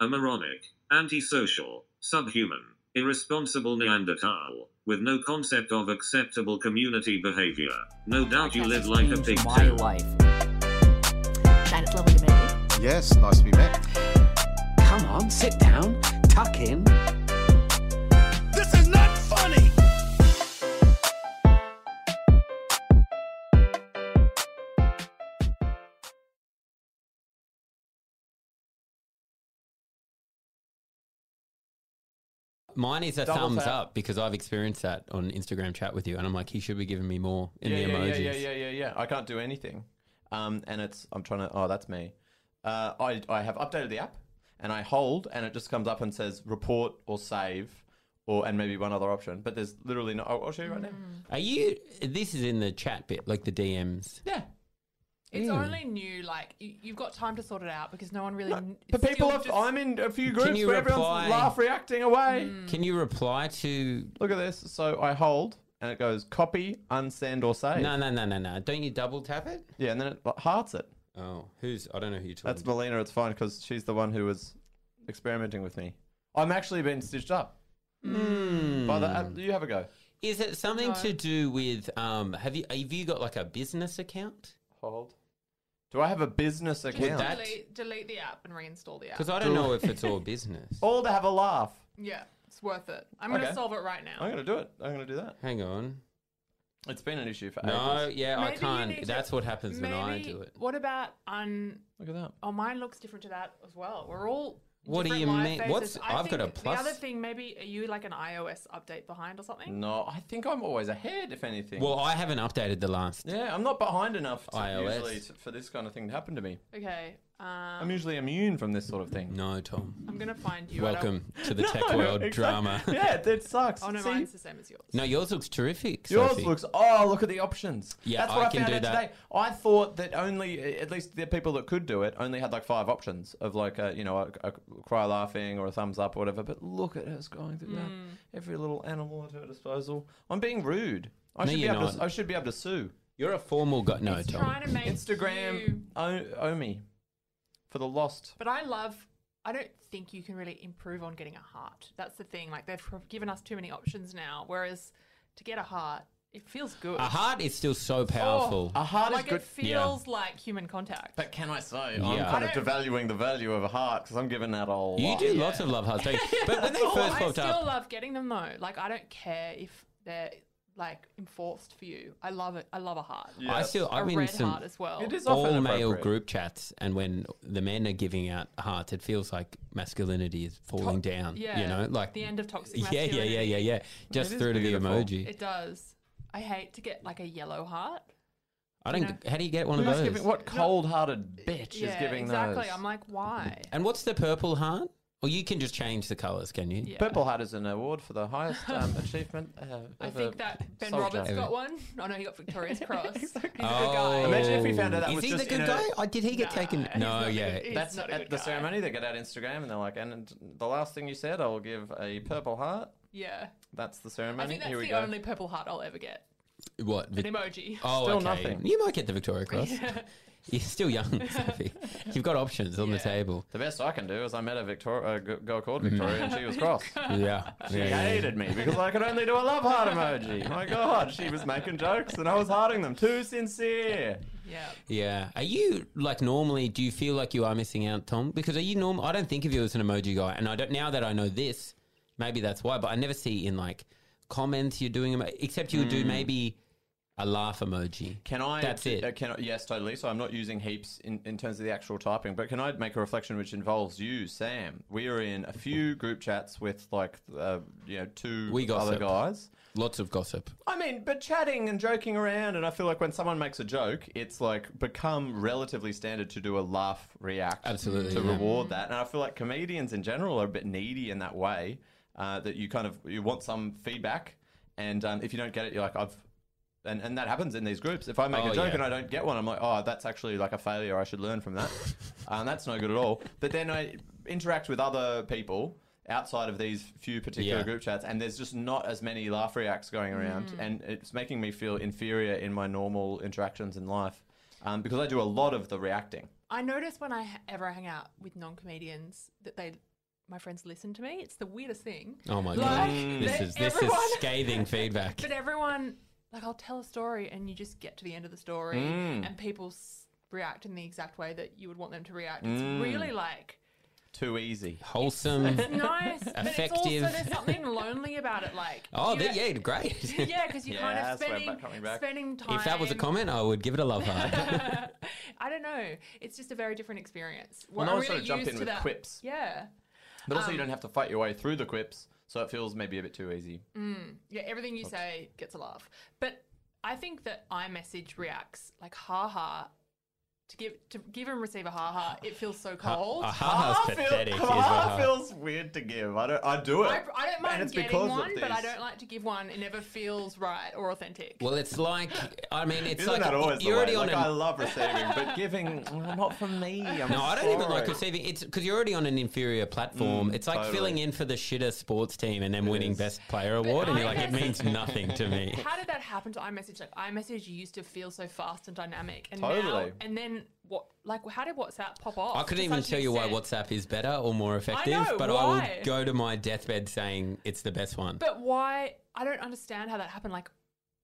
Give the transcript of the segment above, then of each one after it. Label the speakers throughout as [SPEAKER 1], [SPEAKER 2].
[SPEAKER 1] A moronic, antisocial, subhuman, irresponsible Neanderthal, with no concept of acceptable community behavior. No doubt you
[SPEAKER 2] Podcast
[SPEAKER 1] live
[SPEAKER 2] has
[SPEAKER 1] like a
[SPEAKER 2] changed
[SPEAKER 1] pig
[SPEAKER 2] My
[SPEAKER 1] too.
[SPEAKER 2] life. Shane, it's lovely to meet you.
[SPEAKER 3] Yes, nice to be met.
[SPEAKER 4] Come on, sit down, tuck in.
[SPEAKER 5] This is not funny.
[SPEAKER 6] Mine is a
[SPEAKER 7] Double
[SPEAKER 6] thumbs
[SPEAKER 7] tap.
[SPEAKER 6] up because I've experienced that on Instagram chat with you, and I'm like, he should be giving me more in
[SPEAKER 7] yeah,
[SPEAKER 6] the
[SPEAKER 7] yeah,
[SPEAKER 6] emojis.
[SPEAKER 7] yeah, yeah, yeah, yeah, yeah. I can't do anything. Um, and it's I'm trying to. Oh, that's me. Uh, I I have updated the app, and I hold, and it just comes up and says report or save, or and maybe one other option. But there's literally no. I'll, I'll show you right now.
[SPEAKER 8] Mm.
[SPEAKER 6] Are you? This is in the chat bit, like the DMs.
[SPEAKER 7] Yeah,
[SPEAKER 8] It's
[SPEAKER 6] Ew.
[SPEAKER 8] only new. Like you, you've got time to sort it out because no one really.
[SPEAKER 7] No,
[SPEAKER 8] kn-
[SPEAKER 7] but
[SPEAKER 8] it's
[SPEAKER 7] people
[SPEAKER 8] still
[SPEAKER 7] have.
[SPEAKER 8] just- Mm.
[SPEAKER 7] I'm in a few groups
[SPEAKER 6] you
[SPEAKER 7] where everyone's
[SPEAKER 6] reply?
[SPEAKER 7] laugh reacting away.
[SPEAKER 8] Hmm.
[SPEAKER 6] Can you reply to?
[SPEAKER 7] Look at this. So I hold, and it goes copy, unsend, or save.
[SPEAKER 6] No, no, no, no, no. Don't you double tap it?
[SPEAKER 7] Yeah, and then it like, hearts it.
[SPEAKER 6] Oh, who's? I don't know who you're talking.
[SPEAKER 7] That's Melina. It's fine because she's the one who was experimenting with me. I'm actually being stitched up.
[SPEAKER 6] Hmm.
[SPEAKER 7] By the, uh, you have a go.
[SPEAKER 6] Is it something to do with? Um, have you have you got like a business account?
[SPEAKER 7] Hold. Do I have a business
[SPEAKER 8] Just
[SPEAKER 7] account?
[SPEAKER 6] that-
[SPEAKER 8] delete, delete the app and reinstall the app.
[SPEAKER 6] Because I don't know if it's all business.
[SPEAKER 7] All to have a laugh.
[SPEAKER 8] Yeah, it's worth it. I'm
[SPEAKER 7] Okay.
[SPEAKER 8] gonna solve it right now.
[SPEAKER 7] I'm gonna do it. I'm gonna do that.
[SPEAKER 6] Hang on.
[SPEAKER 7] It's been an issue for
[SPEAKER 6] No,
[SPEAKER 7] ages.
[SPEAKER 6] yeah, I
[SPEAKER 8] Maybe you need
[SPEAKER 6] can't.
[SPEAKER 8] to-
[SPEAKER 6] That's what happens when I
[SPEAKER 8] Maybe-
[SPEAKER 6] do it.
[SPEAKER 8] What about un?
[SPEAKER 7] Look at that.
[SPEAKER 8] Oh, mine looks different to that as well. We're all.
[SPEAKER 6] What do
[SPEAKER 8] different
[SPEAKER 6] you
[SPEAKER 8] life
[SPEAKER 6] mean?
[SPEAKER 8] phases.
[SPEAKER 6] What's-
[SPEAKER 8] I
[SPEAKER 6] I've got
[SPEAKER 8] think
[SPEAKER 6] a plus.
[SPEAKER 8] The other thing, maybe, are you like an iOS update behind or something?
[SPEAKER 7] No, I think I'm always ahead. If anything.
[SPEAKER 6] Well, I haven't updated the last.
[SPEAKER 7] yeah, I'm not behind enough to
[SPEAKER 6] iOS.
[SPEAKER 7] usually to, for this kind of thing to happen to me.
[SPEAKER 6] Mm.
[SPEAKER 8] Okay. Um,
[SPEAKER 7] I'm usually immune from this sort of thing.
[SPEAKER 6] No, Tom.
[SPEAKER 8] I'm gonna find you. I don't-
[SPEAKER 6] Welcome to the tech world
[SPEAKER 7] Exact-
[SPEAKER 6] drama.
[SPEAKER 7] yeah, it, it sucks.
[SPEAKER 8] Oh no,
[SPEAKER 7] See?
[SPEAKER 8] mine's the same as yours.
[SPEAKER 6] No, yours looks terrific.
[SPEAKER 7] Yours
[SPEAKER 6] Sophie.
[SPEAKER 7] looks. Oh, look at the options.
[SPEAKER 6] Yeah,
[SPEAKER 7] that's what I,
[SPEAKER 6] I can
[SPEAKER 7] found
[SPEAKER 6] do
[SPEAKER 7] out
[SPEAKER 6] that.
[SPEAKER 7] today. I thought that only, at least the people that could do it, only had like five options of like a, you know, a, a cry laughing or a thumbs up or whatever. But look at us going through that. Every little animal at her disposal. I'm being rude. I
[SPEAKER 6] No,
[SPEAKER 7] should be
[SPEAKER 6] you're
[SPEAKER 7] able to.
[SPEAKER 6] not.
[SPEAKER 7] I should be able to sue
[SPEAKER 6] You're a formal guy. No,
[SPEAKER 8] it's
[SPEAKER 6] Tom.
[SPEAKER 8] trying to make
[SPEAKER 7] Instagram
[SPEAKER 8] you-
[SPEAKER 7] owe, owe me for the lost.
[SPEAKER 8] But I love. I don't think you can really improve on getting a heart. That's the thing. Like they've pro- given us too many options now. Whereas to get a heart, it feels good.
[SPEAKER 6] A heart is still
[SPEAKER 8] Oh,
[SPEAKER 6] so powerful.
[SPEAKER 7] A heart
[SPEAKER 8] like
[SPEAKER 7] is good.
[SPEAKER 8] it feels like human contact.
[SPEAKER 7] but can I say I'm
[SPEAKER 6] Yeah.
[SPEAKER 7] kind of
[SPEAKER 8] I don't-
[SPEAKER 7] devaluing the value of a heart because I'm giving that
[SPEAKER 8] oh,
[SPEAKER 7] all.
[SPEAKER 6] you do lots of love hearts, don't you? But when they first
[SPEAKER 8] I
[SPEAKER 6] popped
[SPEAKER 8] still
[SPEAKER 6] up,
[SPEAKER 8] love getting them though. Like I don't care if they're like enforced for you. I love it. I love a heart.
[SPEAKER 6] I still
[SPEAKER 8] A
[SPEAKER 6] I'm in
[SPEAKER 8] red
[SPEAKER 6] some
[SPEAKER 8] heart as well.
[SPEAKER 7] It is often
[SPEAKER 6] all male
[SPEAKER 7] appropriate.
[SPEAKER 6] group chats, and when the men are giving out hearts, it feels like masculinity is falling down.
[SPEAKER 8] yeah,
[SPEAKER 6] you know, like
[SPEAKER 8] the end of toxic
[SPEAKER 6] Yeah, yeah, yeah, yeah, yeah. Just
[SPEAKER 7] is
[SPEAKER 6] through to the
[SPEAKER 7] beautiful.
[SPEAKER 6] emoji.
[SPEAKER 8] It does. I hate to get like a yellow heart.
[SPEAKER 6] I don't.
[SPEAKER 8] know.
[SPEAKER 6] How do you get one of
[SPEAKER 7] Who's
[SPEAKER 6] those?
[SPEAKER 7] giving- what cold-hearted bitch is
[SPEAKER 8] yeah,
[SPEAKER 7] giving
[SPEAKER 8] exactly.
[SPEAKER 7] those?
[SPEAKER 8] I'm like, why?
[SPEAKER 6] and what's the purple heart? Well, you can just change the colors, can you?
[SPEAKER 8] Yeah.
[SPEAKER 7] Purple Heart is an award for the highest um, achievement. Uh,
[SPEAKER 8] I
[SPEAKER 7] of a
[SPEAKER 8] think that Ben
[SPEAKER 7] soldier.
[SPEAKER 8] Roberts
[SPEAKER 6] Ever.
[SPEAKER 8] got one. Oh no, he got Victoria's Cross. He's a good guy.
[SPEAKER 6] Oh.
[SPEAKER 7] Imagine if we found out that
[SPEAKER 6] is
[SPEAKER 7] was
[SPEAKER 6] he
[SPEAKER 7] just
[SPEAKER 6] the good
[SPEAKER 7] in a-
[SPEAKER 6] guy? Oh, did he get
[SPEAKER 8] Nah,
[SPEAKER 6] taken?
[SPEAKER 8] he's
[SPEAKER 6] No,
[SPEAKER 8] not a
[SPEAKER 6] yeah.
[SPEAKER 8] good- he's
[SPEAKER 7] That's
[SPEAKER 8] not a
[SPEAKER 7] at
[SPEAKER 8] good
[SPEAKER 7] the
[SPEAKER 8] guy.
[SPEAKER 7] ceremony. They get out Instagram and they're like, and the last thing you said, I'll give a Purple Heart.
[SPEAKER 8] Yeah.
[SPEAKER 7] That's the
[SPEAKER 8] I
[SPEAKER 7] ceremony.
[SPEAKER 8] think that's
[SPEAKER 7] Here we
[SPEAKER 8] the
[SPEAKER 7] go.
[SPEAKER 8] only purple heart I'll ever get.
[SPEAKER 6] What?
[SPEAKER 8] An
[SPEAKER 6] Vic-
[SPEAKER 8] emoji.
[SPEAKER 6] Oh,
[SPEAKER 7] Still
[SPEAKER 6] okay.
[SPEAKER 7] nothing.
[SPEAKER 6] You might get the Victoria Cross. You're still young, Sophie. You've got options on the
[SPEAKER 8] Yeah.
[SPEAKER 6] table.
[SPEAKER 7] The best I can do is I met a Victoria, a g- girl called Victoria, and she was cross.
[SPEAKER 6] Yeah.
[SPEAKER 7] She hated me because I could only do a love heart emoji. My God, she was making jokes and I was hearting them. Too sincere.
[SPEAKER 8] Yeah.
[SPEAKER 6] Yeah. Are you like normally? Do you feel like you are missing out, Tom? Because are you normal? I don't think of you as an emoji guy, and I don't. Now that I know this, maybe that's why. But I never see in like comments you're doing, emo- except you would
[SPEAKER 7] Mm.
[SPEAKER 6] do maybe a laugh emoji.
[SPEAKER 7] Can I?
[SPEAKER 6] That's it.
[SPEAKER 7] uh, Can I, yes, totally. So I'm not using heaps in, in terms of the actual typing, but can I make a reflection which involves you, Sam? We are in a few group chats with like uh, you know two
[SPEAKER 6] We
[SPEAKER 7] other
[SPEAKER 6] gossip.
[SPEAKER 7] guys.
[SPEAKER 6] Lots of gossip.
[SPEAKER 7] I mean, but chatting and joking around, and I feel like when someone makes a joke, it's like become relatively standard to do a laugh react
[SPEAKER 6] Absolutely.
[SPEAKER 7] to
[SPEAKER 6] yeah.
[SPEAKER 7] reward that. And I feel like comedians in general are a bit needy in that way, uh, that you kind of you want some feedback, and um, if you don't get it, you're like I've. And, and that happens in these groups. If I make
[SPEAKER 6] Oh,
[SPEAKER 7] a joke
[SPEAKER 6] yeah.
[SPEAKER 7] and I don't get one, I'm like, oh, that's actually like a failure. I should learn from that. um, that's no good at all. But then I interact with other people outside of these few particular
[SPEAKER 6] Yeah.
[SPEAKER 7] group chats, and there's just not as many
[SPEAKER 8] Mm.
[SPEAKER 7] laugh reacts going around. And it's making me feel inferior in my normal interactions in life. um, because I do a lot of the reacting.
[SPEAKER 8] I notice when I h- ever hang out with non-comedians that they, my friends, listen to me. It's the weirdest thing.
[SPEAKER 6] Oh my
[SPEAKER 8] Like,
[SPEAKER 6] god,
[SPEAKER 8] they-
[SPEAKER 6] this is this is
[SPEAKER 8] everyone-
[SPEAKER 6] scathing feedback.
[SPEAKER 8] But everyone, like, I'll tell a story, and you just get to the end of the story, and people s- react in the exact way that you would want them to react. It's really like
[SPEAKER 7] Too easy.
[SPEAKER 6] Wholesome.
[SPEAKER 8] it's nice, but it's also
[SPEAKER 6] Effective.
[SPEAKER 8] there's something lonely about it. Like,
[SPEAKER 6] Oh,
[SPEAKER 8] you
[SPEAKER 6] there-
[SPEAKER 8] know-
[SPEAKER 6] yeah, great.
[SPEAKER 8] yeah, because you're
[SPEAKER 7] Yeah,
[SPEAKER 8] kind of
[SPEAKER 7] that's where I'm
[SPEAKER 8] spending
[SPEAKER 7] back- coming back.
[SPEAKER 8] spending time.
[SPEAKER 6] If that was a comment, I would give it a love heart.
[SPEAKER 8] I don't know. It's just a very different experience.
[SPEAKER 7] Well,
[SPEAKER 8] We're
[SPEAKER 7] no one
[SPEAKER 8] really
[SPEAKER 7] sort of jumped
[SPEAKER 8] used
[SPEAKER 7] in
[SPEAKER 8] to
[SPEAKER 7] with
[SPEAKER 8] that-
[SPEAKER 7] quips.
[SPEAKER 8] Yeah.
[SPEAKER 7] But also,
[SPEAKER 8] Um,
[SPEAKER 7] you don't have to fight your way through the quips, so it feels maybe a bit too easy.
[SPEAKER 8] Yeah, everything you say gets a laugh. But I think that iMessage reacts like ha ha. To give to give and receive a ha ha, it feels so cold.
[SPEAKER 6] ha ha's
[SPEAKER 7] Ah, feel-
[SPEAKER 6] pathetic. is
[SPEAKER 7] ah,
[SPEAKER 6] what-
[SPEAKER 7] feels weird to give. I don't. I do it.
[SPEAKER 8] I, I don't
[SPEAKER 7] and
[SPEAKER 8] mind
[SPEAKER 7] it's
[SPEAKER 8] getting
[SPEAKER 7] because of
[SPEAKER 8] one, but I
[SPEAKER 7] this.
[SPEAKER 8] don't like to give one. It never feels right or authentic.
[SPEAKER 6] Well, it's like I mean, it's
[SPEAKER 7] Isn't
[SPEAKER 6] like
[SPEAKER 7] that always
[SPEAKER 6] you're
[SPEAKER 7] the
[SPEAKER 6] already
[SPEAKER 7] way?
[SPEAKER 6] on
[SPEAKER 7] Like, I
[SPEAKER 6] an.
[SPEAKER 7] love receiving, but giving mm, well, not for me. I'm
[SPEAKER 6] No, I don't even like
[SPEAKER 7] sorry.
[SPEAKER 6] receiving. It's because you're already on an inferior platform.
[SPEAKER 7] Mm,
[SPEAKER 6] it's like
[SPEAKER 7] totally.
[SPEAKER 6] filling in for the shitter sports team and then winning
[SPEAKER 7] is.
[SPEAKER 6] best player award, and you're like, it
[SPEAKER 8] iMessage-
[SPEAKER 6] means nothing to me.
[SPEAKER 8] How did that happen to iMessage? Like iMessage used to feel so fast and dynamic, and now
[SPEAKER 7] Totally.
[SPEAKER 8] and then what? Like how did WhatsApp pop off?
[SPEAKER 6] I couldn't
[SPEAKER 8] Just
[SPEAKER 6] even
[SPEAKER 8] like
[SPEAKER 6] tell you
[SPEAKER 8] you
[SPEAKER 6] why
[SPEAKER 8] said.
[SPEAKER 6] WhatsApp is better or more effective,
[SPEAKER 8] know,
[SPEAKER 6] but I
[SPEAKER 8] why?
[SPEAKER 6] will go to my deathbed saying it's the best one.
[SPEAKER 8] But why? I don't understand how that happened. Like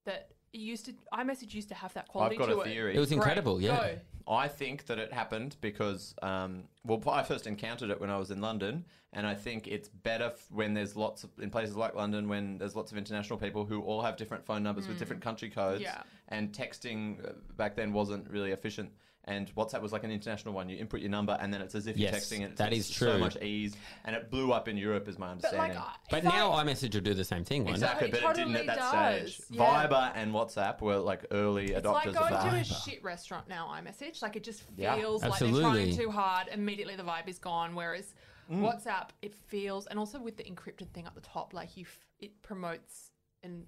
[SPEAKER 8] that it used to iMessage used to have that quality.
[SPEAKER 7] I've got
[SPEAKER 8] to
[SPEAKER 7] a theory.
[SPEAKER 6] it was
[SPEAKER 8] Great,
[SPEAKER 6] incredible, yeah.
[SPEAKER 8] go.
[SPEAKER 7] I think that it happened because, um, well, I first encountered it when I was in London, and I think it's better f- when there's lots of, in places like London, when there's lots of international people who all have different phone numbers with different country codes,
[SPEAKER 8] Mm. Yeah.
[SPEAKER 7] and texting uh, back then wasn't really efficient. And WhatsApp was like an international one. You input your number, and then it's as if you're
[SPEAKER 6] Yes,
[SPEAKER 7] texting, and it's
[SPEAKER 6] that
[SPEAKER 7] just
[SPEAKER 6] is
[SPEAKER 7] so
[SPEAKER 6] true.
[SPEAKER 7] much ease. And it blew up in Europe, is my
[SPEAKER 8] But like,
[SPEAKER 7] understanding.
[SPEAKER 8] I-
[SPEAKER 6] But
[SPEAKER 8] if
[SPEAKER 6] now
[SPEAKER 8] I,
[SPEAKER 6] iMessage will do the same thing. won't it?
[SPEAKER 7] Exactly,
[SPEAKER 8] It
[SPEAKER 7] but it didn't
[SPEAKER 8] totally
[SPEAKER 7] at that
[SPEAKER 8] does,
[SPEAKER 7] stage.
[SPEAKER 8] yeah.
[SPEAKER 7] Viber and WhatsApp were like early
[SPEAKER 8] It's
[SPEAKER 7] adopters
[SPEAKER 8] like
[SPEAKER 7] of
[SPEAKER 8] going
[SPEAKER 7] that.
[SPEAKER 8] to a shit restaurant now. iMessage, like it just
[SPEAKER 7] Yeah.
[SPEAKER 8] feels like they're
[SPEAKER 6] Absolutely.
[SPEAKER 8] trying too hard. Immediately the vibe is gone. Whereas
[SPEAKER 7] Mm.
[SPEAKER 8] WhatsApp, it feels, and also with the encrypted thing up the top, like you, f- it promotes an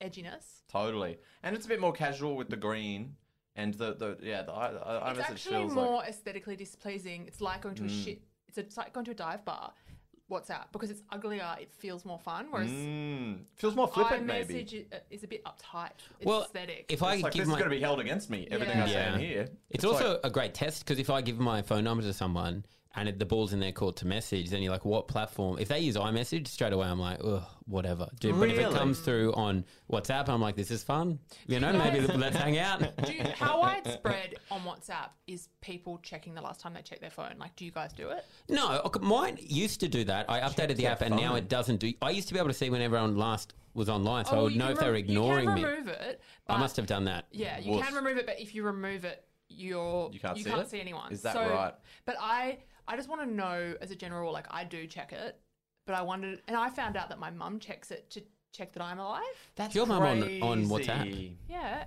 [SPEAKER 8] edginess.
[SPEAKER 7] Totally, and it's a bit more casual with the green and the the yeah. The, I, I,
[SPEAKER 8] It's
[SPEAKER 7] iMessage
[SPEAKER 8] actually
[SPEAKER 7] feels
[SPEAKER 8] more
[SPEAKER 7] Like, Mm.
[SPEAKER 8] aesthetically displeasing. It's like going to a shit. It's, it's like going to a dive bar. WhatsApp because it's uglier. It feels more fun. Whereas
[SPEAKER 7] mm, feels more flippant, maybe.
[SPEAKER 8] iMessage i- uh, is a bit uptight. It's
[SPEAKER 6] Well,
[SPEAKER 8] aesthetic.
[SPEAKER 6] if I
[SPEAKER 7] It's like
[SPEAKER 6] give
[SPEAKER 7] this
[SPEAKER 6] my
[SPEAKER 7] is going to be held against me. Everything I say
[SPEAKER 6] Yeah.
[SPEAKER 7] in here.
[SPEAKER 6] It's,
[SPEAKER 7] like,
[SPEAKER 6] also a great test because if I give my phone number to someone and it, the ball's in their court to message, then you're like, what platform? If they use iMessage straight away, I'm like, ugh, whatever. Dude, But if it
[SPEAKER 7] Really?
[SPEAKER 6] comes through on WhatsApp, I'm like, this is fun. You know,
[SPEAKER 8] you
[SPEAKER 6] maybe
[SPEAKER 8] guys-
[SPEAKER 6] let's hang out.
[SPEAKER 8] do you, how widespread on WhatsApp is people checking the last time they checked their phone? Like, do you guys do it?
[SPEAKER 6] No, okay, mine used to do that. I updated the
[SPEAKER 7] their
[SPEAKER 6] app and now
[SPEAKER 7] phone.
[SPEAKER 6] it doesn't do. I used to be able to see when everyone last was online, so I would
[SPEAKER 8] Oh, you
[SPEAKER 6] know
[SPEAKER 8] can
[SPEAKER 6] if they were
[SPEAKER 8] re-
[SPEAKER 6] ignoring
[SPEAKER 8] You
[SPEAKER 6] me.
[SPEAKER 8] can remove it.
[SPEAKER 6] I
[SPEAKER 8] but-
[SPEAKER 6] must have done that.
[SPEAKER 8] Yeah, you
[SPEAKER 7] Wuss.
[SPEAKER 8] can remove it, but if you remove it, you're
[SPEAKER 7] You can't see it?
[SPEAKER 8] anyone.
[SPEAKER 7] Is that
[SPEAKER 8] So-
[SPEAKER 7] right?
[SPEAKER 8] But I I just want to know as a general rule, like I do check it, but I wondered, and I found out that my mum checks it to check that I'm alive.
[SPEAKER 6] That's your mum on, on WhatsApp.
[SPEAKER 7] crazy.
[SPEAKER 8] Yeah,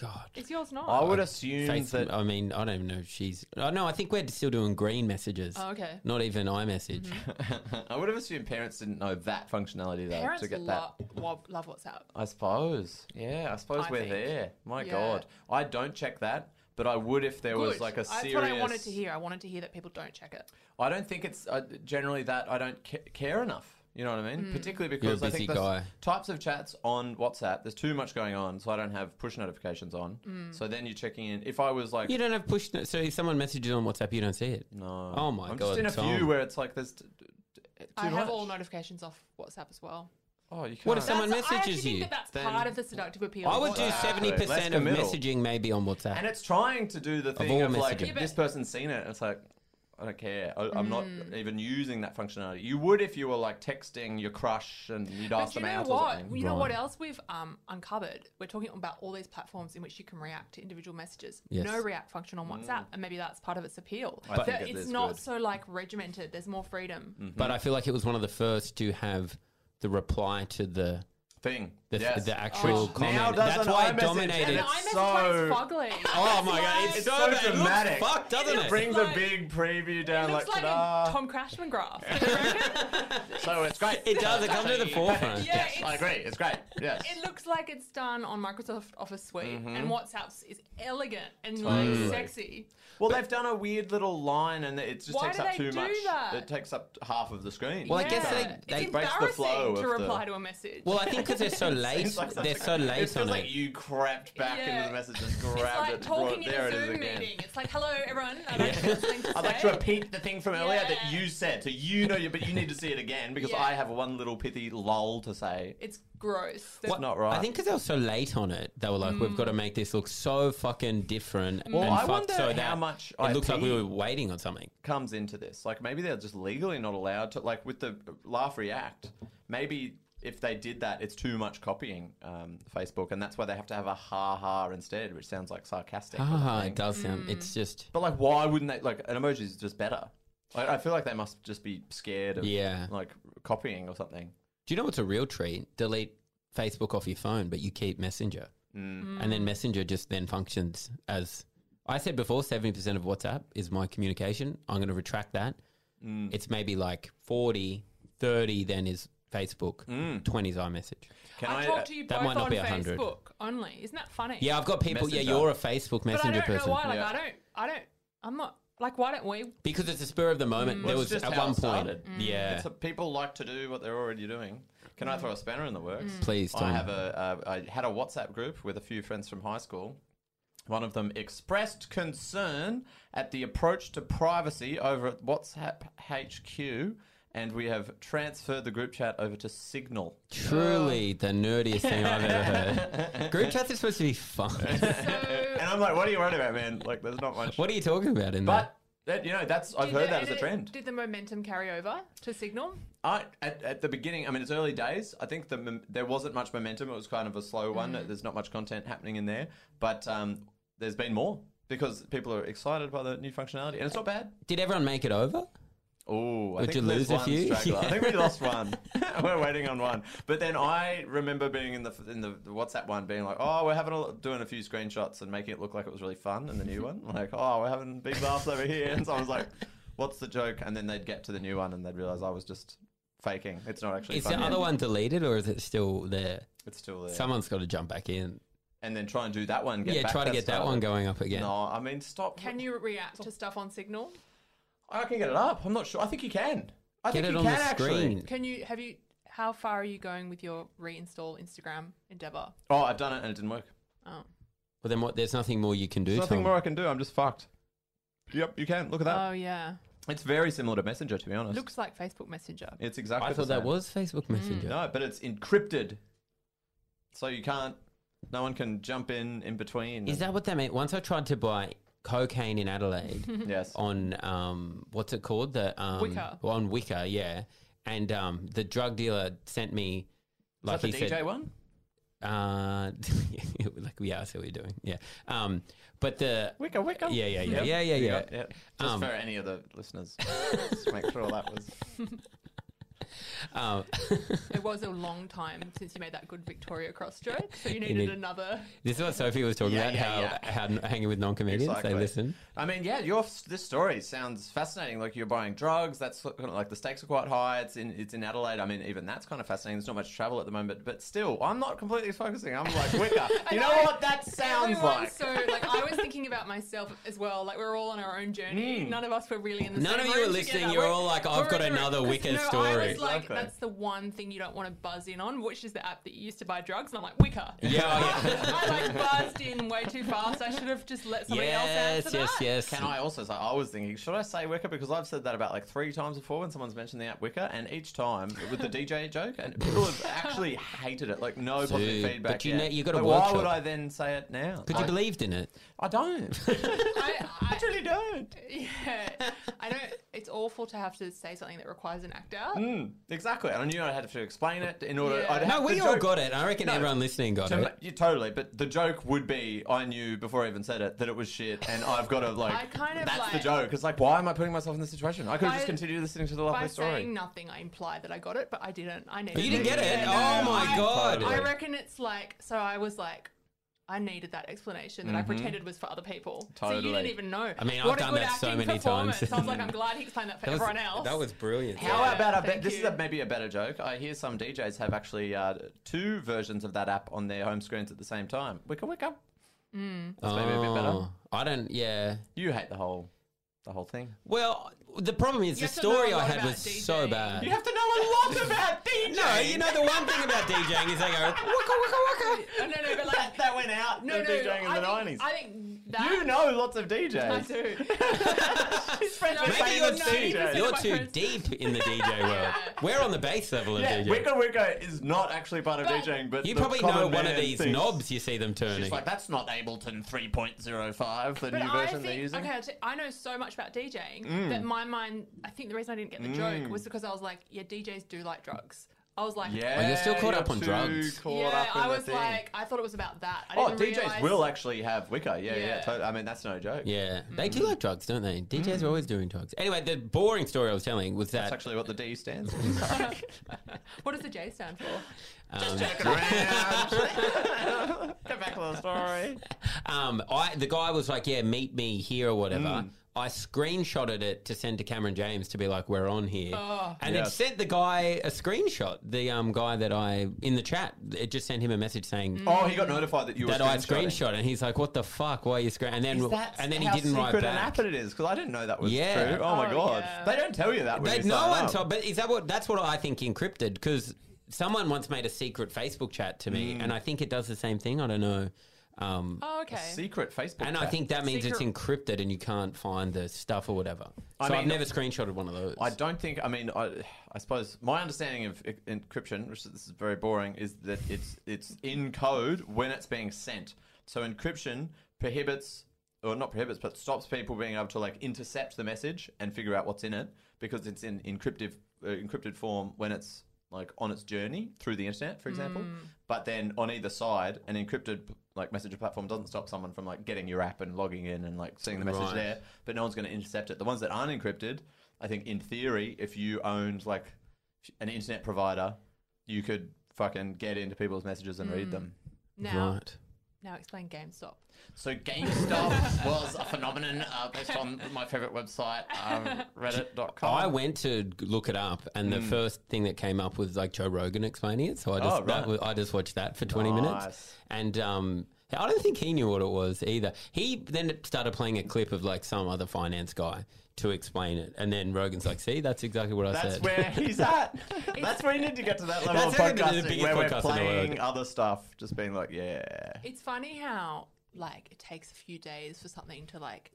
[SPEAKER 6] God.
[SPEAKER 8] is yours not?
[SPEAKER 7] I would assume
[SPEAKER 6] Face-
[SPEAKER 7] that
[SPEAKER 6] I mean, I don't even know if she's. Oh, no, I think we're still doing green messages.
[SPEAKER 8] Oh, okay.
[SPEAKER 6] Not even iMessage.
[SPEAKER 7] Mm-hmm. I would have assumed parents didn't know that functionality though
[SPEAKER 8] Parents
[SPEAKER 7] to get that.
[SPEAKER 8] lo- wo- love WhatsApp.
[SPEAKER 7] I suppose. Yeah, I suppose
[SPEAKER 8] I
[SPEAKER 7] we're
[SPEAKER 8] think.
[SPEAKER 7] there. My
[SPEAKER 8] Yeah.
[SPEAKER 7] God, I don't check that, but I would if there was
[SPEAKER 8] Good.
[SPEAKER 7] like a serious.
[SPEAKER 8] That's what I wanted to hear. I wanted to hear that people don't check it.
[SPEAKER 7] I don't think it's uh, generally that I don't ca- care enough. You know what I mean?
[SPEAKER 8] Hmm.
[SPEAKER 7] Particularly
[SPEAKER 6] You're a
[SPEAKER 7] because I think
[SPEAKER 6] busy
[SPEAKER 7] the
[SPEAKER 6] guy.
[SPEAKER 7] s- types of chats on WhatsApp, there's too much going on, so I don't have push notifications on.
[SPEAKER 8] Hmm.
[SPEAKER 7] So then you're checking in. If I was like,
[SPEAKER 6] You don't have push. No- so if someone messages on WhatsApp, you don't see it.
[SPEAKER 7] no,
[SPEAKER 6] Oh my
[SPEAKER 7] I'm
[SPEAKER 6] god.
[SPEAKER 7] just in a
[SPEAKER 6] Tom.
[SPEAKER 7] few where it's like there's. T- t- t- too
[SPEAKER 8] I
[SPEAKER 7] much.
[SPEAKER 8] have all notifications off WhatsApp as well.
[SPEAKER 7] Oh, you can't.
[SPEAKER 6] What if someone
[SPEAKER 8] That's- I actually
[SPEAKER 6] messages you?
[SPEAKER 8] Think that that's
[SPEAKER 7] Then-
[SPEAKER 8] part of the seductive appeal.
[SPEAKER 6] I
[SPEAKER 8] of
[SPEAKER 6] would do
[SPEAKER 8] WhatsApp.
[SPEAKER 6] seventy percent
[SPEAKER 7] Less
[SPEAKER 6] of
[SPEAKER 7] committal.
[SPEAKER 6] messaging maybe on WhatsApp.
[SPEAKER 7] And it's trying to do the thing
[SPEAKER 6] all
[SPEAKER 7] of, like
[SPEAKER 6] messaging.
[SPEAKER 7] this person's seen it. It's like I don't care. I, I'm not
[SPEAKER 8] Hmm.
[SPEAKER 7] even using that functionality. You would if you were like texting your crush and you'd
[SPEAKER 8] But
[SPEAKER 7] ask
[SPEAKER 8] you
[SPEAKER 7] them
[SPEAKER 8] know
[SPEAKER 7] out or
[SPEAKER 8] what?
[SPEAKER 7] something.
[SPEAKER 6] We-
[SPEAKER 8] You know
[SPEAKER 6] Right.
[SPEAKER 8] what else we've um, uncovered? We're talking about all these platforms in which you can react to individual messages.
[SPEAKER 6] Yes.
[SPEAKER 8] No react function on WhatsApp, and maybe that's part of its appeal.
[SPEAKER 7] Mm. I think
[SPEAKER 8] that
[SPEAKER 7] it
[SPEAKER 8] it's
[SPEAKER 7] is
[SPEAKER 8] not
[SPEAKER 7] good. Mm.
[SPEAKER 8] so like regimented. There's more freedom.
[SPEAKER 7] Mm-hmm.
[SPEAKER 6] but I feel like it was one of the first to have the reply to the
[SPEAKER 7] Thing.
[SPEAKER 6] the,
[SPEAKER 7] Yes.
[SPEAKER 6] the actual
[SPEAKER 7] Which
[SPEAKER 6] comment.
[SPEAKER 7] now does
[SPEAKER 6] That's
[SPEAKER 7] an
[SPEAKER 6] why it
[SPEAKER 7] iMessage,
[SPEAKER 6] dominated.
[SPEAKER 8] And
[SPEAKER 7] and it's
[SPEAKER 8] iMessage
[SPEAKER 7] so-
[SPEAKER 8] one's fugly.
[SPEAKER 6] oh my god, it's,
[SPEAKER 8] It's
[SPEAKER 6] so,
[SPEAKER 7] so
[SPEAKER 6] bad. It looks
[SPEAKER 7] dramatic.
[SPEAKER 6] fucked, doesn't it?
[SPEAKER 7] It brings
[SPEAKER 8] like-
[SPEAKER 7] a big preview down
[SPEAKER 8] It
[SPEAKER 7] like,
[SPEAKER 8] looks like
[SPEAKER 7] ta-da.
[SPEAKER 8] a Tom Crashman graph.
[SPEAKER 7] so oh, it's great.
[SPEAKER 6] It does. It comes to the forefront.
[SPEAKER 8] Yeah,
[SPEAKER 7] yes, I
[SPEAKER 8] it's-
[SPEAKER 7] agree. It's great. Yes.
[SPEAKER 8] It looks like it's done on Microsoft Office Suite, and WhatsApp's is elegant and
[SPEAKER 7] Mm-hmm. Totally.
[SPEAKER 8] like sexy.
[SPEAKER 7] well, they've done a weird little line, and it just
[SPEAKER 8] Why
[SPEAKER 7] takes
[SPEAKER 8] do
[SPEAKER 7] up
[SPEAKER 8] they
[SPEAKER 7] too
[SPEAKER 8] do
[SPEAKER 7] much.
[SPEAKER 8] that?
[SPEAKER 7] It takes up half of the screen.
[SPEAKER 6] Well, I guess
[SPEAKER 8] Yeah.
[SPEAKER 6] they- they-
[SPEAKER 8] it's
[SPEAKER 7] breaks the
[SPEAKER 8] embarrassing to
[SPEAKER 7] flow of the-
[SPEAKER 8] reply to a message.
[SPEAKER 6] Well, I think because they're so late,
[SPEAKER 7] It's like such
[SPEAKER 6] they're
[SPEAKER 7] a-
[SPEAKER 6] so
[SPEAKER 7] It
[SPEAKER 6] late
[SPEAKER 7] feels
[SPEAKER 6] on
[SPEAKER 7] like
[SPEAKER 6] it.
[SPEAKER 7] you crept back
[SPEAKER 8] Yeah.
[SPEAKER 7] into the message, just
[SPEAKER 8] It's
[SPEAKER 7] grabbed
[SPEAKER 8] like
[SPEAKER 7] it, brought
[SPEAKER 8] talking
[SPEAKER 7] it.
[SPEAKER 8] in
[SPEAKER 7] There
[SPEAKER 8] a
[SPEAKER 7] it is
[SPEAKER 8] Zoom
[SPEAKER 7] again.
[SPEAKER 8] meeting. It's like, hello, everyone. I'd like to, something to
[SPEAKER 7] I'd like to
[SPEAKER 8] say.
[SPEAKER 7] repeat the thing from earlier that
[SPEAKER 8] Yeah.
[SPEAKER 7] you said, so you know, you, but you need to see it again because
[SPEAKER 8] Yeah.
[SPEAKER 7] I have one little pithy lol to say.
[SPEAKER 8] It's gross. There's
[SPEAKER 7] What? not right.
[SPEAKER 6] I think because they were so late on it, they were like, "We've got to make this look so fucking different
[SPEAKER 7] Mm. Well,
[SPEAKER 6] and
[SPEAKER 7] I
[SPEAKER 6] fucked
[SPEAKER 7] wonder
[SPEAKER 6] so
[SPEAKER 7] how
[SPEAKER 6] that
[SPEAKER 7] much
[SPEAKER 6] it looks like we
[SPEAKER 7] IP
[SPEAKER 6] were waiting on something."
[SPEAKER 7] comes into this. Like maybe they're just legally not allowed to. Like with the laugh react, maybe if they did that, it's too much copying um, Facebook, and that's why they have to have a ha ha instead, which sounds like sarcastic. or
[SPEAKER 6] Ah,
[SPEAKER 7] something.
[SPEAKER 6] it does sound. It's just
[SPEAKER 7] But like, why wouldn't they? Like, an emoji is just better. Like, I feel like they must just be scared of
[SPEAKER 6] Yeah.
[SPEAKER 7] like copying or something.
[SPEAKER 6] Do you know what's a real treat? Delete Facebook off your phone, but you keep Messenger.
[SPEAKER 7] Mm.
[SPEAKER 6] And then Messenger just then functions as I said before 70% of WhatsApp is my communication. I'm going to retract that.
[SPEAKER 7] Mm.
[SPEAKER 6] It's maybe like 40, 30 then is Facebook,
[SPEAKER 7] Mm.
[SPEAKER 6] 20 is iMessage.
[SPEAKER 7] Can uh,
[SPEAKER 8] I, talk to you
[SPEAKER 6] that
[SPEAKER 8] both
[SPEAKER 6] might not
[SPEAKER 8] on
[SPEAKER 6] be 100.
[SPEAKER 8] Facebook only. Isn't that funny?
[SPEAKER 6] Yeah, I've got people.
[SPEAKER 7] Messenger.
[SPEAKER 6] Yeah, you're a Facebook
[SPEAKER 8] but I
[SPEAKER 6] Messenger
[SPEAKER 8] don't
[SPEAKER 6] person.
[SPEAKER 8] know why. Like,
[SPEAKER 7] Yeah.
[SPEAKER 8] I don't. I don't. I'm not. Like, why don't we?
[SPEAKER 6] Because it's a spur of the moment.
[SPEAKER 7] Mm. Well,
[SPEAKER 6] there
[SPEAKER 7] it's
[SPEAKER 6] was
[SPEAKER 7] just
[SPEAKER 6] at
[SPEAKER 7] how
[SPEAKER 6] one
[SPEAKER 7] it
[SPEAKER 6] point.
[SPEAKER 7] started. Mm.
[SPEAKER 6] Yeah.
[SPEAKER 7] uh, So people like to do what they're already doing. Can
[SPEAKER 8] Mm.
[SPEAKER 7] I throw a spanner in the works?
[SPEAKER 6] Please, Tom.
[SPEAKER 7] I have a, a I had a WhatsApp group with a few friends from high school. One of them expressed concern at the approach to privacy over at WhatsApp HQ, and we have transferred the group chat over to Signal.
[SPEAKER 6] Truly
[SPEAKER 7] uh,
[SPEAKER 6] the nerdiest thing I've ever heard. Group chats are supposed to be fun.
[SPEAKER 7] And I'm like, what are you worried about, man? Like, there's not much.
[SPEAKER 6] what are you talking about in there?
[SPEAKER 7] But that, you know, that's I've
[SPEAKER 8] Did
[SPEAKER 7] heard
[SPEAKER 8] the-
[SPEAKER 7] that as a
[SPEAKER 8] did-
[SPEAKER 7] trend.
[SPEAKER 8] Did the momentum carry over to Signal?
[SPEAKER 7] I at, at the beginning, I mean, it's early days. I think the mom- there wasn't much momentum. It was kind of a slow one. There's not much content happening in there, but um, there's been more because people are excited by the new functionality, and it's not bad.
[SPEAKER 6] Did everyone make it over?
[SPEAKER 7] Oh, I
[SPEAKER 6] Would
[SPEAKER 7] think
[SPEAKER 6] you lose
[SPEAKER 7] there's
[SPEAKER 6] a
[SPEAKER 7] one
[SPEAKER 6] few?
[SPEAKER 7] straggler. I
[SPEAKER 6] Yeah.
[SPEAKER 7] think we lost one. we're waiting on one. But then I remember being in the in the, the WhatsApp one, being like, "Oh, we're having a l- doing a few screenshots and making it look like it was really fun." And the new one, like, "Oh, we're having big laughs over here." And so I was like, "What's the joke?" And then they'd get to the new one and they'd realize I was just faking. It's not actually.
[SPEAKER 6] Is the
[SPEAKER 7] fun yet.
[SPEAKER 6] other one deleted or is it still there?
[SPEAKER 7] It's still there.
[SPEAKER 6] Someone's got to jump back in.
[SPEAKER 7] and then try and do that one. Get
[SPEAKER 6] yeah,
[SPEAKER 7] back
[SPEAKER 6] try to get that
[SPEAKER 7] started.
[SPEAKER 6] one going up again.
[SPEAKER 7] No, I mean stop.
[SPEAKER 8] Can you react to stuff on Signal?
[SPEAKER 7] I can get it up. I'm not sure. I think you can. I
[SPEAKER 6] Get
[SPEAKER 7] think
[SPEAKER 6] it
[SPEAKER 7] you
[SPEAKER 6] on
[SPEAKER 7] can
[SPEAKER 6] the
[SPEAKER 7] actually.
[SPEAKER 6] screen.
[SPEAKER 8] Can you? Have you? How far are you going with your reinstall Instagram endeavor?
[SPEAKER 7] Oh, I've done it and it didn't work.
[SPEAKER 8] Oh,
[SPEAKER 6] Well, then what? There's nothing more you can do.
[SPEAKER 7] There's nothing
[SPEAKER 6] Tom.
[SPEAKER 7] more I can do. I'm just fucked. Yep, you can. Look at that.
[SPEAKER 8] oh yeah.
[SPEAKER 7] it's very similar to Messenger, to be honest.
[SPEAKER 8] Looks like Facebook Messenger.
[SPEAKER 7] it's exactly.
[SPEAKER 6] I
[SPEAKER 7] the
[SPEAKER 6] thought that
[SPEAKER 7] same.
[SPEAKER 6] was Facebook Messenger.
[SPEAKER 7] Mm. No, but it's encrypted, so you can't. No one can jump in in between.
[SPEAKER 6] Is that what that meant? Once I tried to buy cocaine in Adelaide
[SPEAKER 7] yes?
[SPEAKER 6] on um, what's it called? The um,
[SPEAKER 8] Wicker.
[SPEAKER 6] well, on Wicker, yeah. And um, the drug dealer sent me like
[SPEAKER 7] Is that
[SPEAKER 6] he
[SPEAKER 7] the DJ
[SPEAKER 6] said,
[SPEAKER 7] one?
[SPEAKER 6] uh, like yeah, I see what you're doing, yeah. Um, but the
[SPEAKER 7] Wicca, wicca.
[SPEAKER 6] yeah, yeah, yeah, yeah, yeah, yeah.
[SPEAKER 7] Just
[SPEAKER 6] Um,
[SPEAKER 7] for any of the listeners, just make sure that was.
[SPEAKER 6] Um,
[SPEAKER 8] It was a long time since you made that good Victoria Cross joke, so you needed
[SPEAKER 6] need-
[SPEAKER 8] another.
[SPEAKER 6] This is what Sophie was talking
[SPEAKER 7] Yeah,
[SPEAKER 6] about.
[SPEAKER 7] yeah,
[SPEAKER 6] how, how hanging with non-comedians, they
[SPEAKER 7] Exactly.
[SPEAKER 6] listen.
[SPEAKER 7] I mean, yeah, your this story sounds fascinating. Like you're buying drugs. That's sort of like the stakes are quite high. It's in it's in Adelaide. I mean, even that's kind of fascinating. There's not much travel at the moment, but still, I'm not completely focusing. I'm like Wicker. you know
[SPEAKER 8] know.
[SPEAKER 7] what that sounds
[SPEAKER 8] Everyone's
[SPEAKER 7] like?
[SPEAKER 8] So, like, I was thinking about myself as well. Like, we're all on our own journey. None of us were really in the same
[SPEAKER 6] None of you were
[SPEAKER 8] room
[SPEAKER 6] listening.
[SPEAKER 8] together.
[SPEAKER 6] You're
[SPEAKER 8] We're-
[SPEAKER 6] all like, "I've
[SPEAKER 8] we're
[SPEAKER 6] got
[SPEAKER 8] in a room."
[SPEAKER 6] another
[SPEAKER 8] 'Cause,
[SPEAKER 6] Wicker
[SPEAKER 8] no, I
[SPEAKER 6] story.
[SPEAKER 8] was like,
[SPEAKER 7] Exactly.
[SPEAKER 8] that's the one thing you don't want to buzz in on, which is the app that you used to buy drugs. And I'm like, Wicker.
[SPEAKER 6] Yeah, oh, yeah.
[SPEAKER 8] I like buzzed in way too fast. I should have just let somebody else
[SPEAKER 6] yes,
[SPEAKER 8] answer
[SPEAKER 6] yes,
[SPEAKER 8] that.
[SPEAKER 6] yes.
[SPEAKER 7] Can I also say I was thinking, should I say Wicker because I've said that about like three times before when someone's mentioned the app Wicker, and each time with the DJ joke, and people have actually hated it. Like no
[SPEAKER 6] Dude,
[SPEAKER 7] positive feedback.
[SPEAKER 6] but you
[SPEAKER 7] yet.
[SPEAKER 6] know- you gotta
[SPEAKER 7] But why
[SPEAKER 6] workshop.
[SPEAKER 7] would I then say it now?
[SPEAKER 6] Because you believed in it.
[SPEAKER 7] I don't.
[SPEAKER 8] I, I,
[SPEAKER 7] really don't.
[SPEAKER 8] yeah, I don't. It's awful to have to say something that requires an act out.
[SPEAKER 7] Hmm, Exactly, and I knew I had to explain it in order.
[SPEAKER 8] Yeah.
[SPEAKER 7] I'd
[SPEAKER 6] No,
[SPEAKER 7] have
[SPEAKER 6] we
[SPEAKER 7] the
[SPEAKER 6] all
[SPEAKER 7] joke-
[SPEAKER 6] got it. I reckon
[SPEAKER 7] No.
[SPEAKER 6] everyone listening got
[SPEAKER 7] To
[SPEAKER 6] it.
[SPEAKER 7] ma- yeah, totally, but the joke would be I knew before I even said it that it was shit, and I've got to like.
[SPEAKER 8] I kind of
[SPEAKER 7] that's the
[SPEAKER 8] like-
[SPEAKER 7] joke. It's like, why am I putting myself in this situation? I could have
[SPEAKER 8] By-
[SPEAKER 7] just continued listening to the
[SPEAKER 8] By
[SPEAKER 7] lovely story.
[SPEAKER 8] saying nothing, I imply that I got it, but I didn't. I needed.
[SPEAKER 6] But you didn't get it.
[SPEAKER 8] No,
[SPEAKER 6] Oh my
[SPEAKER 8] I-
[SPEAKER 6] god.
[SPEAKER 8] I reckon it's like so. I was like, I needed that explanation that I pretended was for other people. So you didn't
[SPEAKER 7] Totally.
[SPEAKER 8] even know.
[SPEAKER 6] Mm-hmm. I mean, I've
[SPEAKER 8] what
[SPEAKER 6] done
[SPEAKER 8] a good
[SPEAKER 6] that so
[SPEAKER 8] acting
[SPEAKER 6] many times.
[SPEAKER 8] performance. I was like, I'm glad he explained that for
[SPEAKER 6] That was-
[SPEAKER 8] everyone else.
[SPEAKER 6] That was brilliant.
[SPEAKER 8] How
[SPEAKER 7] How
[SPEAKER 8] Yeah,
[SPEAKER 7] about a
[SPEAKER 8] thank
[SPEAKER 7] bit? This is
[SPEAKER 8] you.
[SPEAKER 7] a, maybe a better joke. I hear some DJs have actually uh, two versions of that app on their home screens at the same
[SPEAKER 8] Hmm.
[SPEAKER 7] time. Wicca wicca. That's maybe a bit better.
[SPEAKER 6] Oh, I don't. Yeah.
[SPEAKER 7] You hate the whole. the whole thing.
[SPEAKER 6] Well, the problem is
[SPEAKER 8] You
[SPEAKER 6] the
[SPEAKER 8] have to know
[SPEAKER 6] story
[SPEAKER 8] a lot
[SPEAKER 6] I had
[SPEAKER 8] about
[SPEAKER 6] was
[SPEAKER 8] DJing.
[SPEAKER 6] so bad.
[SPEAKER 7] You have to know a lot about DJ.
[SPEAKER 6] No, you know the one thing about DJing is they go waka waka waka.
[SPEAKER 8] Oh, no, no, but like,
[SPEAKER 7] that went out.
[SPEAKER 8] no,
[SPEAKER 7] the
[SPEAKER 8] no,
[SPEAKER 7] DJing in
[SPEAKER 8] I
[SPEAKER 7] the nineties.
[SPEAKER 8] think, I think that.
[SPEAKER 7] You know lots of
[SPEAKER 8] I
[SPEAKER 7] DJs.
[SPEAKER 8] do.
[SPEAKER 7] His friends
[SPEAKER 8] No,
[SPEAKER 7] were
[SPEAKER 8] maybe
[SPEAKER 6] Maybe
[SPEAKER 7] famous
[SPEAKER 8] you're
[SPEAKER 7] DJs.
[SPEAKER 8] not even-
[SPEAKER 6] you're
[SPEAKER 8] my
[SPEAKER 6] too
[SPEAKER 8] friends.
[SPEAKER 6] deep in the DJ world. We're on the base level of
[SPEAKER 7] Yeah,
[SPEAKER 6] DJing.
[SPEAKER 7] Wicca Wicca is not actually part of
[SPEAKER 8] But-
[SPEAKER 7] DJing, but
[SPEAKER 6] You
[SPEAKER 7] the
[SPEAKER 6] probably know
[SPEAKER 7] common
[SPEAKER 6] one
[SPEAKER 7] man
[SPEAKER 6] of these
[SPEAKER 7] thinks-
[SPEAKER 6] knobs you see them turning.
[SPEAKER 7] She's like, that's not Ableton 3.05, the
[SPEAKER 8] But
[SPEAKER 7] new
[SPEAKER 8] I
[SPEAKER 7] version they're
[SPEAKER 8] think-
[SPEAKER 7] using. Mm.
[SPEAKER 8] Okay, I'll t- I know so much about DJing that my mind. I think the reason I didn't get the joke was because I was like, yeah, DJs do like drugs. I was like,
[SPEAKER 7] Yeah,
[SPEAKER 6] Oh, you're still caught
[SPEAKER 7] you're
[SPEAKER 6] up on
[SPEAKER 7] too
[SPEAKER 6] drugs.
[SPEAKER 7] caught
[SPEAKER 8] yeah.
[SPEAKER 7] up in
[SPEAKER 8] I
[SPEAKER 7] the
[SPEAKER 8] was
[SPEAKER 7] thing.
[SPEAKER 8] like, I thought it was about that. I
[SPEAKER 7] oh,
[SPEAKER 8] didn't
[SPEAKER 7] DJs
[SPEAKER 8] realize-
[SPEAKER 7] will actually have Wicca. Yeah, yeah.
[SPEAKER 8] Yeah.
[SPEAKER 7] tot- I mean, that's no joke.
[SPEAKER 6] yeah, they do like drugs, don't they? DJs are always doing drugs. Anyway, the boring story I was telling was that
[SPEAKER 7] That's actually what the D stands for.
[SPEAKER 8] What does the J stand for?
[SPEAKER 6] um,
[SPEAKER 7] Get back to the story.
[SPEAKER 6] um, I the guy was like, "Yeah, meet me here or whatever."
[SPEAKER 7] Mm.
[SPEAKER 6] I screenshotted it to send to Cameron James to be like, "We're on here," and it
[SPEAKER 7] Yes.
[SPEAKER 6] sent the guy a screenshot. The um, guy that I in the chat, it just sent him a message saying.
[SPEAKER 7] Oh, he got notified that you
[SPEAKER 6] That
[SPEAKER 7] were
[SPEAKER 6] I
[SPEAKER 7] screenshotting.
[SPEAKER 6] screenshot, and he's like, "What the fuck? Why are you screen?" And then,
[SPEAKER 7] Is that
[SPEAKER 6] and then he
[SPEAKER 7] how
[SPEAKER 6] didn't write
[SPEAKER 7] secret an
[SPEAKER 6] back.
[SPEAKER 7] app it is because I didn't know that was
[SPEAKER 6] Yeah.
[SPEAKER 7] true. Oh my
[SPEAKER 8] Oh,
[SPEAKER 7] god,
[SPEAKER 8] yeah.
[SPEAKER 7] they don't tell you that. When
[SPEAKER 6] They,
[SPEAKER 7] you
[SPEAKER 6] no
[SPEAKER 7] sign
[SPEAKER 6] one
[SPEAKER 7] up.
[SPEAKER 6] told. But is that what? That's what I think encrypted because someone once made a secret Facebook chat to
[SPEAKER 7] Mm.
[SPEAKER 6] me, and I think it does the same thing. I don't know. Um,
[SPEAKER 8] Oh, okay.
[SPEAKER 7] Secret Facebook.
[SPEAKER 6] and I
[SPEAKER 7] chat.
[SPEAKER 6] think that means it's
[SPEAKER 8] Secret-
[SPEAKER 6] encrypted, and you can't find the stuff or whatever. So I
[SPEAKER 7] I
[SPEAKER 6] have
[SPEAKER 7] mean-
[SPEAKER 6] never screenshotted one of those.
[SPEAKER 7] I don't think. I mean, I, I suppose my understanding of e- encryption, which this is very boring, is that it's it's in code when it's being sent. So encryption prohibits, or not prohibits, but stops people being able to like intercept the message and figure out what's in it because it's in encryptive uh, encrypted form when it's like on its journey through the internet, for example. But then on either side, an encrypted like messenger platform doesn't stop someone from like getting your app and logging in and like seeing the message
[SPEAKER 6] Right.
[SPEAKER 7] there. But no one's going to intercept it. The ones that aren't encrypted, I think, in theory, if you owned like an internet provider, you could fucking get into people's messages and read them.
[SPEAKER 8] Now,
[SPEAKER 6] Right.
[SPEAKER 8] now explain GameStop.
[SPEAKER 7] So GameStop was a phenomenon uh, based on my favorite website, um, Reddit.com.
[SPEAKER 6] I went to look it up, and the first thing that came up was like Joe Rogan explaining it. So I just
[SPEAKER 7] Hmm. Oh,
[SPEAKER 6] that
[SPEAKER 7] right.
[SPEAKER 6] was, I just watched that for twenty minutes,
[SPEAKER 7] Nice.
[SPEAKER 6] and um, I don't think he knew what it was either. He then started playing a clip of like some other finance guy to explain it, and then Rogan's like, "See, that's exactly what I
[SPEAKER 7] That's
[SPEAKER 6] said."
[SPEAKER 7] where he's at. That's where you need to get to that level
[SPEAKER 6] That's
[SPEAKER 7] of
[SPEAKER 6] how we do the
[SPEAKER 7] podcasting
[SPEAKER 6] biggest
[SPEAKER 7] where we're
[SPEAKER 6] podcast in the world.
[SPEAKER 7] playing other stuff, just being like, yeah.
[SPEAKER 8] It's funny how like it takes a few days for something to like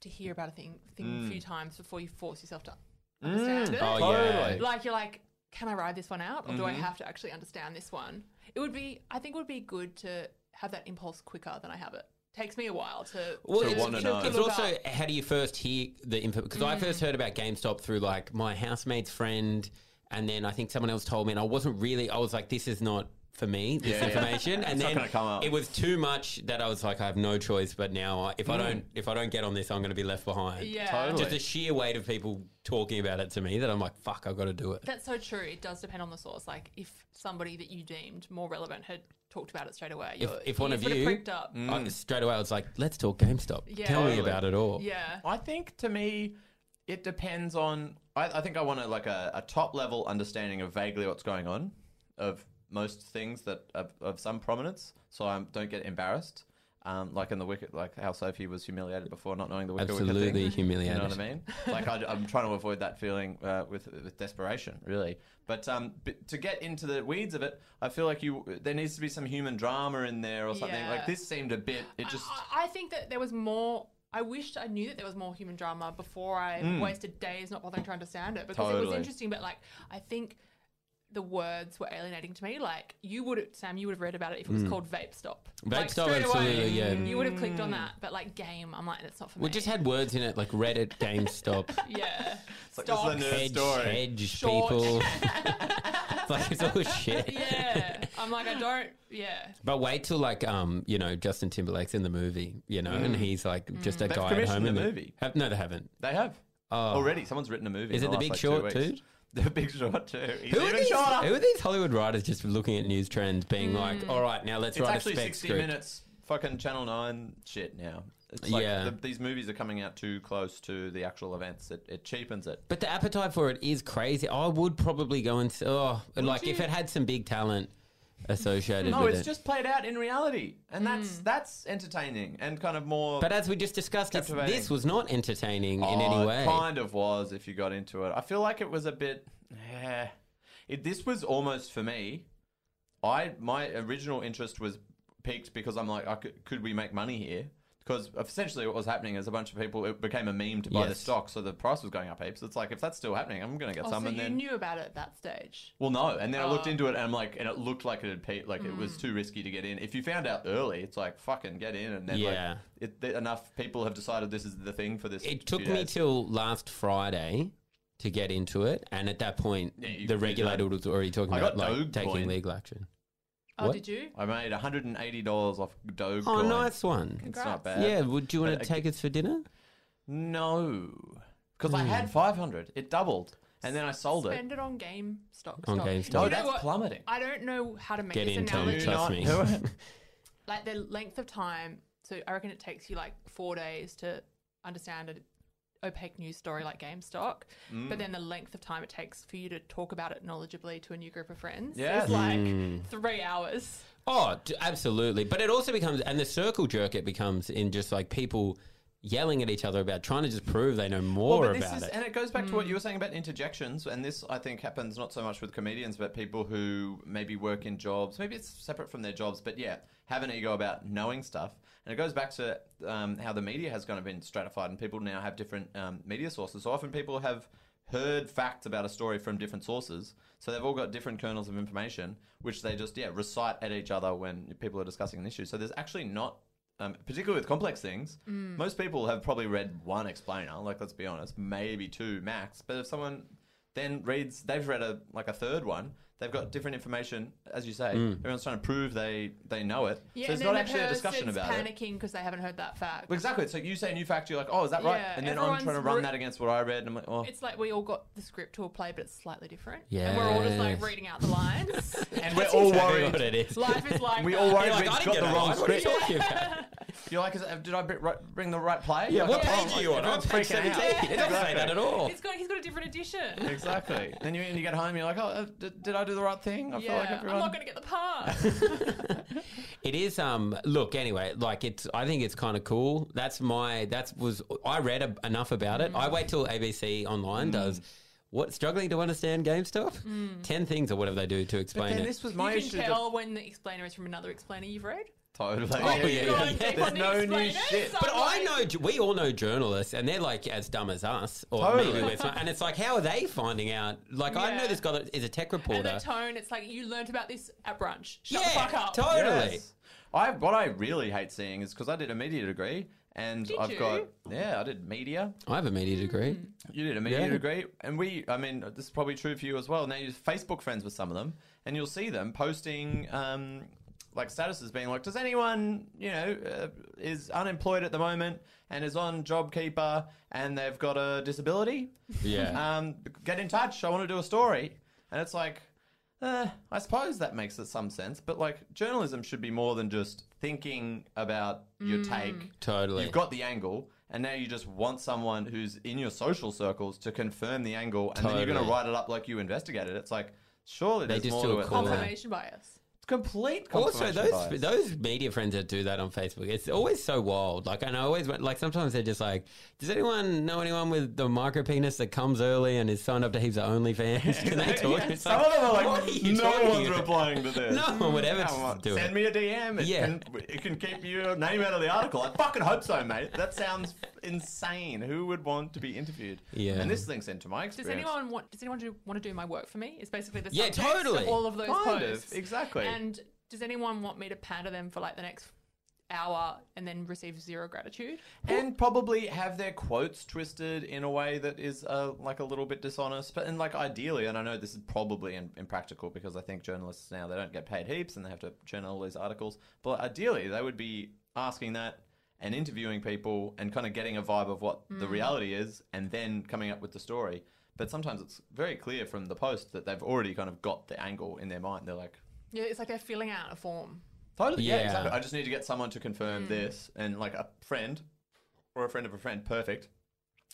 [SPEAKER 8] to hear about a thing thing a
[SPEAKER 7] Mm.
[SPEAKER 8] few times before you force yourself to understand it.
[SPEAKER 6] oh yeah,
[SPEAKER 7] Totally.
[SPEAKER 8] Like you're like, can I ride this one out, or do I
[SPEAKER 6] Mm-hmm.
[SPEAKER 8] have to actually understand this one? It would be, I think, it would be good to have that impulse quicker than I have it. Takes me a while to.
[SPEAKER 6] Well,
[SPEAKER 7] To
[SPEAKER 6] it's,
[SPEAKER 7] wanna know.
[SPEAKER 6] it's
[SPEAKER 8] Look
[SPEAKER 6] also
[SPEAKER 8] up.
[SPEAKER 6] how do you first hear the info? Because I
[SPEAKER 8] Mm.
[SPEAKER 6] first heard about GameStop through like my housemate's friend, and then I think someone else told me, and I wasn't really. I was like, this is not for me. This
[SPEAKER 7] Yeah, yeah.
[SPEAKER 6] information, and
[SPEAKER 7] It's not
[SPEAKER 6] then
[SPEAKER 7] gonna come up.
[SPEAKER 6] it was too much that I was like, I have no choice. But now, I, if I don't, if I don't get on this, I'm going to be left behind.
[SPEAKER 8] Mm. yeah,
[SPEAKER 7] Totally.
[SPEAKER 6] Just the sheer weight of people talking about it to me that I'm like, fuck, I've got to do it.
[SPEAKER 8] that's so true. It does depend on the source. Like if somebody that you deemed more relevant had talked about it straight away,
[SPEAKER 6] If,
[SPEAKER 8] your
[SPEAKER 6] if one
[SPEAKER 8] ears
[SPEAKER 6] of
[SPEAKER 8] would have
[SPEAKER 6] you, Mm.
[SPEAKER 8] pricked up.
[SPEAKER 6] I, straight away, I was like, let's talk GameStop.
[SPEAKER 8] Yeah.
[SPEAKER 6] Tell me
[SPEAKER 7] Mm. Totally.
[SPEAKER 6] about it all.
[SPEAKER 8] Yeah,
[SPEAKER 7] I think to me, it depends on. I, I think I want to like a, a top level understanding of vaguely what's going on, of most things that of, of some prominence, so I don't get embarrassed. Um, like in the wicket, like how Sophie was humiliated before not knowing the wicket.
[SPEAKER 6] Absolutely
[SPEAKER 7] thing.
[SPEAKER 6] humiliated.
[SPEAKER 7] You know what I mean? Like I, am trying to avoid that feeling uh, with with desperation, really. But um, b to get into the weeds of it, I feel like you there needs to be some human drama in there or something.
[SPEAKER 8] Yeah.
[SPEAKER 7] Like this seemed a bit. It just.
[SPEAKER 8] I, I think that there was more. I wished I knew that there was more human drama before I
[SPEAKER 6] Mm.
[SPEAKER 8] wasted days not bothering to understand it because it was
[SPEAKER 7] Totally.
[SPEAKER 8] interesting. But like, I think the words were alienating to me. Like, you would, Sam, you would have read about it if it was called Vape Stop.
[SPEAKER 6] Mm. Vape
[SPEAKER 8] like,
[SPEAKER 6] Stop,
[SPEAKER 8] straight
[SPEAKER 6] absolutely, yeah.
[SPEAKER 8] You would have clicked on that. But like, game, I'm like, that's not for me.
[SPEAKER 6] We just had words in it like Reddit, GameStop.
[SPEAKER 8] yeah.
[SPEAKER 7] like, this is the
[SPEAKER 8] Stocks.
[SPEAKER 7] nerd
[SPEAKER 6] hedge,
[SPEAKER 7] story.
[SPEAKER 6] hedge
[SPEAKER 8] Short.
[SPEAKER 6] people. like it's all shit.
[SPEAKER 8] yeah, I'm like, I don't. Yeah,
[SPEAKER 6] But wait till like um, you know, Justin Timberlake's in the movie, you know, and he's like
[SPEAKER 8] Mm.
[SPEAKER 6] just a
[SPEAKER 7] They've
[SPEAKER 6] guy at
[SPEAKER 7] Mm. commissioned
[SPEAKER 6] home.
[SPEAKER 7] the
[SPEAKER 6] in
[SPEAKER 7] movie.
[SPEAKER 6] Have, no, they haven't.
[SPEAKER 7] They have
[SPEAKER 6] Oh.
[SPEAKER 7] already. Someone's written a movie.
[SPEAKER 6] Is
[SPEAKER 7] in
[SPEAKER 6] it The
[SPEAKER 7] last,
[SPEAKER 6] Big
[SPEAKER 7] like, two
[SPEAKER 6] Short
[SPEAKER 7] weeks.
[SPEAKER 6] too?
[SPEAKER 7] The Big Short too. He's
[SPEAKER 6] Who are,
[SPEAKER 7] even
[SPEAKER 6] these,
[SPEAKER 7] shorter.
[SPEAKER 6] who are these Hollywood writers just looking at news trends, being
[SPEAKER 8] Mm.
[SPEAKER 6] like, "All right, now let's
[SPEAKER 7] it's
[SPEAKER 6] write
[SPEAKER 7] actually
[SPEAKER 6] a spec
[SPEAKER 7] sixty
[SPEAKER 6] script."
[SPEAKER 7] minutes. Fucking Channel Nine shit now. It's like
[SPEAKER 6] Yeah.
[SPEAKER 7] the, these movies are coming out too close to the actual events. It, it cheapens it.
[SPEAKER 6] But the appetite for it is crazy. I would probably go and s- oh, like if it had some big talent. associated
[SPEAKER 7] No,
[SPEAKER 6] with
[SPEAKER 7] it's
[SPEAKER 6] it.
[SPEAKER 7] just played out in reality, and that's that's entertaining and kind of more.
[SPEAKER 6] but as we just discussed, it's,
[SPEAKER 7] Captivating.
[SPEAKER 6] this was not entertaining in
[SPEAKER 7] Oh,
[SPEAKER 6] any
[SPEAKER 7] it
[SPEAKER 6] way.
[SPEAKER 7] Kind of was if you got into it. I feel like it was a bit. eh. It, this was almost for me. I my original interest was peaked because I'm like, I could, could we make money here? Because essentially what was happening is a bunch of people. It became a meme to buy the
[SPEAKER 6] Yes.
[SPEAKER 7] stock, so the price was going up heaps. It's like if that's still happening, I'm going to get
[SPEAKER 8] Oh,
[SPEAKER 7] some.
[SPEAKER 8] so
[SPEAKER 7] and
[SPEAKER 8] you
[SPEAKER 7] then
[SPEAKER 8] knew Oh. about it at that stage.
[SPEAKER 7] well, no. And then I looked into it and I'm like, and it looked like it had peaked, like it was
[SPEAKER 8] Mm.
[SPEAKER 7] too risky to get in. If you found out early, it's like, fucking get in. And then,
[SPEAKER 6] Yeah.
[SPEAKER 7] like, it, th- enough people have decided this is the thing for this.
[SPEAKER 6] It
[SPEAKER 7] few
[SPEAKER 6] took me
[SPEAKER 7] days.
[SPEAKER 6] till last Friday to get into it, and at that point,
[SPEAKER 7] you-
[SPEAKER 6] the
[SPEAKER 7] you
[SPEAKER 6] regulator
[SPEAKER 7] know.
[SPEAKER 6] was already talking
[SPEAKER 7] I
[SPEAKER 6] about
[SPEAKER 7] got
[SPEAKER 6] like,
[SPEAKER 7] Dogecoin.
[SPEAKER 6] taking legal action.
[SPEAKER 8] Oh,
[SPEAKER 6] What?
[SPEAKER 8] did you?
[SPEAKER 7] I made $180 off Dogecoin.
[SPEAKER 6] Oh, nice one.
[SPEAKER 7] It's not bad.
[SPEAKER 6] Yeah, would you want
[SPEAKER 7] But uh,
[SPEAKER 6] to
[SPEAKER 7] I-
[SPEAKER 6] take us for dinner?
[SPEAKER 7] No. Because I had 500. It doubled. And then I sold it.
[SPEAKER 8] Spend it on game stock.
[SPEAKER 6] On
[SPEAKER 8] stock.
[SPEAKER 6] game
[SPEAKER 8] You
[SPEAKER 6] stock.
[SPEAKER 7] No,
[SPEAKER 8] know
[SPEAKER 7] that's
[SPEAKER 8] what?
[SPEAKER 7] plummeting.
[SPEAKER 8] I don't know how to make
[SPEAKER 6] Get
[SPEAKER 8] this
[SPEAKER 6] in, Tom.
[SPEAKER 8] analogy.
[SPEAKER 6] Trust
[SPEAKER 7] not
[SPEAKER 6] me.
[SPEAKER 7] do it.
[SPEAKER 8] Like the length of time. So I reckon it takes you like four days to understand an opaque news story like GameStop,
[SPEAKER 7] Mm.
[SPEAKER 8] but then the length of time it takes for you to talk about it knowledgeably to a new group of friends
[SPEAKER 7] Yes.
[SPEAKER 8] is like three hours.
[SPEAKER 6] Oh, d- absolutely. But it also becomes, and the circle jerk it becomes in just like people yelling at each other about trying to just prove they know more
[SPEAKER 7] well, but
[SPEAKER 6] about
[SPEAKER 7] this is,
[SPEAKER 6] it.
[SPEAKER 7] And it goes back to what you were saying about interjections, and this I think happens not so much with comedians, but people who maybe work in jobs, maybe it's separate from their jobs, but yeah, have an ego about knowing stuff. And it goes back to um, how the media has kind of been stratified, and people now have different um, media sources. So often people have heard facts about a story from different sources, so they've all got different kernels of information, which they just yeah recite at each other when people are discussing an issue. So there's actually not um, particularly with complex things,
[SPEAKER 8] Mm.
[SPEAKER 7] most people have probably read one explainer. Like, let's be honest, maybe two max. But if someone then reads, they've read a like a third one. They've got different information, as you say.
[SPEAKER 6] Mm.
[SPEAKER 7] Everyone's trying to prove they they know it. so
[SPEAKER 8] and
[SPEAKER 7] it's not
[SPEAKER 8] the
[SPEAKER 7] actually a
[SPEAKER 8] person's
[SPEAKER 7] discussion about it.
[SPEAKER 8] panicking because they haven't heard that fact.
[SPEAKER 7] Well, Exactly. So you say a new fact, you're like, oh, is that right?
[SPEAKER 8] Yeah,
[SPEAKER 7] And then I'm trying to
[SPEAKER 8] everyone's
[SPEAKER 7] run
[SPEAKER 8] re-
[SPEAKER 7] that against what I read, and I'm like, oh.
[SPEAKER 8] It's like we all got the script to a play, but it's slightly different. And we're all just like
[SPEAKER 6] Yes.
[SPEAKER 8] reading out the lines.
[SPEAKER 7] and we're all
[SPEAKER 6] Exactly
[SPEAKER 7] worried.
[SPEAKER 6] what it is.
[SPEAKER 8] Life is like
[SPEAKER 7] We
[SPEAKER 8] that.
[SPEAKER 7] all worried.
[SPEAKER 6] You're like,
[SPEAKER 7] Rich
[SPEAKER 6] I didn't
[SPEAKER 7] got
[SPEAKER 6] get
[SPEAKER 7] the
[SPEAKER 6] that
[SPEAKER 7] wrong
[SPEAKER 6] line. What are you
[SPEAKER 7] script.
[SPEAKER 6] talking about?
[SPEAKER 7] You're like, is, did I br- right- bring the right play?
[SPEAKER 6] Yeah,
[SPEAKER 7] Like, "Oh
[SPEAKER 6] what
[SPEAKER 7] I'm
[SPEAKER 6] page
[SPEAKER 7] like-
[SPEAKER 6] are you on? I'm on
[SPEAKER 7] everyone's
[SPEAKER 6] page
[SPEAKER 7] freaking out.
[SPEAKER 6] 17. It doesn't say that at all.
[SPEAKER 8] He's got, he's got a different edition.
[SPEAKER 7] Exactly. then you, you get home, you're like, oh, uh, did, did I do the right thing? I feel like
[SPEAKER 8] Yeah,
[SPEAKER 7] everyone.
[SPEAKER 8] I'm not going to get the part.
[SPEAKER 6] It is. Um. Look. Anyway, like it's. I think it's kind of cool. That's my. That's was. I read a, enough about it.
[SPEAKER 8] Mm.
[SPEAKER 6] I wait till ABC Online does. What struggling to understand GameStop?
[SPEAKER 8] Mm.
[SPEAKER 6] Ten things or whatever they do to
[SPEAKER 7] But
[SPEAKER 6] explain
[SPEAKER 7] then
[SPEAKER 6] it.
[SPEAKER 7] this was
[SPEAKER 8] you
[SPEAKER 7] my
[SPEAKER 8] can
[SPEAKER 7] issue. that-
[SPEAKER 8] tell when the explainer is from another explainer you've read.
[SPEAKER 7] Totally.
[SPEAKER 6] Oh, yeah,
[SPEAKER 8] Go
[SPEAKER 6] yeah.
[SPEAKER 8] and dig
[SPEAKER 7] There's
[SPEAKER 8] on the
[SPEAKER 7] no new
[SPEAKER 8] explainers,
[SPEAKER 7] shit.
[SPEAKER 8] I'm
[SPEAKER 6] but I
[SPEAKER 8] like-
[SPEAKER 6] know ju- we all know journalists, and they're like as dumb as us, or
[SPEAKER 7] Totally.
[SPEAKER 6] maybe we're smart. And it's like, how are they finding out? Like, I know
[SPEAKER 8] Yeah.
[SPEAKER 6] this guy that is a tech
[SPEAKER 8] And
[SPEAKER 6] reporter.
[SPEAKER 8] the tone, it's like you learnt about this at brunch. Shut
[SPEAKER 6] yeah,
[SPEAKER 8] the fuck up.
[SPEAKER 6] totally.
[SPEAKER 7] Yes. I what I really hate seeing is because I did a media degree and
[SPEAKER 8] Did
[SPEAKER 7] I've
[SPEAKER 8] you?
[SPEAKER 7] got yeah I did media.
[SPEAKER 6] I have a media degree.
[SPEAKER 8] Mm.
[SPEAKER 7] You did a media
[SPEAKER 6] Yeah.
[SPEAKER 7] degree, and we I mean this is probably true for you as well. Now you're Facebook friends with some of them, and you'll see them posting. Um, like statuses being like, does anyone you know uh, is unemployed at the moment and is on JobKeeper and they've got a disability?
[SPEAKER 8] Uh,
[SPEAKER 6] Yeah.
[SPEAKER 7] um, get in touch. I want to do a story. And it's like, uh, I suppose that makes it some sense, but like journalism should be more than just thinking about your take.
[SPEAKER 6] Totally.
[SPEAKER 7] You've got the angle, and now you just want someone who's in your social circles to confirm the angle, and then you're going to
[SPEAKER 6] Totally.
[SPEAKER 7] write it up like you investigated. It's like, surely there's
[SPEAKER 6] just
[SPEAKER 7] more
[SPEAKER 6] do
[SPEAKER 7] to
[SPEAKER 6] a
[SPEAKER 7] it.
[SPEAKER 6] call
[SPEAKER 7] than
[SPEAKER 6] out.
[SPEAKER 7] that.
[SPEAKER 8] Confirmation bias.
[SPEAKER 7] It's complete
[SPEAKER 6] Also,
[SPEAKER 7] confirmation
[SPEAKER 6] those
[SPEAKER 7] bias.
[SPEAKER 6] those media friends that do that on Facebook, it's always so wild. Like, and I always like sometimes they're just like, "Does anyone know anyone with the micro penis that comes early and is signed up to heaps of OnlyFans?" Can they talk? It's
[SPEAKER 7] Some of them are
[SPEAKER 6] "What
[SPEAKER 7] like,
[SPEAKER 6] you
[SPEAKER 7] no
[SPEAKER 6] talking
[SPEAKER 7] one's
[SPEAKER 6] about?"
[SPEAKER 7] replying to this.
[SPEAKER 6] No one would ever
[SPEAKER 7] Come on,
[SPEAKER 6] do
[SPEAKER 7] send
[SPEAKER 6] it.
[SPEAKER 7] me a DM. It,
[SPEAKER 6] Yeah.
[SPEAKER 7] can, it can keep your name out of the article. I fucking hope so, mate. That sounds insane. Who would want to be interviewed?
[SPEAKER 6] Yeah.
[SPEAKER 7] And this links into my
[SPEAKER 8] Does
[SPEAKER 7] experience.
[SPEAKER 8] anyone want? Does anyone do, want to do my work for me? Is basically the
[SPEAKER 6] Yeah,
[SPEAKER 8] subtext
[SPEAKER 6] totally.
[SPEAKER 8] of all of those
[SPEAKER 7] Kind of,
[SPEAKER 8] posts.
[SPEAKER 7] exactly.
[SPEAKER 8] And does anyone want me to pander them for like the next hour and then receive zero gratitude?
[SPEAKER 7] and probably have their quotes twisted in a way that is uh, like a little bit dishonest but and like ideally and i know this is probably im- impractical because i think journalists now they don't get paid heaps and they have to churn out all these articles but ideally they would be asking that and interviewing people and kind of getting a vibe of what the reality is and then coming up with the story but sometimes it's very clear from the post that they've already kind of got the angle in their mind they're like
[SPEAKER 8] Yeah, it's like they're filling out a form.
[SPEAKER 7] Totally. Yeah.
[SPEAKER 6] Yeah.
[SPEAKER 7] exactly. I just need to get someone to confirm this, and like a friend or a friend of a friend, perfect.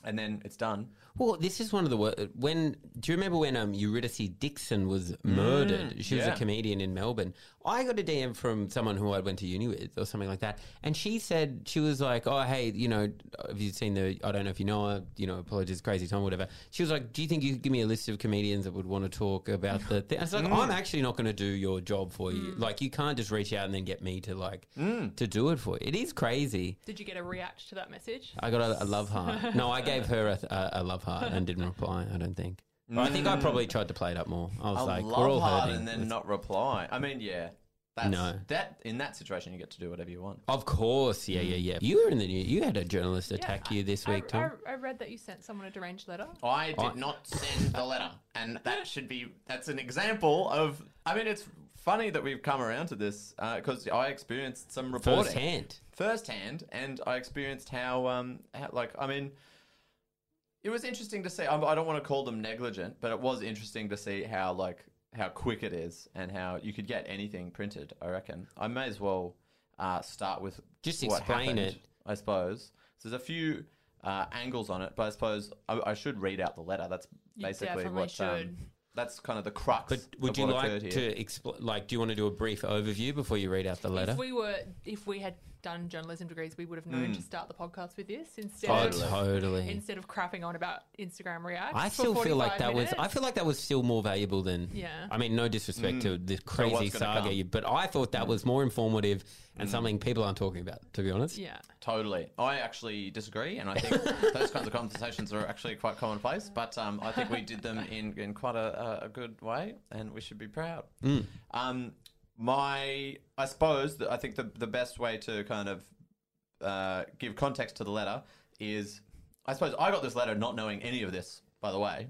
[SPEAKER 7] And then it's done.
[SPEAKER 6] Well, this is one of the wor- when. Do you remember when um, Eurydice Dixon was murdered? She was
[SPEAKER 7] yeah.
[SPEAKER 6] a comedian in Melbourne. I got a DM from someone who I went to uni with or something like that. And she said, she was like, oh, hey, you know, have you seen the, I don't know if you know her, you know, apologies, Crazy Tom, whatever. She was like, do you think you could give me a list of comedians that would want to talk about the thing? I was like, I'm actually not going to do your job for you. Like, you can't just reach out and then get me to like, to do it for you. It is crazy.
[SPEAKER 8] Did you get a react to that message?
[SPEAKER 6] I got a, a love heart. No, I gave her a, a, a love heart and didn't reply, I don't think. I think I probably tried to play it up more. I was
[SPEAKER 7] a
[SPEAKER 6] like,
[SPEAKER 7] love
[SPEAKER 6] we're all
[SPEAKER 7] heart
[SPEAKER 6] hurting.
[SPEAKER 7] and then
[SPEAKER 6] Let's-
[SPEAKER 7] not reply. I mean, yeah. That's,
[SPEAKER 6] No.
[SPEAKER 7] That in that situation, you get to do whatever you want.
[SPEAKER 6] Of course, yeah, yeah, yeah. You were in the news. You had a journalist attack you this
[SPEAKER 8] I-
[SPEAKER 6] week,
[SPEAKER 8] I,
[SPEAKER 6] Tom.
[SPEAKER 8] I, read that you sent someone a deranged letter.
[SPEAKER 7] I did
[SPEAKER 6] I-
[SPEAKER 7] not send the letter, and that should be that's an example of. I mean, it's funny that we've come around to this because I experienced some reporting
[SPEAKER 6] First hand.
[SPEAKER 7] firsthand, and I experienced how, um, how like I mean, it was interesting to see. I, I don't want to call them negligent, but it was interesting to see how like how quick it is and how you could get anything printed. I reckon I may as well uh, start with
[SPEAKER 6] Just
[SPEAKER 7] what
[SPEAKER 6] explain
[SPEAKER 7] happened,
[SPEAKER 6] it.
[SPEAKER 7] I suppose So there's a few. Uh, angles on it, but I suppose I, I should read out the letter. That's
[SPEAKER 8] You
[SPEAKER 7] basically
[SPEAKER 8] definitely
[SPEAKER 7] what. Um,
[SPEAKER 8] should.
[SPEAKER 7] that's kind of the crux.
[SPEAKER 6] But would
[SPEAKER 7] of
[SPEAKER 6] you
[SPEAKER 7] what occurred
[SPEAKER 6] like
[SPEAKER 7] here.
[SPEAKER 6] to explain? Like, do you want to do a brief overview before you read out the letter?
[SPEAKER 8] If we were, if we had done journalism degrees, we would have
[SPEAKER 7] Hmm.
[SPEAKER 8] known to start the podcast with this instead.
[SPEAKER 6] oh,
[SPEAKER 8] Of,
[SPEAKER 6] totally.
[SPEAKER 8] Instead of crapping on about Instagram reacts,
[SPEAKER 6] I
[SPEAKER 8] for
[SPEAKER 6] still feel
[SPEAKER 8] 45
[SPEAKER 6] like that
[SPEAKER 8] minutes.
[SPEAKER 6] was. I feel like that was still more valuable than.
[SPEAKER 8] Yeah.
[SPEAKER 6] I mean, no disrespect to the crazy
[SPEAKER 7] Mm. what's gonna
[SPEAKER 6] saga,
[SPEAKER 7] come? Mm.
[SPEAKER 6] you- but I thought that was more informative and something people aren't talking about. To be honest.
[SPEAKER 8] yeah.
[SPEAKER 7] Totally. I actually disagree, and I think those kinds of conversations are actually quite commonplace, but um, I think we did them in, in quite a, a- a good way, and we should be proud. Um, my, I suppose, that I think the, the best way to kind of uh, give context to the letter is I suppose I got this letter not knowing any of this, by the way.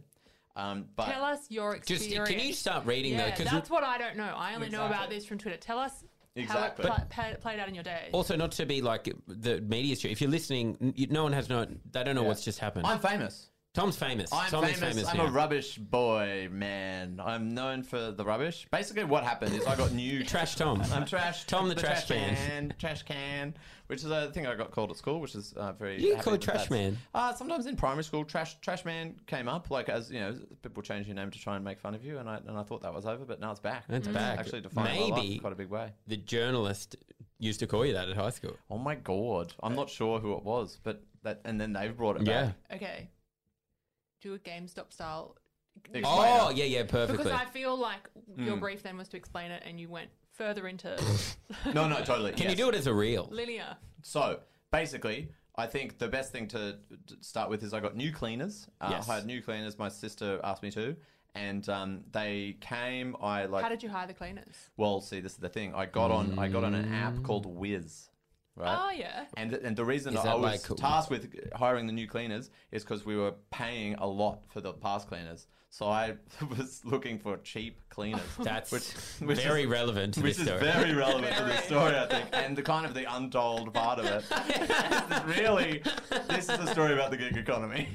[SPEAKER 7] Um, but
[SPEAKER 8] Tell us your
[SPEAKER 6] Just
[SPEAKER 8] experience.
[SPEAKER 6] can you start reading
[SPEAKER 8] yeah,
[SPEAKER 6] though?
[SPEAKER 8] that's what I don't know. I only know about
[SPEAKER 7] Exactly.
[SPEAKER 8] this from Twitter. Tell us
[SPEAKER 7] Exactly.
[SPEAKER 8] how it pl- pla- played out in your day.
[SPEAKER 6] also not to be like the media street. If you're listening, n- you- no one has no. They don't know what's just happened.
[SPEAKER 7] I'm famous.
[SPEAKER 6] Tom's famous.
[SPEAKER 7] I'm
[SPEAKER 6] Tom
[SPEAKER 7] famous.
[SPEAKER 6] is famous
[SPEAKER 7] I'm
[SPEAKER 6] now.
[SPEAKER 7] a rubbish boy, man. I'm known for the rubbish. Basically, what happened is I got new
[SPEAKER 6] Trash Tom.
[SPEAKER 7] I'm trash.
[SPEAKER 6] Tom the trash can.
[SPEAKER 7] Trash can, which is a thing I got called at school, which is uh, very.
[SPEAKER 6] You
[SPEAKER 7] happy
[SPEAKER 6] called
[SPEAKER 7] with
[SPEAKER 6] trash
[SPEAKER 7] that.
[SPEAKER 6] man?
[SPEAKER 7] Uh, sometimes in primary school, trash trash man came up, like as you know, people change your name to try and make fun of you, and I and I thought that was over, but now it's back.
[SPEAKER 6] It's back.
[SPEAKER 7] Actually, defined my life
[SPEAKER 6] Maybe-
[SPEAKER 7] in quite a big way.
[SPEAKER 6] the journalist used to call you that at high school.
[SPEAKER 7] Oh my god, I'm not sure who it was, but that and then they've brought it back.
[SPEAKER 8] okay, do a GameStop style.
[SPEAKER 7] Explain
[SPEAKER 6] Oh,
[SPEAKER 7] it. Hmm.
[SPEAKER 6] yeah, yeah,
[SPEAKER 8] Because
[SPEAKER 6] perfectly.
[SPEAKER 8] I feel like your brief then was to explain it, and you went further into
[SPEAKER 7] no, no, totally.
[SPEAKER 6] Can you do it as a reel?
[SPEAKER 8] linear.
[SPEAKER 7] So basically, I think the best thing to to start with is I got new cleaners. Uh,
[SPEAKER 6] Yes.
[SPEAKER 7] hired new cleaners. My sister asked me to, and um, they came. I like.
[SPEAKER 8] How did you hire the cleaners?
[SPEAKER 7] well, see, this is the thing. I got on. I got on an app called Wiz. Right.
[SPEAKER 8] Oh yeah.
[SPEAKER 7] And, th- and the reason
[SPEAKER 6] Mm. Is
[SPEAKER 7] I
[SPEAKER 6] that
[SPEAKER 7] was
[SPEAKER 6] like-
[SPEAKER 7] tasked with hiring the new cleaners is because we were paying a lot for the past cleaners. So I was looking for cheap cleaners.
[SPEAKER 6] That's
[SPEAKER 7] which
[SPEAKER 6] very
[SPEAKER 7] is-
[SPEAKER 6] relevant to
[SPEAKER 7] which
[SPEAKER 6] this story.
[SPEAKER 7] is very relevant to this story, I think, and the kind of the untold part of it. It's really, this is a story about the gig economy,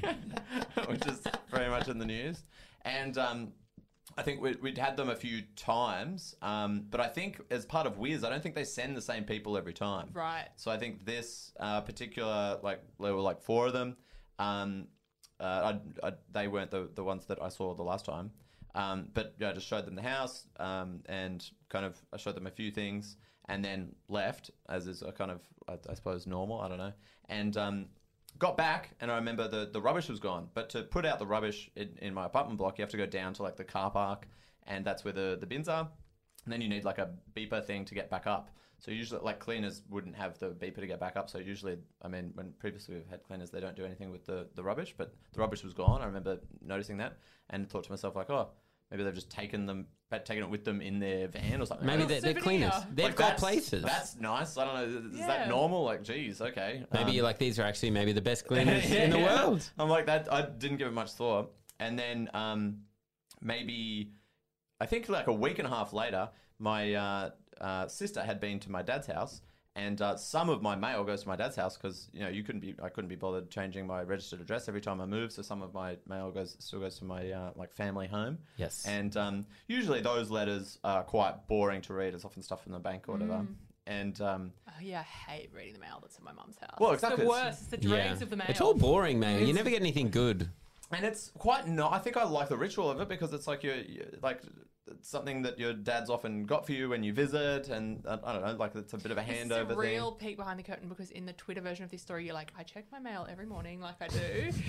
[SPEAKER 7] which is very much in the news. And um, I think we'd, we'd had them a few times, um, but I think as part of Wiz, I don't think they send the same people every time.
[SPEAKER 8] Right.
[SPEAKER 7] So I think this uh, particular, like there were like four of them. Um, uh, I, I, they weren't the, the ones that I saw the last time. Um, but yeah, I just showed them the house um, and kind of I showed them a few things and then left, as is a kind of, I, I suppose, normal. I don't know. And um, got back and I remember the, the rubbish was gone. But to put out the rubbish in, in my apartment block, you have to go down to like the car park and that's where the, the bins are. And then you need like a beeper thing to get back up. So usually, like cleaners wouldn't have the beeper to get back up. So usually, I mean, when previously we've had cleaners, they don't do anything with the, the rubbish. But the rubbish was gone. I remember noticing that and thought to myself like, oh, maybe they've just taken them, taken it with them in their van or something.
[SPEAKER 6] Maybe
[SPEAKER 7] Like,
[SPEAKER 6] they're, they're
[SPEAKER 8] Souvenir.
[SPEAKER 6] cleaners. They've
[SPEAKER 7] like,
[SPEAKER 6] got
[SPEAKER 7] that's-
[SPEAKER 6] places.
[SPEAKER 7] That's nice. I don't know. Is
[SPEAKER 8] Yeah.
[SPEAKER 7] that normal? Like, geez, okay.
[SPEAKER 6] maybe
[SPEAKER 7] Um,
[SPEAKER 6] you're like, these are actually maybe the best cleaners
[SPEAKER 7] yeah,
[SPEAKER 6] in the
[SPEAKER 7] yeah.
[SPEAKER 6] world.
[SPEAKER 7] I'm like that. I didn't give it much thought. And then um, maybe I think like a week and a half later, my uh, uh, sister had been to my dad's house, and uh, some of my mail goes to my dad's house because you know you couldn't be I couldn't be bothered changing my registered address every time I move, so some of my mail goes still goes to my uh, like family home.
[SPEAKER 6] Yes.
[SPEAKER 7] and um, usually those letters are quite boring to read. It's often stuff from the bank or whatever. And um,
[SPEAKER 8] Oh, yeah, I hate reading the mail that's in my mum's house.
[SPEAKER 7] Well,
[SPEAKER 8] It's
[SPEAKER 7] exactly,
[SPEAKER 8] the
[SPEAKER 7] it's-
[SPEAKER 8] worst. It's the dregs of the mail.
[SPEAKER 6] It's all boring, man. You never get anything good.
[SPEAKER 7] and it's quite no. I think I like the ritual of it because it's like you're, you- like it's something that your dad's often got for you when you visit, and uh, I don't know, like it's a bit of a
[SPEAKER 8] This is a
[SPEAKER 7] handover
[SPEAKER 8] real
[SPEAKER 7] thing.
[SPEAKER 8] peek behind the curtain because in the Twitter version of this story, you're like, I check my mail every morning, like I do.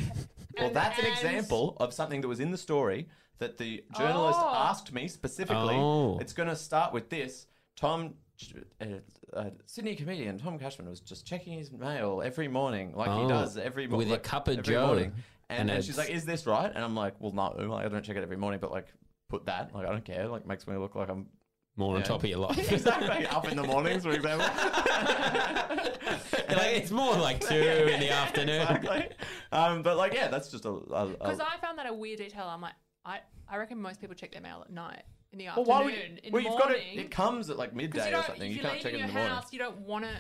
[SPEAKER 7] Well,
[SPEAKER 8] And-
[SPEAKER 7] that's an
[SPEAKER 8] and-
[SPEAKER 7] example of something that was in the story that the journalist
[SPEAKER 8] Oh.
[SPEAKER 7] asked me specifically.
[SPEAKER 6] Oh.
[SPEAKER 7] It's going to start with this. Tom, uh, uh, Sydney comedian Tom Cashman was just checking his mail every morning, like
[SPEAKER 6] Oh.
[SPEAKER 7] he does every morning.
[SPEAKER 6] With a
[SPEAKER 7] like,
[SPEAKER 6] cup of
[SPEAKER 7] every
[SPEAKER 6] Joe.
[SPEAKER 7] Morning. And,
[SPEAKER 6] And
[SPEAKER 7] and
[SPEAKER 6] a-
[SPEAKER 7] she's like, is this right? And I'm like, well, no. Like, I don't check it every morning, but like, put that. Like, I don't care. Like, makes me look like I'm
[SPEAKER 6] More on
[SPEAKER 7] Yeah.
[SPEAKER 6] top of your life.
[SPEAKER 7] exactly up in the mornings, remember?
[SPEAKER 6] like, it's more like two in the afternoon.
[SPEAKER 7] exactly. Um, but like, yeah, that's just a. a, a-
[SPEAKER 8] Because I found that a weird detail. I'm like, I, I reckon most people check their mail at night, in the
[SPEAKER 7] well,
[SPEAKER 8] afternoon,
[SPEAKER 7] why would you,
[SPEAKER 8] in
[SPEAKER 7] well,
[SPEAKER 8] the
[SPEAKER 7] you've got
[SPEAKER 8] morning.
[SPEAKER 7] it. It comes at like midday
[SPEAKER 8] Because you
[SPEAKER 7] or
[SPEAKER 8] don't,
[SPEAKER 7] something.
[SPEAKER 8] if
[SPEAKER 7] You
[SPEAKER 8] you're
[SPEAKER 7] can't check
[SPEAKER 8] leaving
[SPEAKER 7] it in
[SPEAKER 8] your
[SPEAKER 7] the morning.
[SPEAKER 8] house, you don't want to.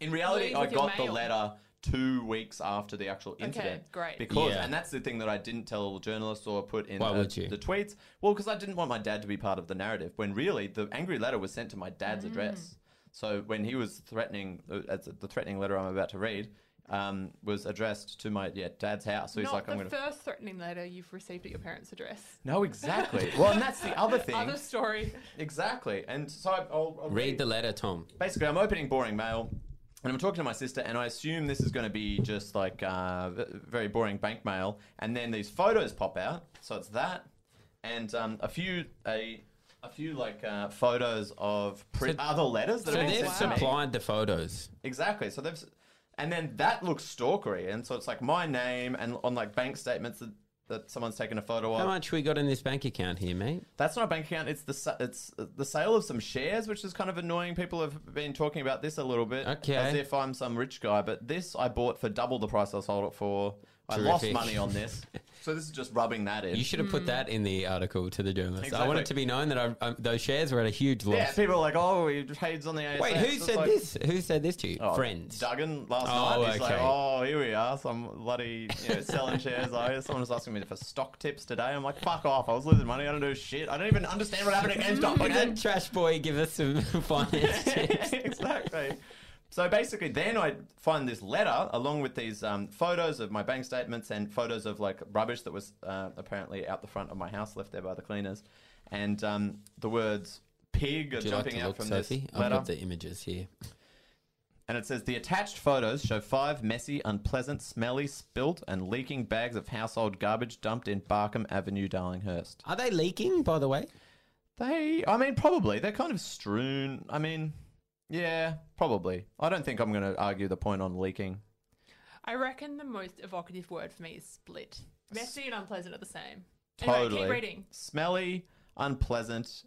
[SPEAKER 7] In reality,
[SPEAKER 8] leave
[SPEAKER 7] I
[SPEAKER 8] with your
[SPEAKER 7] got the
[SPEAKER 8] mail.
[SPEAKER 7] letter two weeks after the actual incident.
[SPEAKER 8] great.
[SPEAKER 7] Because,
[SPEAKER 6] Yeah.
[SPEAKER 7] and that's the thing that I didn't tell journalists or put in
[SPEAKER 6] Why
[SPEAKER 7] the,
[SPEAKER 6] would you?
[SPEAKER 7] the tweets. Well, because I didn't want my dad to be part of the narrative. When really, the angry letter was sent to my
[SPEAKER 8] Mm.
[SPEAKER 7] dad's address. So when he was threatening, uh, as the threatening letter I'm about to read um, was addressed to my yeah dad's house. So he's
[SPEAKER 8] Not
[SPEAKER 7] like,
[SPEAKER 8] the
[SPEAKER 7] I'm going to.
[SPEAKER 8] first threatening letter you've received at your parents' address.
[SPEAKER 7] no, exactly. Well, and that's the other thing.
[SPEAKER 8] Other story.
[SPEAKER 7] Exactly. And so I, I'll, I'll
[SPEAKER 6] Read the letter, Tom.
[SPEAKER 7] basically I'm opening boring mail and I'm talking to my sister and I assume this is going to be just like uh, v- very boring bank mail and then these photos pop out so it's that and um, a few a a few like uh, photos of pre-
[SPEAKER 6] So-
[SPEAKER 7] other letters that
[SPEAKER 6] So
[SPEAKER 7] have
[SPEAKER 6] they've
[SPEAKER 7] been sent to me.
[SPEAKER 6] supplied the photos.
[SPEAKER 7] Exactly. So they've, and then that looks stalkery, and so it's like my name and on like bank statements that, that someone's taken a photo of.
[SPEAKER 6] How much we got in this bank account here, mate?
[SPEAKER 7] That's not a bank account. It's the sa- it's the sale of some shares, which is kind of annoying. People have been talking about this a little bit,
[SPEAKER 6] Okay.
[SPEAKER 7] as if I'm some rich guy. But this I bought for double the price I sold it for. I lost
[SPEAKER 6] Terrific.
[SPEAKER 7] money on this, so this is just rubbing that in.
[SPEAKER 6] You should have put that in the article to the journalist. I want
[SPEAKER 7] Exactly.
[SPEAKER 6] it to be known that I, I, those shares were at a huge loss.
[SPEAKER 7] yeah, people are like, oh, he trades on the ASX.
[SPEAKER 6] Wait, who
[SPEAKER 7] It's
[SPEAKER 6] said
[SPEAKER 7] like-
[SPEAKER 6] this? Who said this to you?
[SPEAKER 7] Oh,
[SPEAKER 6] Friends.
[SPEAKER 7] Duggan last
[SPEAKER 6] Oh,
[SPEAKER 7] night. He's like,
[SPEAKER 6] okay.
[SPEAKER 7] oh, here we are, some bloody you know, selling shares. I, someone was asking me for stock tips today. I'm like, fuck off. I was losing money. I don't do shit. I don't even understand what happened at GameStop.
[SPEAKER 6] But
[SPEAKER 7] Okay?
[SPEAKER 6] then Trash Boy give us some finance tips.
[SPEAKER 7] exactly. So basically, then I find this letter along with these um, photos of my bank statements and photos of like rubbish that was uh, apparently out the front of my house, left there by the cleaners, and um, the words "pig" are
[SPEAKER 6] Do you like
[SPEAKER 7] jumping
[SPEAKER 6] to
[SPEAKER 7] out
[SPEAKER 6] look,
[SPEAKER 7] from
[SPEAKER 6] Sophie?
[SPEAKER 7] this
[SPEAKER 6] I've
[SPEAKER 7] letter,
[SPEAKER 6] got the images here.
[SPEAKER 7] and it says the attached photos show five messy, unpleasant, smelly, spilt, and leaking bags of household garbage dumped in Barkham Avenue, Darlinghurst.
[SPEAKER 6] Are they leaking, by the way?
[SPEAKER 7] They, I mean, probably. They're kind of strewn. I mean, yeah, probably. I don't think I'm going to argue the point on leaking.
[SPEAKER 8] I reckon the most evocative word for me is split. Messy and unpleasant are the same.
[SPEAKER 7] Totally.
[SPEAKER 8] Anyway, keep reading.
[SPEAKER 7] Smelly, unpleasant.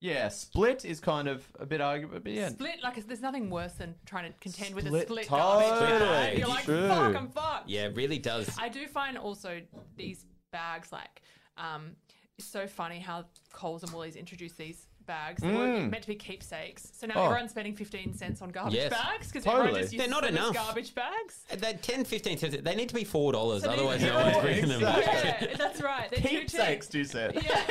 [SPEAKER 7] Yeah, split is kind of a bit arguable, but yeah.
[SPEAKER 8] Split, like, there's nothing worse than trying to contend with a
[SPEAKER 7] Split,
[SPEAKER 8] split
[SPEAKER 7] totally.
[SPEAKER 8] garbage bag. You're like,
[SPEAKER 7] True.
[SPEAKER 8] fuck, I'm fucked.
[SPEAKER 6] Yeah, it really does.
[SPEAKER 8] I do find also these bags like um, it's so funny how Coles and Woolies introduced these bags. They were meant to be keepsakes, so now
[SPEAKER 7] Mm. Oh.
[SPEAKER 8] everyone's spending fifteen cents on garbage
[SPEAKER 6] Yes.
[SPEAKER 8] bags because
[SPEAKER 7] Totally.
[SPEAKER 8] everyone just uses
[SPEAKER 6] They're not
[SPEAKER 8] them as
[SPEAKER 6] enough.
[SPEAKER 8] garbage bags.
[SPEAKER 6] That 10, 15 cents, they need to be $4,
[SPEAKER 8] So they-
[SPEAKER 6] otherwise no
[SPEAKER 8] yeah,
[SPEAKER 6] one's bringing them back.
[SPEAKER 8] Yeah, that's right. They're too
[SPEAKER 7] Keepsakes,
[SPEAKER 8] cheap.
[SPEAKER 7] do you say?
[SPEAKER 8] Yeah,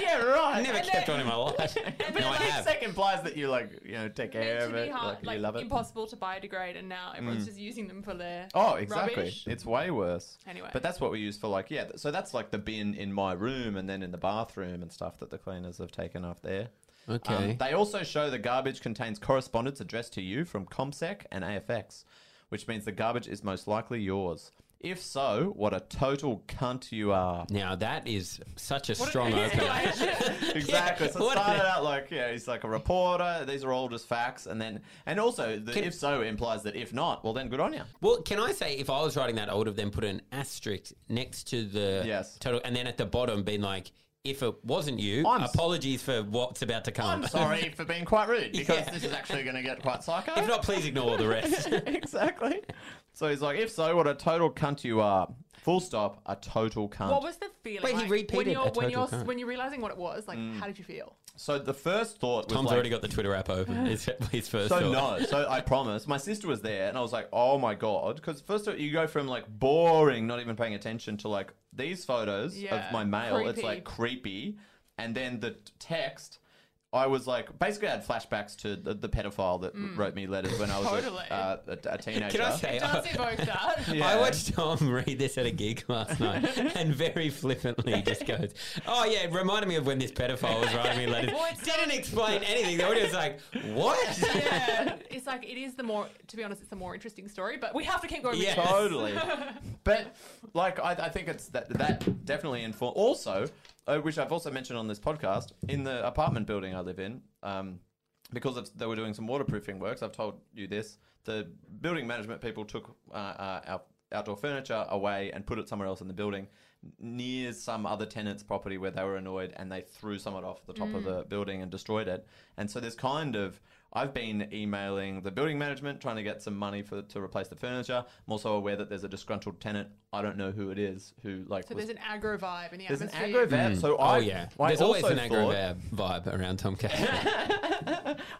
[SPEAKER 7] yeah,
[SPEAKER 6] I
[SPEAKER 7] right.
[SPEAKER 6] never
[SPEAKER 8] And
[SPEAKER 6] kept
[SPEAKER 8] they-
[SPEAKER 6] one in my life. No, I have.
[SPEAKER 7] Keepsake implies that you, like, you know, take care
[SPEAKER 8] meant
[SPEAKER 7] of
[SPEAKER 8] to be
[SPEAKER 7] it,
[SPEAKER 8] hard,
[SPEAKER 7] like, you love it. Mm.
[SPEAKER 8] impossible to biodegrade, and now everyone's just using them for their
[SPEAKER 7] Oh, exactly.
[SPEAKER 8] rubbish.
[SPEAKER 7] It's way worse.
[SPEAKER 8] Anyway.
[SPEAKER 7] But that's what we use for, like, yeah. th- So that's like the bin in my room and then in the bathroom and stuff that the cleaners have taken off there. Um,
[SPEAKER 6] Okay.
[SPEAKER 7] they also show the garbage contains correspondence addressed to you from ComSec and AFX, which means the garbage is most likely yours. If so, what a total cunt you are.
[SPEAKER 6] Now, that is such a strong opener.
[SPEAKER 7] Exactly. So it
[SPEAKER 6] What-
[SPEAKER 7] started out like, yeah, he's like a reporter. These are all just facts. And then, and also, the
[SPEAKER 6] Can-
[SPEAKER 7] if so implies that if not, well, then good on you.
[SPEAKER 6] Well, can I say if I was writing that, I would have then put an asterisk next to the
[SPEAKER 7] Yes.
[SPEAKER 6] total, and then at the bottom, been like, "If it wasn't you,
[SPEAKER 7] I'm s-
[SPEAKER 6] apologies for what's about to come."
[SPEAKER 7] I'm sorry for being quite rude because
[SPEAKER 6] Oh. Yeah.
[SPEAKER 7] this is actually going to get quite psycho.
[SPEAKER 6] if not, please ignore the rest.
[SPEAKER 7] exactly. So he's like, if so, what a total cunt you are. Full stop, a total cunt.
[SPEAKER 8] What was the feeling?
[SPEAKER 6] Wait, he
[SPEAKER 8] like, when
[SPEAKER 6] repeated
[SPEAKER 8] you're
[SPEAKER 6] a
[SPEAKER 8] when
[SPEAKER 6] total
[SPEAKER 8] you're
[SPEAKER 6] cunt.
[SPEAKER 8] when you're realizing what it was? Like,
[SPEAKER 7] Mm.
[SPEAKER 8] how did you feel?
[SPEAKER 7] so the first thought was
[SPEAKER 6] Tom's
[SPEAKER 7] like,
[SPEAKER 6] already got the Twitter app open. His, his first.
[SPEAKER 7] So
[SPEAKER 6] thought.
[SPEAKER 7] no, so I promise. My sister was there, and I was like, "Oh my god!" Because first of all, you go from like boring, not even paying attention, to like these photos
[SPEAKER 8] Yeah,
[SPEAKER 7] of my mail. It's
[SPEAKER 8] creepy.
[SPEAKER 7] like creepy, and then the t- text. I was like, basically, I had flashbacks to the, the pedophile that wrote me letters when I was
[SPEAKER 8] Mm. Totally.
[SPEAKER 7] a, uh, a, a teenager.
[SPEAKER 6] Can I say?
[SPEAKER 8] It does evoke that.
[SPEAKER 7] Yeah.
[SPEAKER 6] I watched Tom read this at a gig last night and very flippantly just goes, Oh, yeah, it reminded me of when this pedophile was writing me letters.
[SPEAKER 8] Well, it's
[SPEAKER 6] Didn't explain anything. The audience was like, What?
[SPEAKER 8] yeah, it's like it is the more. To be honest, it's the more interesting story, but we have to keep going. with
[SPEAKER 6] Yes.
[SPEAKER 8] this.
[SPEAKER 7] totally. but like, I, I think it's that that definitely inform. Also, uh, which I've also mentioned on this podcast, in the apartment building I live in, um, because of, they were doing some waterproofing works. I've told you this. The building management people took uh, uh, our outdoor furniture away and put it somewhere else in the building near some other tenant's property where they were annoyed and they threw someone off the top of the building and destroyed it. And so there's kind of I've been emailing the building management trying to get some money for to replace the furniture. I'm also aware that there's a disgruntled tenant. I don't know who it is who like
[SPEAKER 8] So
[SPEAKER 7] was-
[SPEAKER 8] there's an aggro vibe in the
[SPEAKER 7] there's an
[SPEAKER 8] atmosphere.
[SPEAKER 7] aggro vibe. So
[SPEAKER 6] Oh,
[SPEAKER 7] I,
[SPEAKER 6] yeah.
[SPEAKER 7] I
[SPEAKER 6] There's always
[SPEAKER 7] also
[SPEAKER 6] an aggro vibe-
[SPEAKER 7] thought-
[SPEAKER 6] vibe around Tom Cash.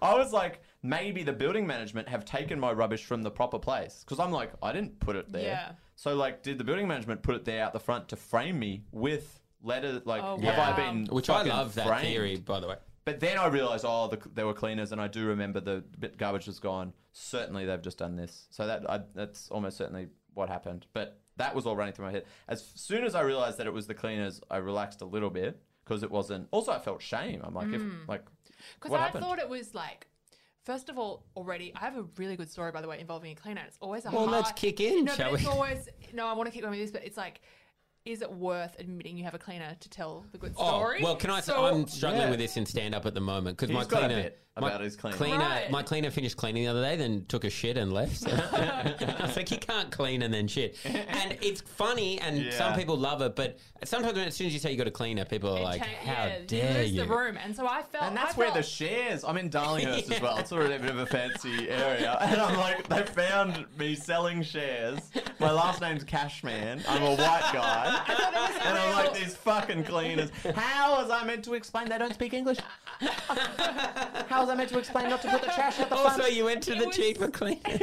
[SPEAKER 7] I was like, maybe the building management have taken my rubbish from the proper place because I'm like, I didn't put it there.
[SPEAKER 8] Yeah.
[SPEAKER 7] So like, did the building management put it there out the front to frame me with letter? Like,
[SPEAKER 8] Oh,
[SPEAKER 7] have
[SPEAKER 8] wow.
[SPEAKER 7] I been?
[SPEAKER 6] Which I
[SPEAKER 7] fucking
[SPEAKER 6] love that
[SPEAKER 7] framed?
[SPEAKER 6] theory, by the way.
[SPEAKER 7] But then I realized, oh, the, there were cleaners, and I do remember the bit garbage was gone. Certainly, they've just done this. So that I, that's almost certainly what happened. But that was all running through my head. As soon as I realized that it was the cleaners, I relaxed a little bit because it wasn't. Also, I felt shame. I'm like, if like,
[SPEAKER 8] Because
[SPEAKER 7] what
[SPEAKER 8] I
[SPEAKER 7] happened?
[SPEAKER 8] thought it was like. First of all, already I have a really good story by the way involving a cleaner. It's always a
[SPEAKER 6] Well,
[SPEAKER 8] hard.
[SPEAKER 6] let's kick in,
[SPEAKER 8] No,
[SPEAKER 6] shall
[SPEAKER 8] but it's
[SPEAKER 6] we?
[SPEAKER 8] always no. I want to keep going with this, but it's like, is it worth admitting you have a cleaner to tell the good
[SPEAKER 6] Oh,
[SPEAKER 8] story?
[SPEAKER 6] well, can I say
[SPEAKER 8] So-
[SPEAKER 6] I'm struggling
[SPEAKER 7] Yeah.
[SPEAKER 6] with this in stand up at the moment because my
[SPEAKER 7] He's got a
[SPEAKER 6] cleaner
[SPEAKER 7] bit
[SPEAKER 6] my
[SPEAKER 7] about his cleaning.
[SPEAKER 8] Right.
[SPEAKER 6] my cleaner finished cleaning the other day, then took a shit and left. So I was like, you can't clean and then shit. And it's funny, and some
[SPEAKER 7] Yeah.
[SPEAKER 6] people love it, but sometimes when, as soon as you say you got a cleaner, people are
[SPEAKER 8] It
[SPEAKER 6] like,
[SPEAKER 8] changed-
[SPEAKER 6] how
[SPEAKER 8] yeah,
[SPEAKER 6] dare
[SPEAKER 8] lose
[SPEAKER 6] you?
[SPEAKER 8] the room, and so I felt.
[SPEAKER 7] And that's
[SPEAKER 8] I
[SPEAKER 7] where the
[SPEAKER 8] felt-
[SPEAKER 7] shares. I'm in Darlinghurst as well. It's already a bit of a fancy area. And I'm like, they found me selling shares. My last name's Cashman. I'm a white guy. and I'm like, these fucking cleaners. How was I meant to explain they don't speak English? How was I meant to explain not to put the trash out the
[SPEAKER 6] Also,
[SPEAKER 7] front?
[SPEAKER 6] you went to
[SPEAKER 8] It
[SPEAKER 6] the
[SPEAKER 8] was-
[SPEAKER 6] cheaper cleaners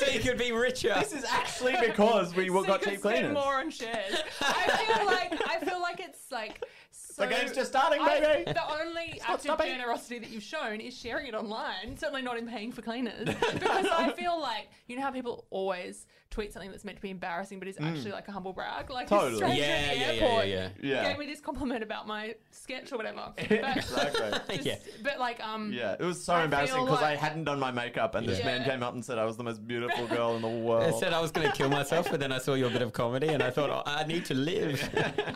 [SPEAKER 6] so you could be richer.
[SPEAKER 7] This is actually because we
[SPEAKER 8] So you
[SPEAKER 7] got
[SPEAKER 8] could
[SPEAKER 7] cheap
[SPEAKER 8] spend
[SPEAKER 7] cleaners.
[SPEAKER 8] More on shares. I feel like I feel like it's like so.
[SPEAKER 7] The game's just starting,
[SPEAKER 8] I-
[SPEAKER 7] baby.
[SPEAKER 8] the only act of
[SPEAKER 7] stopping.
[SPEAKER 8] generosity that you've shown is sharing it online. Certainly not in paying for cleaners, because I feel like you know how people always tweet something that's meant to be embarrassing, but is actually like a humble brag. Like this
[SPEAKER 7] Mm. Totally.
[SPEAKER 8] stranger
[SPEAKER 6] Yeah,
[SPEAKER 8] at the
[SPEAKER 6] yeah, yeah,
[SPEAKER 8] airport
[SPEAKER 6] yeah,
[SPEAKER 7] Yeah.
[SPEAKER 8] gave me this compliment about my sketch or whatever. But,
[SPEAKER 7] exactly.
[SPEAKER 8] just-
[SPEAKER 6] Yeah.
[SPEAKER 8] but like um
[SPEAKER 7] Yeah, it was so
[SPEAKER 8] I
[SPEAKER 7] embarrassing
[SPEAKER 8] feel
[SPEAKER 7] because I
[SPEAKER 8] like-
[SPEAKER 7] hadn't done my makeup, and this
[SPEAKER 8] Yeah.
[SPEAKER 7] man came up and said I was the most beautiful girl in the world.
[SPEAKER 6] I said I was going to kill myself, but then I saw your bit of comedy and I thought, oh, I need to live.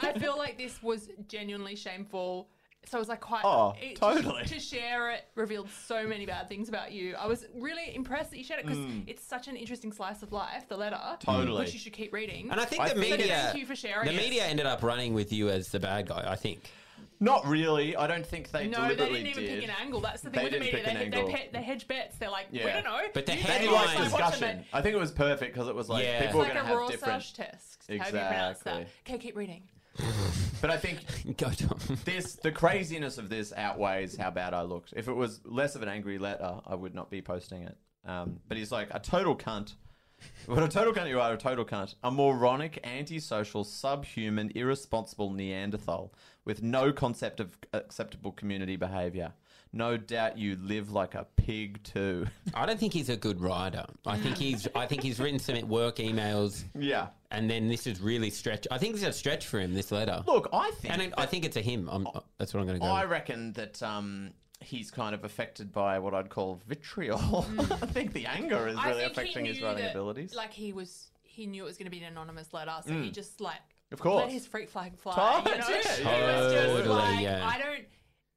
[SPEAKER 8] I feel like this was genuinely shameful. So it was like quite
[SPEAKER 7] Oh,
[SPEAKER 8] it-
[SPEAKER 7] totally.
[SPEAKER 8] to, share it revealed so many bad things about you. I was really impressed that you shared it because it's such an interesting slice of life. The letter,
[SPEAKER 7] Mm. Totally.
[SPEAKER 8] which you should keep reading.
[SPEAKER 6] And I think
[SPEAKER 7] I
[SPEAKER 6] the
[SPEAKER 7] think-
[SPEAKER 6] media,
[SPEAKER 8] Thank you for sharing
[SPEAKER 6] the
[SPEAKER 8] it.
[SPEAKER 6] media ended up running with you as the bad guy. I think.
[SPEAKER 7] Not really. I don't think they
[SPEAKER 8] no, they
[SPEAKER 7] deliberately
[SPEAKER 8] didn't even
[SPEAKER 7] did.
[SPEAKER 8] pick an angle. That's the thing
[SPEAKER 7] They
[SPEAKER 8] with the
[SPEAKER 7] didn't
[SPEAKER 8] media. They,
[SPEAKER 7] pick an
[SPEAKER 8] they,
[SPEAKER 7] angle.
[SPEAKER 8] pe- they hedge bets. They're like, we
[SPEAKER 7] Yeah.
[SPEAKER 8] don't know.
[SPEAKER 6] But the
[SPEAKER 8] You
[SPEAKER 7] They
[SPEAKER 8] think
[SPEAKER 6] headlines-
[SPEAKER 7] liked
[SPEAKER 8] it's like
[SPEAKER 7] discussion.
[SPEAKER 8] watching it.
[SPEAKER 7] I think it was perfect because it was like
[SPEAKER 6] Yeah.
[SPEAKER 7] people
[SPEAKER 8] It's
[SPEAKER 7] are
[SPEAKER 8] like
[SPEAKER 7] going
[SPEAKER 8] a
[SPEAKER 7] to
[SPEAKER 8] raw
[SPEAKER 7] have different.
[SPEAKER 8] test. How do you pronounce that?
[SPEAKER 7] Exactly.
[SPEAKER 8] Okay, keep reading.
[SPEAKER 7] But I think
[SPEAKER 6] Go Tom.
[SPEAKER 7] this, the craziness of this outweighs how bad I looked. If it was less of an angry letter, I would not be posting it. Um, but he's like a total cunt. What a total cunt you are, a total cunt. A moronic, antisocial, subhuman, irresponsible Neanderthal with no concept of acceptable community behavior. No doubt you live like a pig too.
[SPEAKER 6] I don't think he's a good writer. I think he's. I think he's written some work emails,
[SPEAKER 7] yeah.
[SPEAKER 6] and then this is really stretch. I think this is a stretch for him. This letter,
[SPEAKER 7] Look, I think
[SPEAKER 6] and it, I think it's a him. I'm, that's what I'm going to go.
[SPEAKER 7] I
[SPEAKER 6] with.
[SPEAKER 7] reckon that um, he's kind of affected by what I'd call vitriol. I think the anger is
[SPEAKER 8] Hmm. I
[SPEAKER 7] really
[SPEAKER 8] think he
[SPEAKER 7] affecting his
[SPEAKER 8] knew
[SPEAKER 7] writing
[SPEAKER 8] that,
[SPEAKER 7] abilities. Mm.
[SPEAKER 8] Like he was, he knew it was going to be an anonymous letter, so he just like,
[SPEAKER 7] Of course.
[SPEAKER 8] let his freak flag fly.
[SPEAKER 7] Totally,
[SPEAKER 8] You know?
[SPEAKER 7] yeah,
[SPEAKER 8] He was just
[SPEAKER 6] Totally,
[SPEAKER 8] like,
[SPEAKER 6] yeah.
[SPEAKER 8] I don't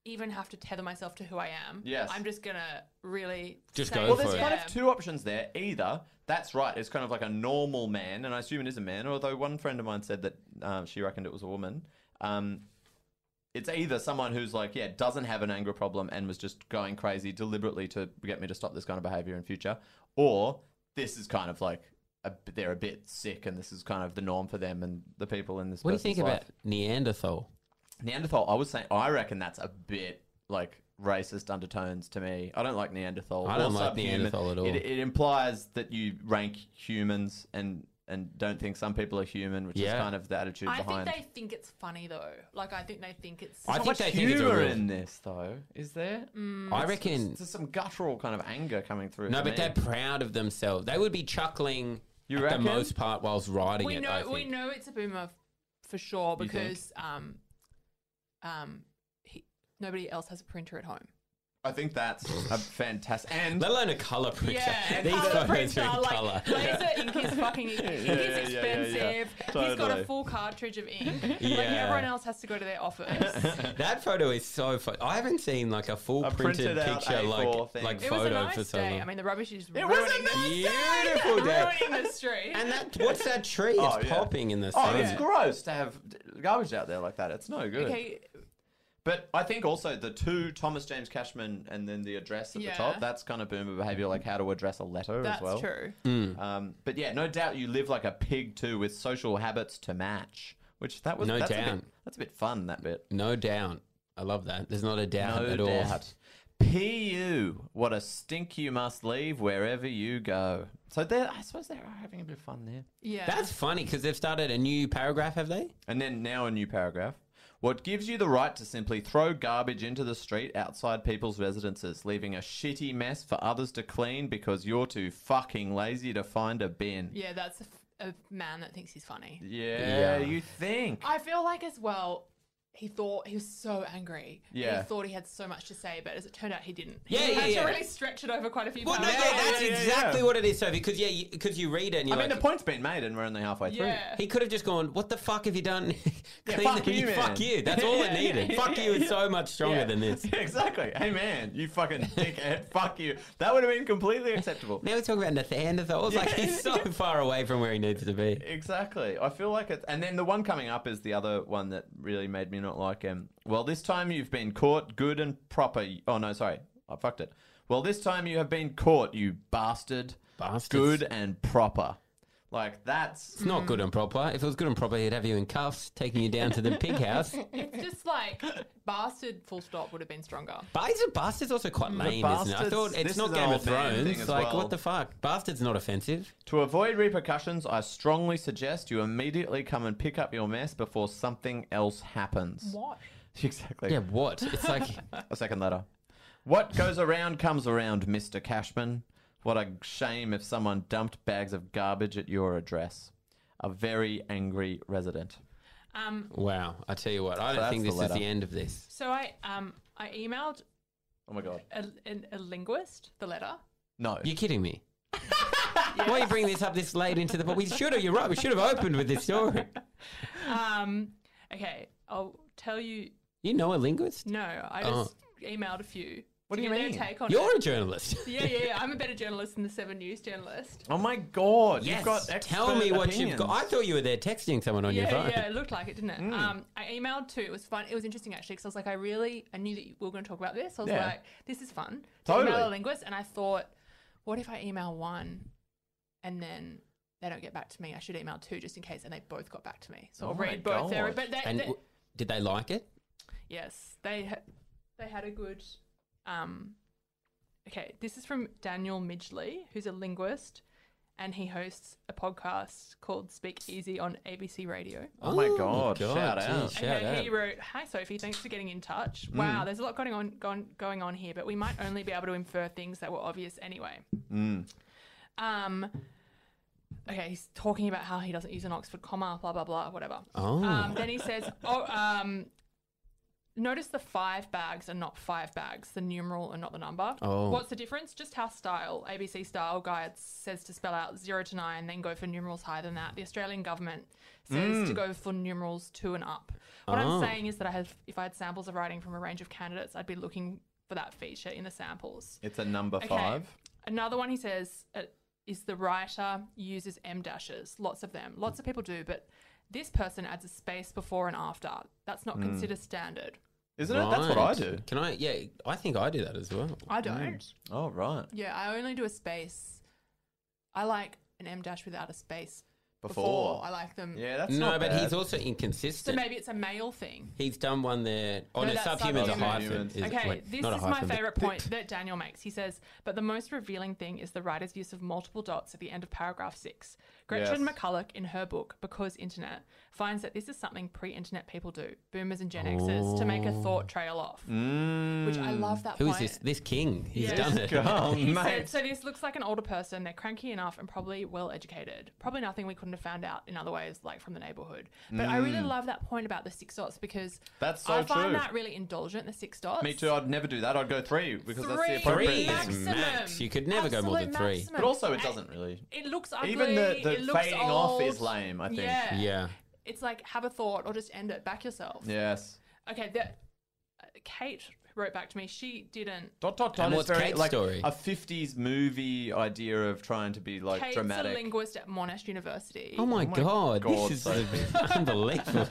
[SPEAKER 8] even have to tether myself to who I am.
[SPEAKER 7] Yes.
[SPEAKER 8] I'm just gonna really
[SPEAKER 6] Just
[SPEAKER 8] say
[SPEAKER 6] go
[SPEAKER 7] well,
[SPEAKER 8] this,
[SPEAKER 7] there's
[SPEAKER 6] for it.
[SPEAKER 7] kind
[SPEAKER 8] yeah.
[SPEAKER 7] of two options there. Either that's right, it's kind of like a normal man, and I assume it is a man. Although one friend of mine said that um, she reckoned it was a woman. Um, it's either someone who's like, yeah, doesn't have an anger problem and was just going crazy deliberately to get me to stop this kind of behavior in future, or this is kind of like a, they're a bit sick and this is kind of the norm for them and the people in this.
[SPEAKER 6] What do you
[SPEAKER 7] person's
[SPEAKER 6] think about
[SPEAKER 7] life.
[SPEAKER 6] Neanderthal?
[SPEAKER 7] Neanderthal? I was saying, I reckon that's a bit like racist undertones to me. I don't like Neanderthal.
[SPEAKER 6] I don't
[SPEAKER 7] or
[SPEAKER 6] like
[SPEAKER 7] subhuman.
[SPEAKER 6] Neanderthal at all.
[SPEAKER 7] It, it implies that you rank humans and and don't think some people are human, which
[SPEAKER 6] Yeah.
[SPEAKER 7] is kind of the attitude
[SPEAKER 8] I think
[SPEAKER 7] behind.
[SPEAKER 8] they think it's funny though. Like I think they think it's.
[SPEAKER 6] I
[SPEAKER 7] How
[SPEAKER 6] think
[SPEAKER 7] much
[SPEAKER 6] they think it's a
[SPEAKER 7] humor
[SPEAKER 6] real- Mm.
[SPEAKER 7] in this though? Is there?
[SPEAKER 8] Mm.
[SPEAKER 6] I reckon.
[SPEAKER 7] There's some guttural kind of anger coming through.
[SPEAKER 6] No,
[SPEAKER 7] for
[SPEAKER 6] but
[SPEAKER 7] me.
[SPEAKER 6] they're proud of themselves. They would be chuckling
[SPEAKER 7] You
[SPEAKER 6] at
[SPEAKER 7] reckon?
[SPEAKER 6] the most part whilst riding
[SPEAKER 8] we
[SPEAKER 6] it.
[SPEAKER 8] know
[SPEAKER 6] I
[SPEAKER 8] we
[SPEAKER 6] think.
[SPEAKER 8] know it's a boomer for sure
[SPEAKER 7] You think?
[SPEAKER 8] because um um he, nobody else has a printer at home.
[SPEAKER 7] I think that's a fantastic. And
[SPEAKER 6] Let alone a color printer.
[SPEAKER 8] Yeah,
[SPEAKER 6] These
[SPEAKER 8] colour
[SPEAKER 6] photos
[SPEAKER 8] printer,
[SPEAKER 6] are in
[SPEAKER 8] like
[SPEAKER 6] color.
[SPEAKER 8] laser ink is fucking ink
[SPEAKER 7] yeah,
[SPEAKER 8] is
[SPEAKER 7] yeah, yeah, yeah.
[SPEAKER 8] expensive. He's got
[SPEAKER 7] Totally.
[SPEAKER 8] a full cartridge of ink.
[SPEAKER 6] Yeah.
[SPEAKER 8] Like everyone else has to go to their office.
[SPEAKER 6] That photo is so fun. I haven't seen like a full
[SPEAKER 7] A
[SPEAKER 6] printed,
[SPEAKER 7] printed out
[SPEAKER 6] picture
[SPEAKER 7] A4
[SPEAKER 6] like
[SPEAKER 7] thing.
[SPEAKER 6] like
[SPEAKER 8] it
[SPEAKER 6] photo
[SPEAKER 8] was a nice
[SPEAKER 6] for so long.
[SPEAKER 8] day. I mean, the rubbish is
[SPEAKER 7] It
[SPEAKER 8] ruining,
[SPEAKER 7] was a nice
[SPEAKER 6] Beautiful day.
[SPEAKER 8] ruining the street.
[SPEAKER 6] And that what's that tree? It's
[SPEAKER 7] Oh, yeah.
[SPEAKER 6] popping in the
[SPEAKER 7] oh,
[SPEAKER 6] sun.
[SPEAKER 7] it's gross to have garbage out there like that. It's no good.
[SPEAKER 8] okay,
[SPEAKER 7] But I think also the two Thomas James Cashman and then the address at
[SPEAKER 8] Yeah.
[SPEAKER 7] the top. That's kind of boomer behavior, like how to address a letter
[SPEAKER 8] that's
[SPEAKER 7] as well.
[SPEAKER 8] true.
[SPEAKER 6] Mm.
[SPEAKER 7] Um, but yeah, no doubt you live like a pig too, with social habits to match. Which that was
[SPEAKER 6] No
[SPEAKER 7] that's A
[SPEAKER 6] doubt.
[SPEAKER 7] bit, that's a bit fun. That bit.
[SPEAKER 6] No doubt. I love that. There's not a doubt at all.
[SPEAKER 7] Pu, what a stink you must leave wherever you go. So there, I suppose they are having a bit of fun there.
[SPEAKER 8] Yeah,
[SPEAKER 6] That's funny because they've started a new paragraph, have they?
[SPEAKER 7] And then now a new paragraph. What gives you the right to simply throw garbage into the street outside people's residences, leaving a shitty mess for others to clean because you're too fucking lazy to find a bin?
[SPEAKER 8] yeah, that's a, f- a man that thinks he's funny.
[SPEAKER 7] Yeah,
[SPEAKER 6] Yeah.
[SPEAKER 7] you think.
[SPEAKER 8] I feel like as well, he thought he was so angry.
[SPEAKER 7] Yeah.
[SPEAKER 8] He thought he had so much to say, but as it turned out, he didn't.
[SPEAKER 6] Yeah,
[SPEAKER 8] he
[SPEAKER 6] yeah,
[SPEAKER 8] had
[SPEAKER 6] yeah.
[SPEAKER 8] to really stretch it over quite a few
[SPEAKER 6] Well, no, yeah,
[SPEAKER 8] times.
[SPEAKER 6] that's
[SPEAKER 7] yeah, yeah,
[SPEAKER 6] exactly
[SPEAKER 7] yeah.
[SPEAKER 6] what it is, Sophie. Because yeah, because you, read it and
[SPEAKER 7] I
[SPEAKER 6] you're
[SPEAKER 7] mean,
[SPEAKER 6] like,
[SPEAKER 7] the point's been made and we're only halfway through.
[SPEAKER 8] Yeah.
[SPEAKER 6] he could have just gone, "What the fuck have you done?"
[SPEAKER 7] Yeah,
[SPEAKER 6] Clean
[SPEAKER 7] fuck
[SPEAKER 6] the-
[SPEAKER 7] you, man.
[SPEAKER 6] fuck you. That's all it
[SPEAKER 7] Yeah, yeah,
[SPEAKER 6] needed.
[SPEAKER 7] yeah,
[SPEAKER 6] fuck
[SPEAKER 7] yeah,
[SPEAKER 6] you is
[SPEAKER 7] yeah.
[SPEAKER 6] so much stronger
[SPEAKER 7] Yeah.
[SPEAKER 6] than this.
[SPEAKER 7] exactly. Hey, man, you fucking dickhead. Fuck you. That would have been completely acceptable.
[SPEAKER 6] Now we're talking about Neanderthals. Like he's so far away from where he needs to be.
[SPEAKER 7] Exactly. I feel like it's. And then the one coming up is the other one that really made me not like him. Well, this time you've been caught good and proper. Oh, no, sorry. I fucked it. Well, this time you have been caught, you bastard.
[SPEAKER 6] Bastards.
[SPEAKER 7] Good and proper. Like, that's.
[SPEAKER 6] It's not good and proper. If it was good and proper, he'd have you in cuffs, taking you down to the pig house.
[SPEAKER 8] It's just like bastard. Full stop would have been stronger.
[SPEAKER 6] But is it bastard's also quite lame, isn't it? I
[SPEAKER 7] Bastards-
[SPEAKER 6] thought
[SPEAKER 7] this
[SPEAKER 6] it's not
[SPEAKER 7] is an
[SPEAKER 6] Game of
[SPEAKER 7] old man thing
[SPEAKER 6] Thrones.
[SPEAKER 7] as
[SPEAKER 6] Like,
[SPEAKER 7] well.
[SPEAKER 6] what the fuck? Bastard's not offensive.
[SPEAKER 7] To avoid repercussions, I strongly suggest you immediately come and pick up your mess before something else happens.
[SPEAKER 8] What?
[SPEAKER 7] Exactly.
[SPEAKER 6] Yeah, what? It's like,
[SPEAKER 7] A second letter. What goes around comes around, Mr. Cashman. What a shame if someone dumped bags of garbage at your address. A very angry resident.
[SPEAKER 8] Um.
[SPEAKER 6] wow. I tell you what, I don't
[SPEAKER 7] that's
[SPEAKER 6] think
[SPEAKER 7] the
[SPEAKER 6] this is
[SPEAKER 7] letter.
[SPEAKER 6] the end of this.
[SPEAKER 8] So I um I emailed
[SPEAKER 7] Oh my god.
[SPEAKER 8] a, a, a linguist the letter.
[SPEAKER 7] No.
[SPEAKER 6] You're kidding me. Why are you bringing this up this late into the? But we should have. You're right. We should have opened with this story.
[SPEAKER 8] Um. Okay. I'll tell you.
[SPEAKER 6] You know a linguist.
[SPEAKER 8] No, I just emailed a few.
[SPEAKER 7] What
[SPEAKER 8] to
[SPEAKER 7] do you
[SPEAKER 8] get their
[SPEAKER 7] mean?
[SPEAKER 8] Take on
[SPEAKER 6] Uh-huh. You're
[SPEAKER 8] it.
[SPEAKER 6] a journalist.
[SPEAKER 8] Yeah, yeah, yeah. I'm a better journalist than the Seven News journalist.
[SPEAKER 7] oh my god.
[SPEAKER 6] Yes.
[SPEAKER 7] You've got expert
[SPEAKER 6] Tell me what you've got. I
[SPEAKER 7] opinions.
[SPEAKER 6] thought you were there texting someone on your
[SPEAKER 8] yeah,
[SPEAKER 6] phone.
[SPEAKER 8] yeah, it looked like it, didn't it?
[SPEAKER 7] Mm.
[SPEAKER 8] Um, I emailed too. It was fun. It was interesting actually because I was like, I really, I knew that you, we were going to talk about this. I was
[SPEAKER 7] Yeah.
[SPEAKER 8] like, this is fun. To
[SPEAKER 7] Totally.
[SPEAKER 8] Email a linguist, and I thought, what if I email one, and then they don't get back to me? I should email two just in case, and they both got back to me. So
[SPEAKER 7] Oh
[SPEAKER 8] I'll
[SPEAKER 7] my
[SPEAKER 8] read both. Their,
[SPEAKER 7] God.
[SPEAKER 8] but they,
[SPEAKER 6] And
[SPEAKER 8] they-
[SPEAKER 6] w- did they like it?
[SPEAKER 8] yes, they ha- they had a good. Um, okay, this is from Daniel Midgley, who's a linguist. And he hosts a podcast called Speak Easy on ABC Radio.
[SPEAKER 7] Oh my god.
[SPEAKER 6] God,
[SPEAKER 7] Shout out.
[SPEAKER 6] geez.
[SPEAKER 8] Okay,
[SPEAKER 6] Shout
[SPEAKER 8] he
[SPEAKER 6] out. Mm.
[SPEAKER 8] wrote, "Hi Sophie, thanks for getting in touch. Wow, there's a lot going on going, going on here, but we might only be able to infer things that were obvious anyway."
[SPEAKER 6] Mm.
[SPEAKER 8] Um. Okay, he's talking about how he doesn't use an Oxford comma, blah blah blah, whatever.
[SPEAKER 6] Oh.
[SPEAKER 8] Um, then he says, "Oh, um, notice the five bags are not five bags, the numeral and not the number.
[SPEAKER 6] Oh.
[SPEAKER 8] What's the difference? Just how style ABC style guide says to spell out zero to nine, then go for numerals higher than that. The Australian government says to go for numerals two and up. What
[SPEAKER 6] Mm.
[SPEAKER 8] I'm
[SPEAKER 6] Oh.
[SPEAKER 8] saying is that I have, if I had samples of writing from a range of candidates, I'd be looking for that feature in the samples.
[SPEAKER 7] It's a number
[SPEAKER 8] Okay.
[SPEAKER 7] five.
[SPEAKER 8] Another one he says uh, is the writer uses M dashes, lots of them. Lots of people do, but this person adds a space before and after. That's not considered standard.
[SPEAKER 7] Isn't it? That's what I
[SPEAKER 6] Right.
[SPEAKER 7] do.
[SPEAKER 6] Can I? Yeah, I think I do that as well.
[SPEAKER 8] I don't.
[SPEAKER 7] Oh right.
[SPEAKER 8] Yeah, I only do a space. I like an M dash without a space before.
[SPEAKER 7] Before.
[SPEAKER 8] I like them.
[SPEAKER 7] Yeah, that's
[SPEAKER 6] no,
[SPEAKER 7] not
[SPEAKER 6] but
[SPEAKER 7] bad.
[SPEAKER 6] he's also
[SPEAKER 8] So
[SPEAKER 6] inconsistent.
[SPEAKER 8] maybe it's a male thing.
[SPEAKER 6] he's done one there. Oh
[SPEAKER 8] No,
[SPEAKER 6] no,
[SPEAKER 8] that's
[SPEAKER 6] subhuman's a
[SPEAKER 8] subhuman.
[SPEAKER 6] hyphen.
[SPEAKER 7] Subhuman.
[SPEAKER 6] Is
[SPEAKER 8] okay,
[SPEAKER 6] wait,
[SPEAKER 8] this
[SPEAKER 6] not a
[SPEAKER 8] is my
[SPEAKER 6] hyphen, but-
[SPEAKER 8] favorite point that Daniel makes. He says, "But the most revealing thing is the writer's use of multiple dots at the end of paragraph six. Gretchen
[SPEAKER 7] Yes.
[SPEAKER 8] McCulloch, in her book Because Internet, finds that this is something pre-internet people do, boomers and Gen Xers, to make a thought trail off. Which I love that
[SPEAKER 6] Mm. Who is
[SPEAKER 8] point.
[SPEAKER 6] this? This king. He's
[SPEAKER 8] Yeah.
[SPEAKER 6] done it.
[SPEAKER 7] Oh,
[SPEAKER 8] He
[SPEAKER 7] mate.
[SPEAKER 8] said, so this looks like an older person. They're cranky enough and probably well educated. Probably nothing we couldn't have found out in other ways, like from the neighborhood. But I
[SPEAKER 6] Mm.
[SPEAKER 8] really love that point about the six dots because
[SPEAKER 7] That's so
[SPEAKER 8] I find
[SPEAKER 7] true.
[SPEAKER 8] that really indulgent. The six dots.
[SPEAKER 7] Me too. I'd never do that. I'd go three because that's the
[SPEAKER 8] Three.
[SPEAKER 7] appropriate.
[SPEAKER 6] Three
[SPEAKER 7] thing.
[SPEAKER 6] is max. You could never go more than
[SPEAKER 8] Absolute
[SPEAKER 6] three.
[SPEAKER 8] maximum.
[SPEAKER 7] But also, it
[SPEAKER 8] And
[SPEAKER 7] doesn't really.
[SPEAKER 8] It looks ugly.
[SPEAKER 7] Even the- the
[SPEAKER 8] it looks
[SPEAKER 7] fading off is
[SPEAKER 8] old.
[SPEAKER 7] lame, I think.
[SPEAKER 8] Yeah.
[SPEAKER 6] Yeah.
[SPEAKER 8] It's like have a thought or just end it. Back yourself.
[SPEAKER 7] Yes.
[SPEAKER 8] Okay. The, uh, Kate wrote back to me. She didn't.
[SPEAKER 7] Dot dot dot
[SPEAKER 6] And
[SPEAKER 7] is
[SPEAKER 6] what's
[SPEAKER 7] very
[SPEAKER 6] Kate's
[SPEAKER 7] like
[SPEAKER 6] story?
[SPEAKER 7] a '50s movie idea of trying to be like
[SPEAKER 8] Kate's a
[SPEAKER 7] dramatic.
[SPEAKER 8] linguist at Monash University.
[SPEAKER 6] Oh my,
[SPEAKER 7] my
[SPEAKER 6] god,
[SPEAKER 7] God,
[SPEAKER 6] this is
[SPEAKER 7] Sophie.
[SPEAKER 6] unbelievable.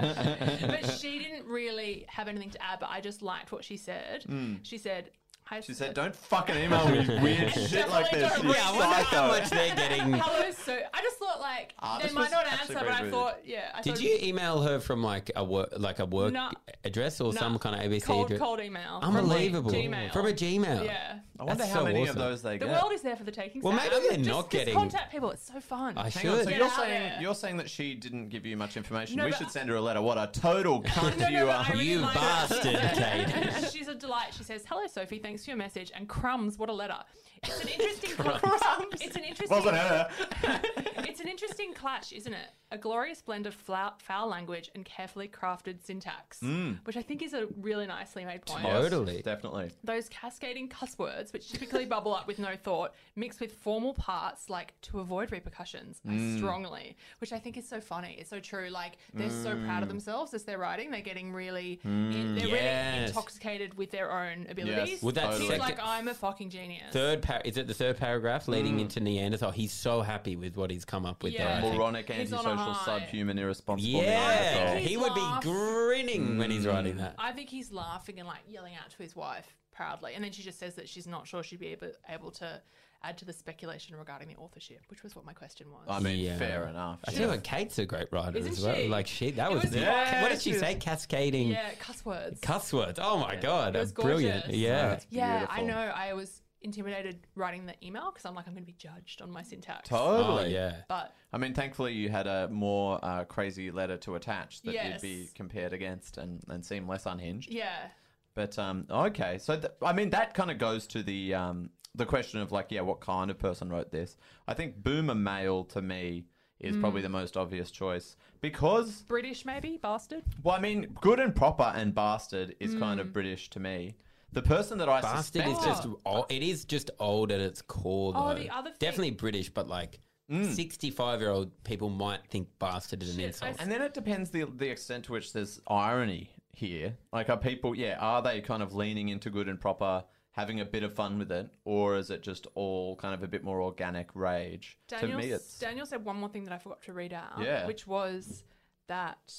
[SPEAKER 8] but she didn't really have anything to add, but I just liked what she said. She said, Hi,
[SPEAKER 7] Hmm. she said, "Don't fucking email me weird shit like this."
[SPEAKER 8] Definitely don't
[SPEAKER 7] You
[SPEAKER 6] yeah, I wonder how
[SPEAKER 7] psycho.
[SPEAKER 6] much they're getting.
[SPEAKER 8] Hello, so I just thought like
[SPEAKER 7] Ah,
[SPEAKER 8] they
[SPEAKER 7] this
[SPEAKER 8] might
[SPEAKER 7] was
[SPEAKER 8] not
[SPEAKER 7] actually
[SPEAKER 8] answer, but
[SPEAKER 7] very
[SPEAKER 8] I
[SPEAKER 7] rude.
[SPEAKER 8] thought yeah. I
[SPEAKER 6] Did
[SPEAKER 8] thought
[SPEAKER 6] you email her from like a work, like a work
[SPEAKER 8] No.
[SPEAKER 6] address or
[SPEAKER 8] No.
[SPEAKER 6] some kind of ABC
[SPEAKER 8] cold
[SPEAKER 6] address?
[SPEAKER 8] cold email? from, like,
[SPEAKER 6] Unbelievable
[SPEAKER 8] Gmail.
[SPEAKER 6] from a Gmail.
[SPEAKER 8] yeah.
[SPEAKER 7] I wonder
[SPEAKER 6] That's
[SPEAKER 7] how
[SPEAKER 6] so
[SPEAKER 7] many of
[SPEAKER 6] awesome.
[SPEAKER 7] those they
[SPEAKER 8] The
[SPEAKER 7] get.
[SPEAKER 8] world is there for the taking.
[SPEAKER 6] Well,
[SPEAKER 8] so
[SPEAKER 6] maybe
[SPEAKER 8] I-
[SPEAKER 6] they're
[SPEAKER 8] just-
[SPEAKER 6] not
[SPEAKER 8] just
[SPEAKER 6] getting-
[SPEAKER 8] contact people. It's so fun.
[SPEAKER 6] I
[SPEAKER 7] Hang on,
[SPEAKER 6] should.
[SPEAKER 7] so
[SPEAKER 8] Get
[SPEAKER 7] you're
[SPEAKER 8] out
[SPEAKER 7] saying
[SPEAKER 8] there.
[SPEAKER 7] you're saying that she didn't give you much information.
[SPEAKER 8] No,
[SPEAKER 7] we
[SPEAKER 8] but-
[SPEAKER 7] should send her a letter. What a total cunt
[SPEAKER 8] No, no,
[SPEAKER 7] you
[SPEAKER 8] but
[SPEAKER 7] are!
[SPEAKER 8] I really
[SPEAKER 6] You
[SPEAKER 8] like
[SPEAKER 6] bastard,
[SPEAKER 8] that.
[SPEAKER 6] Katie.
[SPEAKER 8] She's a delight. She says, "Hello, Sophie. Thanks for your message." And crumbs, what a letter! It's an interesting crumbs. It's an interesting.
[SPEAKER 7] Wasn't her.
[SPEAKER 8] It's an interesting clash, isn't it? A glorious blend of foul, foul language and carefully crafted syntax, which I think is a really nicely made point.
[SPEAKER 6] Hmm. Totally.
[SPEAKER 7] Definitely.
[SPEAKER 8] Those cascading cuss words, which typically bubble up with no thought, mixed with formal parts like to avoid repercussions,
[SPEAKER 7] Mm.
[SPEAKER 8] I strongly, which I think is so funny. It's so true. Like they're so proud of
[SPEAKER 7] Mm.
[SPEAKER 8] themselves as they're writing. They're getting really, in- they're really
[SPEAKER 6] Yes.
[SPEAKER 8] intoxicated with their own abilities.
[SPEAKER 7] Would
[SPEAKER 6] that
[SPEAKER 8] He's
[SPEAKER 6] second-
[SPEAKER 8] like, I'm a fucking genius.
[SPEAKER 6] Third par- is it the third paragraph leading into Neanderthal? He's so happy with what he's come up with.
[SPEAKER 8] Mm. Yeah.
[SPEAKER 6] There, I think.
[SPEAKER 7] Moronic,
[SPEAKER 8] He's on a
[SPEAKER 7] antisocial,
[SPEAKER 8] high.
[SPEAKER 7] subhuman, irresponsible.
[SPEAKER 6] Yeah,
[SPEAKER 7] Neanderthal.
[SPEAKER 8] he's Mm.
[SPEAKER 6] he would be
[SPEAKER 8] laugh-
[SPEAKER 6] grinning when he's writing that.
[SPEAKER 8] I think he's laughing and like yelling out to his wife proudly, and then she just says that she's not sure she'd be able, able to add to the speculation regarding the authorship, which was what my question was.
[SPEAKER 7] I mean,
[SPEAKER 6] Yeah.
[SPEAKER 7] fair enough.
[SPEAKER 6] I tell you what, Kate's a great writer
[SPEAKER 8] Isn't
[SPEAKER 6] as well.
[SPEAKER 8] she?
[SPEAKER 6] Like she, that
[SPEAKER 8] It
[SPEAKER 6] was,
[SPEAKER 8] was
[SPEAKER 7] Yeah,
[SPEAKER 6] what did she
[SPEAKER 7] she was-
[SPEAKER 6] say? Cascading
[SPEAKER 8] yeah, cuss words.
[SPEAKER 6] cuss words. Oh my god,
[SPEAKER 8] It was
[SPEAKER 6] brilliant!
[SPEAKER 8] gorgeous.
[SPEAKER 6] Yeah,
[SPEAKER 7] That's
[SPEAKER 8] yeah, I
[SPEAKER 7] beautiful.
[SPEAKER 8] know. I was intimidated writing the email because I'm like, I'm going to be judged on my syntax.
[SPEAKER 6] oh
[SPEAKER 7] Totally.
[SPEAKER 6] yeah.
[SPEAKER 8] But
[SPEAKER 7] I mean, thankfully, you had a more uh, crazy letter to attach that you'd be
[SPEAKER 8] Yes.
[SPEAKER 7] compared against and, and seem less unhinged.
[SPEAKER 8] yeah,
[SPEAKER 7] But um, okay, so th- I mean, that kind of goes to the um, the question of like, yeah, what kind of person wrote this? I think boomer male to me is
[SPEAKER 8] Mm.
[SPEAKER 7] probably the most obvious choice because,
[SPEAKER 8] British maybe bastard.
[SPEAKER 7] well, I mean, good and proper and bastard is kind
[SPEAKER 8] Mm.
[SPEAKER 7] of British to me. The person that I
[SPEAKER 6] Bastard
[SPEAKER 7] suspect
[SPEAKER 6] is just old, it is just old at its core. Though.
[SPEAKER 8] Oh, the other thing- Mm.
[SPEAKER 6] definitely British, but like sixty-five-year-old people might think bastard is an
[SPEAKER 8] Shit,
[SPEAKER 6] insult.
[SPEAKER 8] I-
[SPEAKER 7] And then it depends the the extent to which there's irony here. Like, are people, yeah, are they kind of leaning into good and proper, having a bit of fun with it, or is it just all kind of a bit more organic rage?
[SPEAKER 8] Daniel,
[SPEAKER 7] to me, it's
[SPEAKER 8] Daniel said one more thing that I forgot to read out,
[SPEAKER 7] Yeah.
[SPEAKER 8] which was that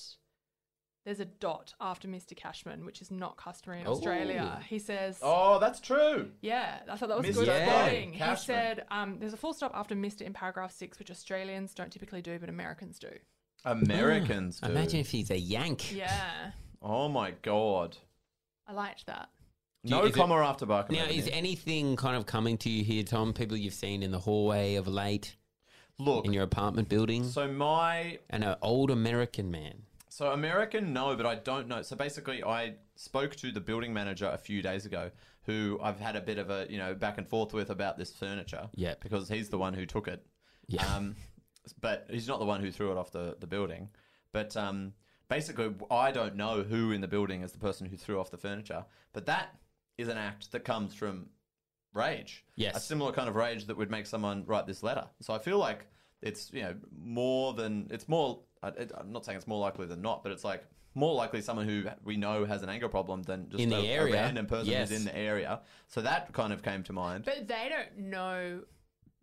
[SPEAKER 8] there's a dot after Mr. Cashman, which is not customary in
[SPEAKER 6] Oh.
[SPEAKER 8] Australia. He says,
[SPEAKER 7] oh, that's true.
[SPEAKER 8] Yeah, I thought that was
[SPEAKER 7] Mr.
[SPEAKER 8] good
[SPEAKER 6] Yeah.
[SPEAKER 8] wording. He
[SPEAKER 7] Cashman.
[SPEAKER 8] said, um, "There's a full stop after Mister in paragraph six, which Australians don't typically do, but Americans do."
[SPEAKER 7] Americans,
[SPEAKER 6] Ah,
[SPEAKER 7] do.
[SPEAKER 6] Imagine if he's a Yank.
[SPEAKER 8] Yeah,
[SPEAKER 7] Oh my god.
[SPEAKER 8] I liked that.
[SPEAKER 6] Do you-
[SPEAKER 7] No
[SPEAKER 6] is it-
[SPEAKER 7] comma after Barker.
[SPEAKER 6] Now, is anything kind of coming to you here, Tom? People you've seen in the hallway of late
[SPEAKER 7] look.
[SPEAKER 6] in your apartment building,
[SPEAKER 7] So my
[SPEAKER 6] and an old American man.
[SPEAKER 7] So American, no, but I don't know. So basically, I spoke to the building manager a few days ago, who I've had a bit of a you know back and forth with about this furniture.
[SPEAKER 6] Yeah.
[SPEAKER 7] because he's the one who took it.
[SPEAKER 6] Yeah.
[SPEAKER 7] Um, but he's not the one who threw it off the the building. But um, basically, I don't know who in the building is the person who threw off the furniture. But that is an act that comes from rage.
[SPEAKER 6] Yes.
[SPEAKER 7] A similar kind of rage that would make someone write this letter. So I feel like it's, you know, more than, it's more, I, it- I'm not saying it's more likely than not, but it's like more likely someone who we know has an anger problem than just
[SPEAKER 6] In
[SPEAKER 7] a,
[SPEAKER 6] the area,
[SPEAKER 7] a random person
[SPEAKER 6] yes.
[SPEAKER 7] who's in the area. So that kind of came to mind.
[SPEAKER 8] But they don't know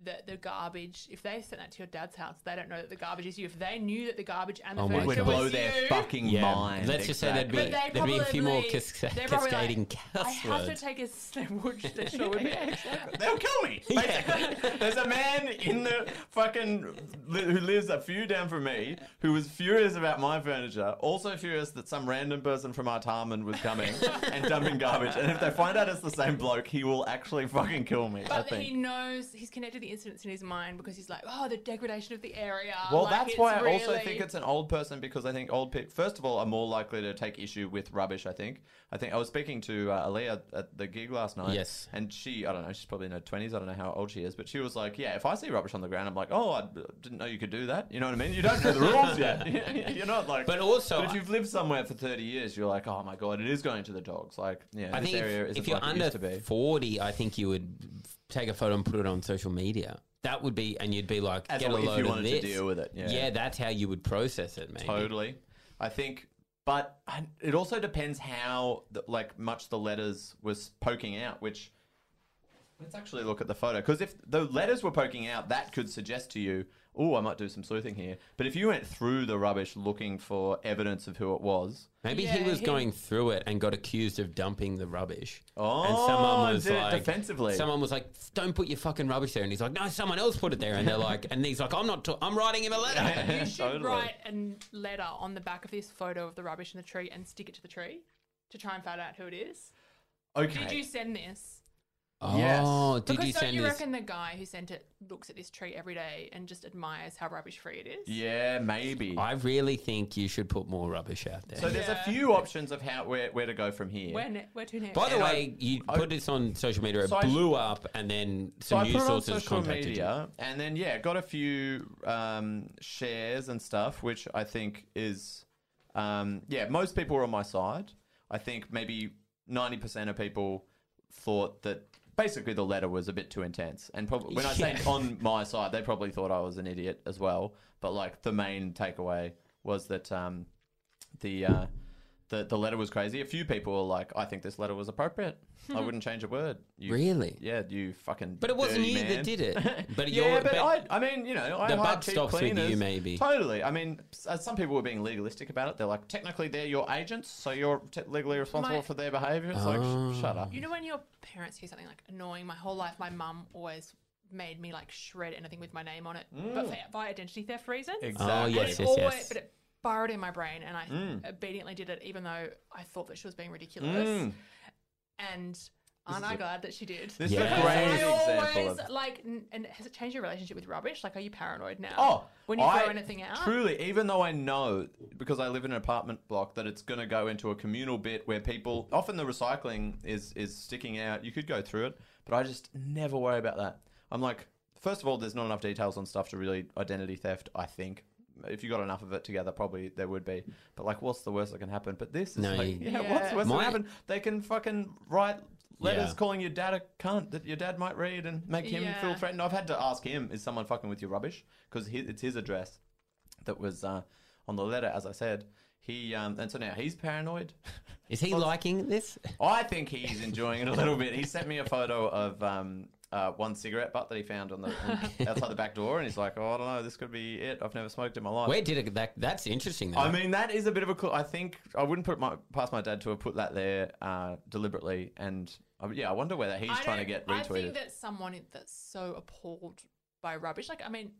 [SPEAKER 8] that the garbage. If they sent that to your dad's house, they don't know that the garbage is you. If they knew that the garbage and the
[SPEAKER 6] Oh my
[SPEAKER 7] it
[SPEAKER 8] furniture
[SPEAKER 7] would
[SPEAKER 6] God.
[SPEAKER 8] was
[SPEAKER 7] blow
[SPEAKER 8] you,
[SPEAKER 7] their fucking
[SPEAKER 6] Yeah,
[SPEAKER 7] mind.
[SPEAKER 6] let's just say there'd be
[SPEAKER 8] But they
[SPEAKER 6] there'd be a few more
[SPEAKER 8] probably-
[SPEAKER 6] cas-
[SPEAKER 8] they're probably
[SPEAKER 6] cascading
[SPEAKER 8] like, I
[SPEAKER 6] cuss
[SPEAKER 8] have to
[SPEAKER 6] words.
[SPEAKER 8] take a they would they sure would be.
[SPEAKER 7] They'll kill me. Basically, there's a man in the fucking li- who lives a few down from me who was furious about my furniture, also furious that some random person from our Tarman was coming and dumping garbage. And if they find out it's the same bloke, he will actually fucking kill me. I
[SPEAKER 8] But
[SPEAKER 7] think.
[SPEAKER 8] he knows he's connected the the incidents in his mind because he's like, oh, the degradation of the area.
[SPEAKER 7] Well,
[SPEAKER 8] like,
[SPEAKER 7] that's
[SPEAKER 8] it's
[SPEAKER 7] why I also think
[SPEAKER 8] really-
[SPEAKER 7] it's an old person because I think old people, first of all, are more likely to take issue with rubbish. I think. I think I was speaking to uh, Aaliyah at the gig last night.
[SPEAKER 6] Yes.
[SPEAKER 7] And she, I don't know, she's probably in her twenties. I don't know how old she is, but she was like, "Yeah, if I see rubbish on the ground, I'm like, oh, I didn't know you could do that. You know what I mean? You don't know the rules yet. You're not like.
[SPEAKER 6] But also-
[SPEAKER 7] but if you've lived somewhere for thirty years, you're like, oh my god, it is going to the dogs. Like, yeah,
[SPEAKER 6] I
[SPEAKER 7] this
[SPEAKER 6] think
[SPEAKER 7] area
[SPEAKER 6] if,
[SPEAKER 7] isn't
[SPEAKER 6] if you're
[SPEAKER 7] like it
[SPEAKER 6] under
[SPEAKER 7] used to be.
[SPEAKER 6] 40, I think you would take a photo and put it on social media. That would be, and you'd be like,
[SPEAKER 7] As
[SPEAKER 6] get a
[SPEAKER 7] a- if you
[SPEAKER 6] load of
[SPEAKER 7] wanted to
[SPEAKER 6] this.
[SPEAKER 7] deal with it, yeah.
[SPEAKER 6] that's how you would process it, maybe.
[SPEAKER 7] Totally. I think, but I, it also depends how the, like much the letters was poking out. Which let's actually look at the photo because if the letters were poking out, that could suggest to you, oh, I might do some sleuthing here. But if you went through the rubbish looking for evidence of who it was,
[SPEAKER 6] Maybe he
[SPEAKER 8] Yeah,
[SPEAKER 6] was
[SPEAKER 8] he-
[SPEAKER 6] going through it and got accused of dumping the rubbish.
[SPEAKER 7] Oh,
[SPEAKER 6] and someone was
[SPEAKER 7] did it
[SPEAKER 6] like,
[SPEAKER 7] defensively.
[SPEAKER 6] Someone was like, "Don't put your fucking rubbish there," and he's like, "No, someone else put it there." And they're like, and he's like, "I'm not. i I'm writing him a letter."
[SPEAKER 8] You should write a letter on the back of this photo of the rubbish in the tree and stick it to the tree to try and find out who it is.
[SPEAKER 7] Okay.
[SPEAKER 8] Did you send this?
[SPEAKER 7] Yes.
[SPEAKER 6] Oh, did
[SPEAKER 8] because
[SPEAKER 6] you
[SPEAKER 8] don't
[SPEAKER 6] send
[SPEAKER 8] you
[SPEAKER 6] this?
[SPEAKER 8] reckon the guy who sent it looks at this tree every day and just admires how rubbish free it is?
[SPEAKER 7] yeah, maybe.
[SPEAKER 6] I really think you should put more rubbish out there.
[SPEAKER 7] so there's
[SPEAKER 8] Yeah.
[SPEAKER 7] a few options of how where, where to go from here.
[SPEAKER 8] Where, ne- where to next?
[SPEAKER 6] By the
[SPEAKER 7] And I-
[SPEAKER 6] way, you
[SPEAKER 7] I-
[SPEAKER 6] put this on social media. It
[SPEAKER 7] So I-
[SPEAKER 6] blew up, and then
[SPEAKER 7] So
[SPEAKER 6] some
[SPEAKER 7] I
[SPEAKER 6] news
[SPEAKER 7] put it on
[SPEAKER 6] sources
[SPEAKER 7] social
[SPEAKER 6] contacted you.
[SPEAKER 7] media, and then yeah, got a few um, shares and stuff, which I think is um, yeah, most people were on my side. I think maybe ninety percent of people thought that basically the letter was a bit too intense, and probably when I say
[SPEAKER 6] Yeah.
[SPEAKER 7] on my side, they probably thought I was an idiot as well. But like the main takeaway was that um, the uh, the the letter was crazy. A few people were like, "I think this letter was appropriate. I wouldn't change a word." You-
[SPEAKER 6] Hmm. Really?
[SPEAKER 7] Yeah, you fucking.
[SPEAKER 6] But it wasn't
[SPEAKER 7] dirty
[SPEAKER 6] you
[SPEAKER 7] man.
[SPEAKER 6] that did it. But
[SPEAKER 7] yeah,
[SPEAKER 6] you're,
[SPEAKER 7] but, I, I mean, you know, I
[SPEAKER 6] The
[SPEAKER 7] hire
[SPEAKER 6] buck
[SPEAKER 7] cheap
[SPEAKER 6] stops with you,
[SPEAKER 7] cleaners.
[SPEAKER 6] maybe.
[SPEAKER 7] Totally. I mean, s- uh, some people were being legalistic about it. They're like, technically, they're your agents, so you're te- legally responsible
[SPEAKER 8] My-
[SPEAKER 7] for their behaviour. It's
[SPEAKER 6] Oh.
[SPEAKER 7] like, sh- shut up.
[SPEAKER 8] You know when your parents hear something like annoying? My whole life, my mum always made me like shred anything with my name on it, but
[SPEAKER 6] Mm.
[SPEAKER 8] for, by identity theft reasons.
[SPEAKER 6] oh
[SPEAKER 7] exactly.
[SPEAKER 8] But
[SPEAKER 6] yes,
[SPEAKER 8] it
[SPEAKER 6] yes,
[SPEAKER 8] always,
[SPEAKER 6] yes.
[SPEAKER 8] but it burrowed in my brain, and I
[SPEAKER 7] Mm.
[SPEAKER 8] obediently did it, even though I thought that she was being ridiculous.
[SPEAKER 7] Mm.
[SPEAKER 8] And aren't I glad that she did?
[SPEAKER 7] This
[SPEAKER 6] Yeah.
[SPEAKER 7] is a
[SPEAKER 6] Because
[SPEAKER 7] great
[SPEAKER 8] I
[SPEAKER 7] example
[SPEAKER 8] always
[SPEAKER 7] of.
[SPEAKER 8] like, n- and has it changed your relationship with rubbish? Like, are you paranoid now?
[SPEAKER 7] Oh,
[SPEAKER 8] when you
[SPEAKER 7] I,
[SPEAKER 8] throw anything out,
[SPEAKER 7] Truly, even though I know because I live in an apartment block that it's going to go into a communal bit where people often the recycling is is sticking out. You could go through it, but I just never worry about that. I'm like, first of all, there's not enough details on stuff to really identity theft. I think if you got enough of it together, probably there would be. But like, what's the worst that can happen? But this is
[SPEAKER 6] No,
[SPEAKER 7] like,
[SPEAKER 6] you-
[SPEAKER 7] yeah, what's the worst
[SPEAKER 6] My-
[SPEAKER 7] that can happen? They can fucking write. Letters
[SPEAKER 6] Yeah.
[SPEAKER 7] calling your dad a cunt that your dad might read and make him
[SPEAKER 8] Yeah.
[SPEAKER 7] feel threatened. I've had to ask him, is someone fucking with your rubbish? Because it's his address that was uh, on the letter, as I said. He um, and so now he's paranoid.
[SPEAKER 6] Is he liking this?
[SPEAKER 7] I think he's enjoying it a little bit. He sent me a photo of um, uh, one cigarette butt that he found on the on- outside the back door, and he's like, "Oh, I don't know, this could be it. I've never smoked in my life."
[SPEAKER 6] Where did it? That, that's interesting. Though.
[SPEAKER 7] I mean, that is a bit of a clue. I think I wouldn't put my past my dad to have put that there uh, deliberately, and uh, yeah, I wonder whether he's
[SPEAKER 8] I
[SPEAKER 7] trying to
[SPEAKER 8] don't-
[SPEAKER 7] get
[SPEAKER 8] I think
[SPEAKER 7] retweeted.
[SPEAKER 8] that someone that's so appalled by rubbish, like I mean,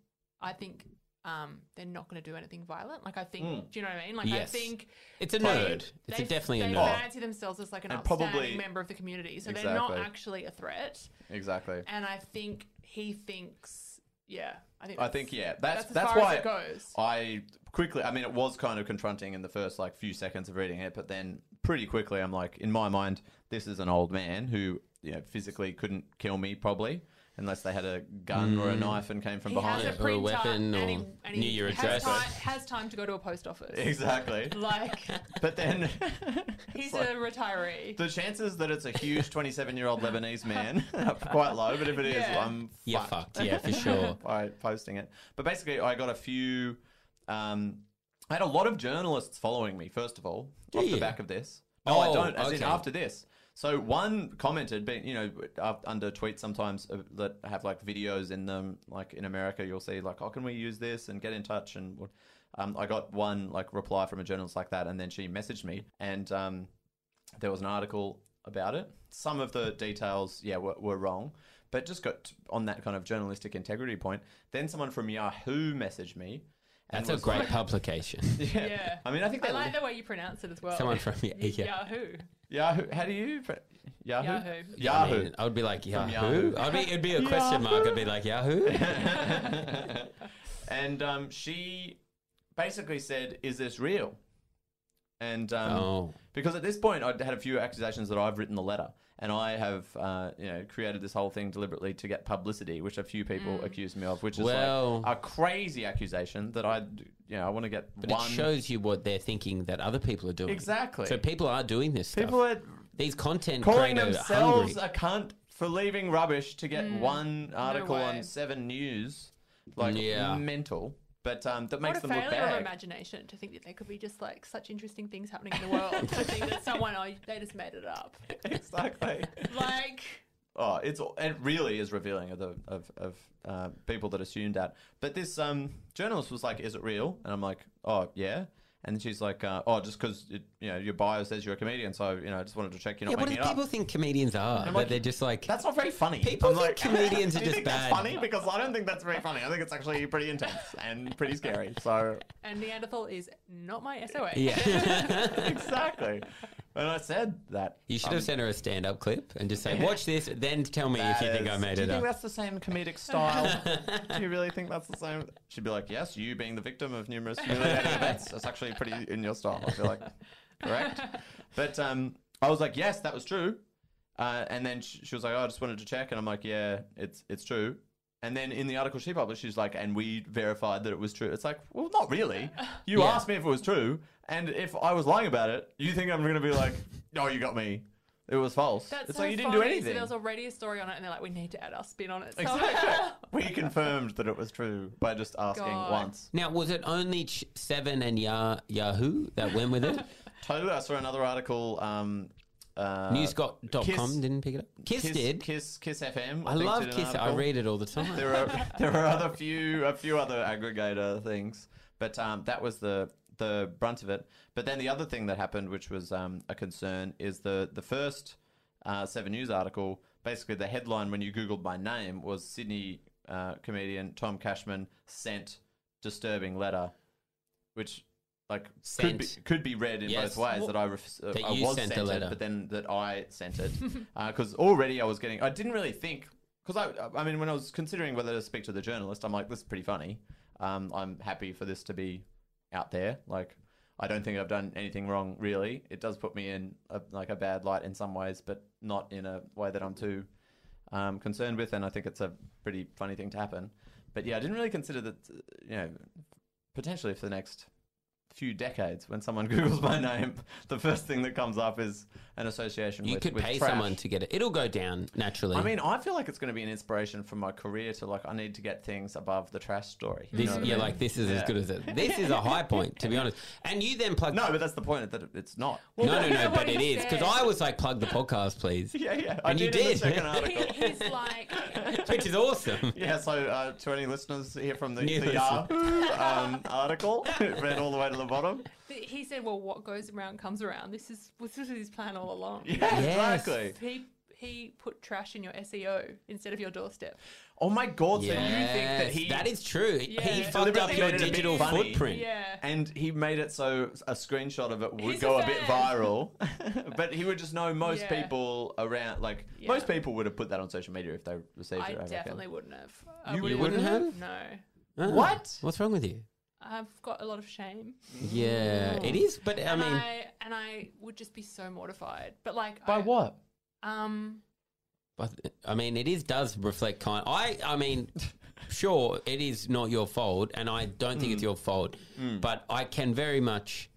[SPEAKER 8] I think um, they're not going to do anything violent. Like I think,
[SPEAKER 7] Mm.
[SPEAKER 8] do you know what I mean? Like
[SPEAKER 6] Yes.
[SPEAKER 8] I think
[SPEAKER 6] it's a
[SPEAKER 8] they-
[SPEAKER 6] nerd. It's
[SPEAKER 8] they-
[SPEAKER 6] a definitely a
[SPEAKER 8] they
[SPEAKER 6] nerd.
[SPEAKER 8] fancy themselves as like an
[SPEAKER 7] And
[SPEAKER 8] upstanding
[SPEAKER 7] probably-
[SPEAKER 8] member of the community, so they're not
[SPEAKER 7] Exactly.
[SPEAKER 8] actually a threat.
[SPEAKER 7] exactly.
[SPEAKER 8] And I think he thinks, yeah, I think.
[SPEAKER 7] I
[SPEAKER 8] that's-
[SPEAKER 7] think yeah, that's
[SPEAKER 8] as
[SPEAKER 7] that's,
[SPEAKER 8] far
[SPEAKER 7] why
[SPEAKER 8] as it goes.
[SPEAKER 7] I quickly. I mean, it was kind of confronting in the first like few seconds of reading it, but then pretty quickly, I'm like, in my mind, this is an old man who you know physically couldn't kill me probably unless they had a gun or a
[SPEAKER 6] Mm.
[SPEAKER 7] knife and came from
[SPEAKER 8] He
[SPEAKER 7] behind.
[SPEAKER 8] has a
[SPEAKER 6] Or a
[SPEAKER 8] printer
[SPEAKER 6] weapon
[SPEAKER 8] and he,
[SPEAKER 6] or
[SPEAKER 8] and
[SPEAKER 6] knew
[SPEAKER 8] he
[SPEAKER 6] your
[SPEAKER 8] has
[SPEAKER 6] address.
[SPEAKER 8] Time, has time to go to a post office.
[SPEAKER 7] exactly.
[SPEAKER 8] Like
[SPEAKER 7] But then
[SPEAKER 8] he's
[SPEAKER 7] like-
[SPEAKER 8] a retiree.
[SPEAKER 7] the chances that it's a huge 27 year old Lebanese man are quite low. But if it is,
[SPEAKER 8] Yeah.
[SPEAKER 7] I'm
[SPEAKER 6] You're
[SPEAKER 7] fucked.
[SPEAKER 6] fucked. Yeah, for sure.
[SPEAKER 7] by posting it. But basically, I got a few. Um, I had a lot of journalists following me. First of all, off
[SPEAKER 6] you?
[SPEAKER 7] the back of this. No, I
[SPEAKER 6] Oh,
[SPEAKER 7] don't. As in
[SPEAKER 6] okay.
[SPEAKER 7] after this. So one commented, being you know, up- under tweets sometimes uh, that have like videos in them. Like in America, you'll see like, "How can we use this?" and get in touch. And um, I got one like reply from a journalist like that, and then she messaged me, and um, there was an article about it. Some of the details, yeah, were, were wrong, but just got on that kind of journalistic integrity point. Then someone from Yahoo messaged me. and
[SPEAKER 6] That's a
[SPEAKER 7] was
[SPEAKER 6] great
[SPEAKER 7] like-
[SPEAKER 6] publication.
[SPEAKER 7] yeah.
[SPEAKER 8] Yeah.
[SPEAKER 7] I mean, I think
[SPEAKER 8] I
[SPEAKER 7] that
[SPEAKER 8] like the way you pronounce it as well.
[SPEAKER 6] Someone from yeah, yeah.
[SPEAKER 8] Yahoo.
[SPEAKER 7] Yahoo. How do you? Yahoo?
[SPEAKER 8] Yahoo.
[SPEAKER 7] Yahoo.
[SPEAKER 6] I, mean, I would be like Yahoo.
[SPEAKER 7] Yahoo.
[SPEAKER 6] I'd be, it'd be a question mark. I'd be like Yahoo.
[SPEAKER 7] and um, she basically said, "Is this real?" And um,
[SPEAKER 6] Oh.
[SPEAKER 7] because at this point, I'd had a few accusations that I've written the letter, and I have, uh, you know, created this whole thing deliberately to get publicity, which a few
[SPEAKER 8] Mm.
[SPEAKER 7] people accused me of, which is
[SPEAKER 6] Well-
[SPEAKER 7] like a crazy accusation that I, you know, I want to get
[SPEAKER 6] But
[SPEAKER 7] one.
[SPEAKER 6] it shows you what they're thinking that other people are doing.
[SPEAKER 7] Exactly.
[SPEAKER 6] So people are doing this stuff.
[SPEAKER 7] People are
[SPEAKER 6] These content
[SPEAKER 7] calling
[SPEAKER 6] creators are
[SPEAKER 7] themselves
[SPEAKER 6] hungry.
[SPEAKER 7] a cunt for leaving rubbish to get one article
[SPEAKER 8] Mm. way.
[SPEAKER 7] on Seven News, like
[SPEAKER 6] Yeah.
[SPEAKER 7] mental. But um, that
[SPEAKER 8] What
[SPEAKER 7] makes
[SPEAKER 8] a
[SPEAKER 7] them look
[SPEAKER 8] failure of
[SPEAKER 7] bad.
[SPEAKER 8] imagination to think that there could be just like such interesting things happening in the world. to think that someone, oh, they just made it up.
[SPEAKER 7] exactly.
[SPEAKER 8] Like,
[SPEAKER 7] Oh, it's it really is revealing of the of of uh, people that assume that. But this um, journalist was like, "Is it real?" And I'm like, "Oh yeah." And she's like, uh, "Oh, just because you know your bio says you're a comedian, so you know I just wanted to check you're
[SPEAKER 6] yeah,
[SPEAKER 7] not
[SPEAKER 6] what do
[SPEAKER 7] making it
[SPEAKER 6] people
[SPEAKER 7] up."
[SPEAKER 6] think comedians are? That
[SPEAKER 7] like,
[SPEAKER 6] they're just like
[SPEAKER 7] That's not very funny.
[SPEAKER 6] People think comedians are
[SPEAKER 7] "Do you
[SPEAKER 6] just
[SPEAKER 7] think
[SPEAKER 6] bad."
[SPEAKER 7] That's funny because I don't think that's very funny. I think it's actually pretty intense and pretty scary. So
[SPEAKER 8] and Neanderthal is not my SOA.
[SPEAKER 6] yeah.
[SPEAKER 7] exactly. And I said that
[SPEAKER 6] you should have sent her a stand-up clip and just say, "Watch this, then tell me if you think I
[SPEAKER 7] Yes.
[SPEAKER 6] made
[SPEAKER 7] Do you
[SPEAKER 6] it
[SPEAKER 7] think
[SPEAKER 6] up."
[SPEAKER 7] that's the same comedic style? Do you really think that's the same? She'd be like, "Yes, you being the victim of numerous humiliating events. That's actually pretty in your style." I'd be like, "Correct." But um, I was like, "Yes, that was true." Uh, and then she, she was like, "Oh, I just wanted to check," and I'm like, "Yeah, it's it's true." And then in the article she published, she's like, "And we verified that it was true." It's like, well, not really. You
[SPEAKER 6] Yeah.
[SPEAKER 7] asked me if it was true, and if I was lying about it, you think I'm going to be like, "No, you got me." It was false.
[SPEAKER 8] That's
[SPEAKER 7] it's
[SPEAKER 8] so
[SPEAKER 7] like you didn't do
[SPEAKER 8] funny.
[SPEAKER 7] anything.
[SPEAKER 8] So there was already a story on it, and they're like, we need to add our spin on it. So
[SPEAKER 7] Exactly. we confirmed that it was true by just asking
[SPEAKER 8] God.
[SPEAKER 7] once.
[SPEAKER 6] Now, was it only Ch- Seven and Yah- Yahoo that went with it?
[SPEAKER 7] Totally. I saw another article. Um, uh, Kiss-
[SPEAKER 6] Newscot.com didn't pick it up. Kiss,
[SPEAKER 7] Kiss,
[SPEAKER 6] did.
[SPEAKER 7] Kiss Kiss FM.
[SPEAKER 6] I
[SPEAKER 7] think,
[SPEAKER 6] love
[SPEAKER 7] did an
[SPEAKER 6] Kiss. I
[SPEAKER 7] article.
[SPEAKER 6] read it all the time.
[SPEAKER 7] There are there are other few a few other aggregator things, but um, that was the the brunt of it. But then the other thing that happened, which was um, a concern, is the the first uh, Seven News article. Basically, the headline when you googled my name was Sydney uh, comedian Tom Cashman sent disturbing letter, which like could be,
[SPEAKER 6] Sent.
[SPEAKER 7] could be read in
[SPEAKER 6] Yes.
[SPEAKER 7] both ways
[SPEAKER 6] Wha-
[SPEAKER 7] that I ref- uh,
[SPEAKER 6] That
[SPEAKER 7] I
[SPEAKER 6] you
[SPEAKER 7] was
[SPEAKER 6] sent
[SPEAKER 7] sent,
[SPEAKER 6] the
[SPEAKER 7] it,
[SPEAKER 6] letter.
[SPEAKER 7] but then that I sent it because already I was getting. I didn't really think because I. I mean, when I was considering whether to speak to the journalist, I'm like, this is pretty funny. Um, I'm happy for this to be out there. Like, I don't think I've done anything wrong really. It does put me in a, like a bad light in some ways, but not in a way that I'm too um, concerned with. And I think it's a pretty funny thing to happen. But yeah, I didn't really consider that. uh, You know, potentially for the next few decades when someone googles my name the first thing that comes up is an association
[SPEAKER 6] you
[SPEAKER 7] with,
[SPEAKER 6] could
[SPEAKER 7] with
[SPEAKER 6] pay
[SPEAKER 7] trash.
[SPEAKER 6] someone to get it. It'll go down naturally.
[SPEAKER 7] i mean i feel like it's going to be an inspiration for my career to like i need to get things above the trash story You
[SPEAKER 6] This,
[SPEAKER 7] know what I
[SPEAKER 6] yeah,
[SPEAKER 7] mean?
[SPEAKER 6] like this is as good as it. This is a high point, to be honest. And you then plug.
[SPEAKER 7] no but that's the point that it's not
[SPEAKER 6] no, no,
[SPEAKER 8] that's
[SPEAKER 6] no,
[SPEAKER 8] what
[SPEAKER 6] but
[SPEAKER 8] he
[SPEAKER 6] it is because
[SPEAKER 8] said.
[SPEAKER 6] I was like, plug the podcast, please,
[SPEAKER 7] yeah yeah i
[SPEAKER 6] And you
[SPEAKER 7] did, in
[SPEAKER 6] did.
[SPEAKER 7] the second article
[SPEAKER 8] he, he's like,
[SPEAKER 6] which is awesome.
[SPEAKER 7] Yeah, so uh, to any listeners here from the,
[SPEAKER 6] New
[SPEAKER 7] the Yahoo um, article, it read all the way to the bottom.
[SPEAKER 8] he said, well, what goes around comes around. This is this was his plan all along.
[SPEAKER 7] Yeah,
[SPEAKER 6] Yes.
[SPEAKER 7] exactly.
[SPEAKER 8] He he put trash in your SEO instead of your doorstep.
[SPEAKER 7] Oh my god! So you think that
[SPEAKER 6] Yes,
[SPEAKER 7] he
[SPEAKER 6] that is true. He
[SPEAKER 8] Yeah.
[SPEAKER 6] fucked up
[SPEAKER 7] Deliberately
[SPEAKER 6] your
[SPEAKER 7] made it a bit
[SPEAKER 6] digital
[SPEAKER 7] funny.
[SPEAKER 6] footprint.
[SPEAKER 8] Yeah.
[SPEAKER 7] And he made it so a screenshot of it would
[SPEAKER 8] He's
[SPEAKER 7] go
[SPEAKER 8] a
[SPEAKER 7] a bit
[SPEAKER 8] fan.
[SPEAKER 7] viral, but he would just know most
[SPEAKER 8] Yeah.
[SPEAKER 7] people around. Like
[SPEAKER 8] Yeah.
[SPEAKER 7] most people would have put that on social media if they received
[SPEAKER 8] I
[SPEAKER 7] it. reckon.
[SPEAKER 8] definitely wouldn't have. I
[SPEAKER 7] You
[SPEAKER 8] would've-
[SPEAKER 7] wouldn't
[SPEAKER 6] have?
[SPEAKER 8] No.
[SPEAKER 6] Oh,
[SPEAKER 7] What?
[SPEAKER 6] What's wrong with you?
[SPEAKER 8] I've got a lot of shame.
[SPEAKER 6] Yeah, it is. But I
[SPEAKER 8] and
[SPEAKER 6] mean,
[SPEAKER 8] I and I would just be so mortified. But like
[SPEAKER 7] By
[SPEAKER 8] I,
[SPEAKER 7] what?
[SPEAKER 8] Um
[SPEAKER 6] But I mean, it is does reflect kind. I I mean, sure, it is not your fault, and I don't
[SPEAKER 7] Mm.
[SPEAKER 6] think it's your fault. But I can very much.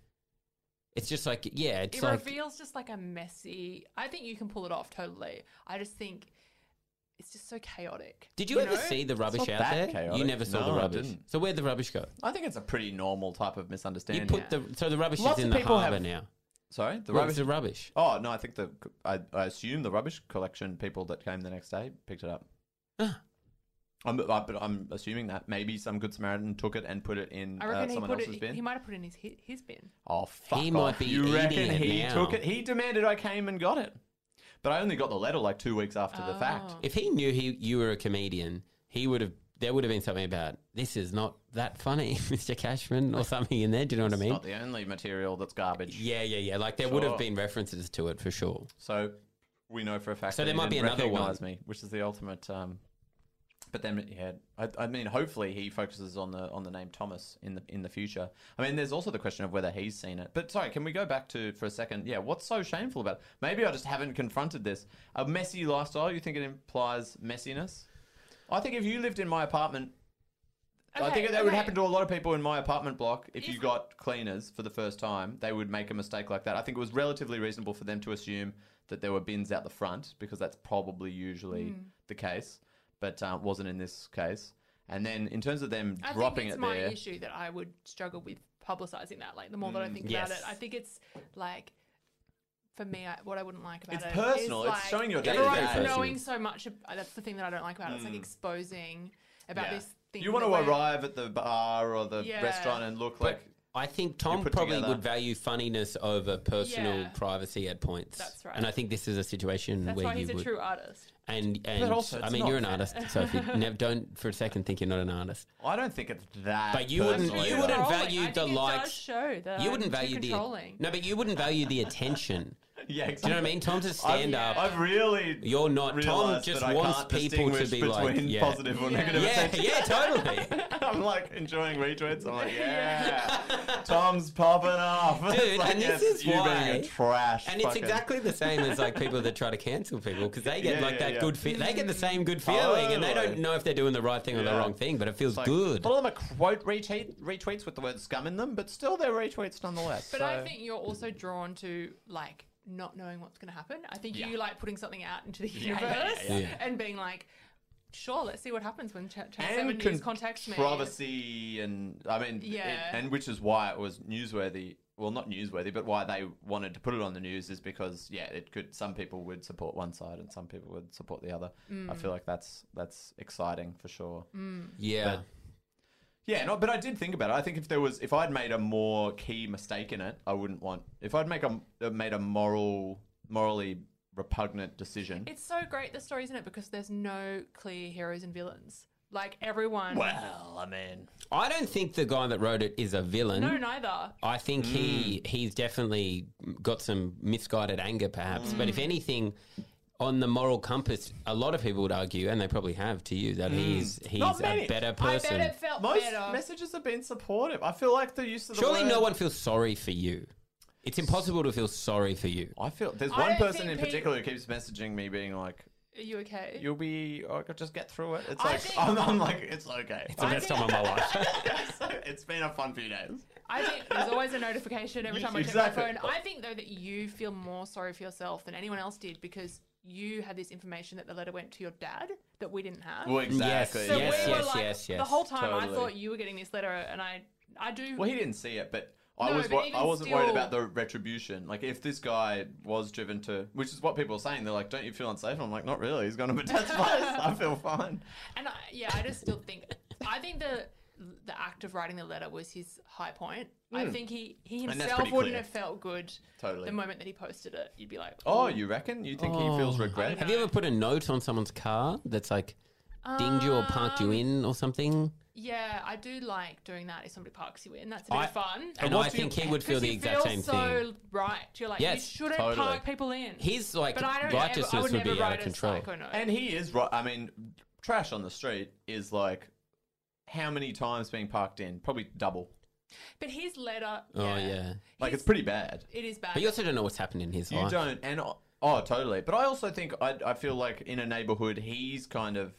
[SPEAKER 6] It's just like yeah, it's
[SPEAKER 8] it
[SPEAKER 6] like
[SPEAKER 8] reveals just like a messy I think you can pull it off totally. I just think it's just so chaotic.
[SPEAKER 6] Did you, ever
[SPEAKER 8] know?
[SPEAKER 6] see the rubbish
[SPEAKER 7] not
[SPEAKER 6] out
[SPEAKER 7] that
[SPEAKER 6] there? You
[SPEAKER 7] chaotic.
[SPEAKER 6] never saw
[SPEAKER 7] No,
[SPEAKER 6] the
[SPEAKER 7] I
[SPEAKER 6] rubbish.
[SPEAKER 7] didn't.
[SPEAKER 6] So where'd the rubbish go?
[SPEAKER 7] I think it's a pretty normal type of
[SPEAKER 6] You
[SPEAKER 7] misunderstanding.
[SPEAKER 6] put the so the rubbish
[SPEAKER 7] Lots
[SPEAKER 6] is in
[SPEAKER 7] of
[SPEAKER 6] the
[SPEAKER 7] people
[SPEAKER 6] harbour
[SPEAKER 7] have-
[SPEAKER 6] now.
[SPEAKER 7] Sorry, the
[SPEAKER 6] Where's
[SPEAKER 7] rubbish.
[SPEAKER 6] the rubbish?
[SPEAKER 7] Oh no, I think the I, I assume the rubbish collection people that came the next day picked it up.
[SPEAKER 6] Ah.
[SPEAKER 7] I'm, I, but I'm assuming that maybe some good Samaritan took it and put it in
[SPEAKER 8] I
[SPEAKER 7] uh,
[SPEAKER 8] reckon he
[SPEAKER 7] someone
[SPEAKER 8] put
[SPEAKER 7] else's
[SPEAKER 8] it
[SPEAKER 7] bin.
[SPEAKER 8] he might have put it in his hi- his bin.
[SPEAKER 7] Oh fuck!
[SPEAKER 6] He might
[SPEAKER 7] off.
[SPEAKER 6] be
[SPEAKER 7] You
[SPEAKER 6] eating
[SPEAKER 7] reckon
[SPEAKER 6] it
[SPEAKER 7] he
[SPEAKER 6] now.
[SPEAKER 7] took it? He demanded I came and got it, but I only got the letter like two weeks after the fact.
[SPEAKER 6] If he knew he you were a comedian, he would have. There would have been something about this is not that funny, Mr. Cashman, or something in there. Do you know what I
[SPEAKER 7] It's
[SPEAKER 6] mean?
[SPEAKER 7] not the only material that's garbage.
[SPEAKER 6] Yeah, yeah, yeah. Like there would have
[SPEAKER 7] Sure.
[SPEAKER 6] been references to it for sure.
[SPEAKER 7] So we know for a fact.
[SPEAKER 6] So
[SPEAKER 7] that
[SPEAKER 6] there
[SPEAKER 7] he
[SPEAKER 6] might be
[SPEAKER 7] didn't
[SPEAKER 6] another one.
[SPEAKER 7] recognise me, which is the ultimate. Um, but then, yeah, I, I mean, hopefully he focuses on the on the name Thomas in the in the future. I mean, there's also the question of whether he's seen it. But sorry, can we go back to for a second? Yeah, what's so shameful about? It? Maybe I just haven't confronted this. A messy lifestyle. You think it implies messiness? I think if you lived in my apartment. I think
[SPEAKER 8] Okay,
[SPEAKER 7] that would
[SPEAKER 8] okay.
[SPEAKER 7] happen to a lot of people in my apartment block. If you
[SPEAKER 8] If-
[SPEAKER 7] got cleaners for the first time, they would make a mistake like that. I think it was relatively reasonable for them to assume that there were bins out the front because that's probably usually
[SPEAKER 8] Hmm.
[SPEAKER 7] the case, but uh, wasn't in this case. And then in terms of them
[SPEAKER 8] I
[SPEAKER 7] dropping
[SPEAKER 8] think it's
[SPEAKER 7] it
[SPEAKER 8] my
[SPEAKER 7] there,
[SPEAKER 8] issue that I would struggle with publicizing that. Like the more
[SPEAKER 7] Mm,
[SPEAKER 8] that I think about
[SPEAKER 6] Yes.
[SPEAKER 8] it, I think it's like for me, I, what I wouldn't like about
[SPEAKER 7] It's
[SPEAKER 8] it is,
[SPEAKER 7] personal. It's
[SPEAKER 8] like,
[SPEAKER 7] showing your
[SPEAKER 8] everyone's
[SPEAKER 7] day-to-day. Very
[SPEAKER 8] knowing so much. ab- uh, That's the thing that I don't like about it. It's like exposing about
[SPEAKER 7] Yeah.
[SPEAKER 8] this thing.
[SPEAKER 7] you want
[SPEAKER 8] that
[SPEAKER 7] to
[SPEAKER 8] we're-
[SPEAKER 7] arrive at the bar or the
[SPEAKER 8] Yeah.
[SPEAKER 7] restaurant and look like
[SPEAKER 6] I think Tom
[SPEAKER 7] put
[SPEAKER 6] probably
[SPEAKER 7] together-
[SPEAKER 6] would value funniness over personal
[SPEAKER 8] Yeah.
[SPEAKER 6] privacy at points.
[SPEAKER 8] That's right.
[SPEAKER 6] And I think this is a situation
[SPEAKER 8] That's
[SPEAKER 6] where
[SPEAKER 8] why
[SPEAKER 6] you
[SPEAKER 8] he's a
[SPEAKER 6] would.
[SPEAKER 8] true artist.
[SPEAKER 6] And and
[SPEAKER 7] also
[SPEAKER 6] I
[SPEAKER 7] it's
[SPEAKER 6] mean,
[SPEAKER 7] not
[SPEAKER 6] you're an artist, Sophie. Never, don't for a second think you're not an artist.
[SPEAKER 7] I don't think it's that.
[SPEAKER 6] But you wouldn't-
[SPEAKER 7] personal
[SPEAKER 6] you
[SPEAKER 7] either.
[SPEAKER 6] wouldn't-
[SPEAKER 8] Controlling.
[SPEAKER 6] value
[SPEAKER 8] I
[SPEAKER 6] the
[SPEAKER 8] think it does
[SPEAKER 6] likes-
[SPEAKER 8] show that
[SPEAKER 6] You
[SPEAKER 8] I'm
[SPEAKER 6] wouldn't
[SPEAKER 8] too
[SPEAKER 6] value the
[SPEAKER 8] controlling.
[SPEAKER 6] no, but you wouldn't value the attention. Do
[SPEAKER 7] Yeah,
[SPEAKER 6] you know what I mean? Tom's a
[SPEAKER 7] I've-
[SPEAKER 6] stand up.
[SPEAKER 7] I've really.
[SPEAKER 6] You're not- Tom
[SPEAKER 7] realised
[SPEAKER 6] just
[SPEAKER 7] that I
[SPEAKER 6] wants
[SPEAKER 7] can't
[SPEAKER 6] people to
[SPEAKER 7] distinguish
[SPEAKER 6] be like,
[SPEAKER 7] between
[SPEAKER 6] yeah.
[SPEAKER 7] positive or
[SPEAKER 8] Yeah.
[SPEAKER 7] negative
[SPEAKER 6] Yeah,
[SPEAKER 7] attention.
[SPEAKER 6] yeah, totally.
[SPEAKER 7] I'm like enjoying retweets. I'm like, yeah, Tom's popping off. It's
[SPEAKER 6] Dude,
[SPEAKER 7] like,
[SPEAKER 6] and this
[SPEAKER 7] yes,
[SPEAKER 6] is
[SPEAKER 7] you
[SPEAKER 6] why-
[SPEAKER 7] being a trash.
[SPEAKER 6] And it's
[SPEAKER 7] fucking-
[SPEAKER 6] exactly the same as like people that try to cancel people because they get
[SPEAKER 7] Yeah,
[SPEAKER 6] like
[SPEAKER 7] yeah,
[SPEAKER 6] that
[SPEAKER 7] yeah.
[SPEAKER 6] good feel. They get the same good feeling, and they don't
[SPEAKER 7] Totally.
[SPEAKER 6] know if they're doing the right thing or the
[SPEAKER 7] Yeah.
[SPEAKER 6] wrong thing, but it feels
[SPEAKER 7] It's like,
[SPEAKER 6] good.
[SPEAKER 7] A lot of them are quote retweet, retweets with the word scum in them, but still they're retweets nonetheless.
[SPEAKER 8] But
[SPEAKER 7] so.
[SPEAKER 8] I think you're also drawn to like not knowing what's going to happen. I think you like putting something out into the universe and being like, sure, let's see what happens when Ch- Channel Seven News contacts me.
[SPEAKER 7] controversy and I mean, it-
[SPEAKER 8] Yeah.
[SPEAKER 7] and which is why it was newsworthy. Well, not newsworthy, but why they wanted to put it on the news is because yeah, it could. Some people would support one side and some people would support the other.
[SPEAKER 8] Mm.
[SPEAKER 7] I feel like that's that's exciting for sure.
[SPEAKER 6] yeah.
[SPEAKER 7] Yeah, no, but I did think about it. I think if there was, if I'd made a more key mistake in it, I wouldn't want. If I'd make a uh, made a moral, morally repugnant decision.
[SPEAKER 8] It's so great the story, isn't it? Because there's no clear heroes and villains. Like everyone.
[SPEAKER 7] well, I mean,
[SPEAKER 6] I don't think the guy that wrote it is a villain.
[SPEAKER 8] no, neither.
[SPEAKER 6] I think
[SPEAKER 8] Hmm.
[SPEAKER 6] he he's definitely got some misguided anger, perhaps. But
[SPEAKER 8] Hmm.
[SPEAKER 6] if anything, on the moral compass, a lot of people would argue, and they probably have to you, that he's he's
[SPEAKER 7] Not
[SPEAKER 6] a
[SPEAKER 7] many.
[SPEAKER 6] better
[SPEAKER 8] Hmm. I
[SPEAKER 6] person.
[SPEAKER 8] bet it felt
[SPEAKER 7] most
[SPEAKER 8] better.
[SPEAKER 7] messages have been supportive. I feel like the use of the
[SPEAKER 6] Surely
[SPEAKER 7] word-
[SPEAKER 6] no one feels sorry for you. It's impossible to feel sorry for you.
[SPEAKER 7] I feel there's
[SPEAKER 8] I
[SPEAKER 7] one
[SPEAKER 8] don't
[SPEAKER 7] person
[SPEAKER 8] think
[SPEAKER 7] in
[SPEAKER 8] pe-
[SPEAKER 7] particular who keeps messaging me, being like,
[SPEAKER 8] Are you okay?
[SPEAKER 7] "You'll be, oh, just get through it." It's
[SPEAKER 8] I
[SPEAKER 7] like
[SPEAKER 8] think-
[SPEAKER 7] I'm, I'm like, it's okay.
[SPEAKER 6] It's the best time of my life.
[SPEAKER 7] it's been a fun few days.
[SPEAKER 8] I think there's always a notification every
[SPEAKER 7] Yes,
[SPEAKER 8] time I check
[SPEAKER 7] exactly.
[SPEAKER 8] my phone. I think though that you feel more sorry for yourself than anyone else did because you had this information that the letter went to your dad that we didn't have.
[SPEAKER 7] Well, exactly.
[SPEAKER 8] so
[SPEAKER 6] Yes,
[SPEAKER 8] we were
[SPEAKER 6] yes,
[SPEAKER 8] like
[SPEAKER 6] yes, yes.
[SPEAKER 8] the whole time I
[SPEAKER 7] Totally.
[SPEAKER 8] thought you were getting this letter and I I do
[SPEAKER 7] Well, he didn't see it, but I
[SPEAKER 8] No,
[SPEAKER 7] was
[SPEAKER 8] but
[SPEAKER 7] wor-
[SPEAKER 8] even
[SPEAKER 7] I wasn't worried
[SPEAKER 8] still-
[SPEAKER 7] about the retribution. Like if this guy was driven to, which is what people are saying, they're like, "Don't you feel unsafe?" I'm like, "Not really." He's gone to my dad's place. I feel fine.
[SPEAKER 8] and I, yeah, I just still think I think the the act of writing the letter was his high point. I think he he
[SPEAKER 7] Hmm. that's
[SPEAKER 8] himself
[SPEAKER 7] pretty
[SPEAKER 8] wouldn't
[SPEAKER 7] clear.
[SPEAKER 8] have felt good
[SPEAKER 7] Totally.
[SPEAKER 8] the moment that he posted it. You'd be like,
[SPEAKER 7] Oh, you reckon? You think
[SPEAKER 6] Oh,
[SPEAKER 8] Oh,
[SPEAKER 7] he feels regret?
[SPEAKER 6] Have you ever put a note on someone's car that's like dinged you or parked
[SPEAKER 8] Um,
[SPEAKER 6] you in or something?
[SPEAKER 8] yeah, I do like doing that if somebody parks you in. That's a bit
[SPEAKER 6] I-
[SPEAKER 8] of fun.
[SPEAKER 6] And I think he would feel
[SPEAKER 8] Because
[SPEAKER 6] the
[SPEAKER 8] you
[SPEAKER 6] exact
[SPEAKER 8] feel
[SPEAKER 6] same
[SPEAKER 8] so
[SPEAKER 6] thing.
[SPEAKER 8] right. You're like,
[SPEAKER 6] Yes,
[SPEAKER 8] you shouldn't
[SPEAKER 7] totally.
[SPEAKER 8] park people in.
[SPEAKER 6] His like
[SPEAKER 8] but I don't
[SPEAKER 6] righteousness
[SPEAKER 8] ever, I would,
[SPEAKER 6] would
[SPEAKER 8] never
[SPEAKER 6] be out
[SPEAKER 8] write
[SPEAKER 6] of
[SPEAKER 8] a
[SPEAKER 6] control.
[SPEAKER 8] Psycho note.
[SPEAKER 7] And he is right. I mean, trash on the street is like how many times being parked in? Probably double.
[SPEAKER 8] but his letter,
[SPEAKER 6] Oh,
[SPEAKER 8] yeah,
[SPEAKER 6] yeah.
[SPEAKER 7] Like
[SPEAKER 8] He's-
[SPEAKER 7] it's pretty bad.
[SPEAKER 8] it is bad.
[SPEAKER 6] But you also don't know what's happened in his
[SPEAKER 7] You
[SPEAKER 6] life.
[SPEAKER 7] don't, and oh, oh, totally. But I also think I, I feel like in a neighborhood, he's kind of.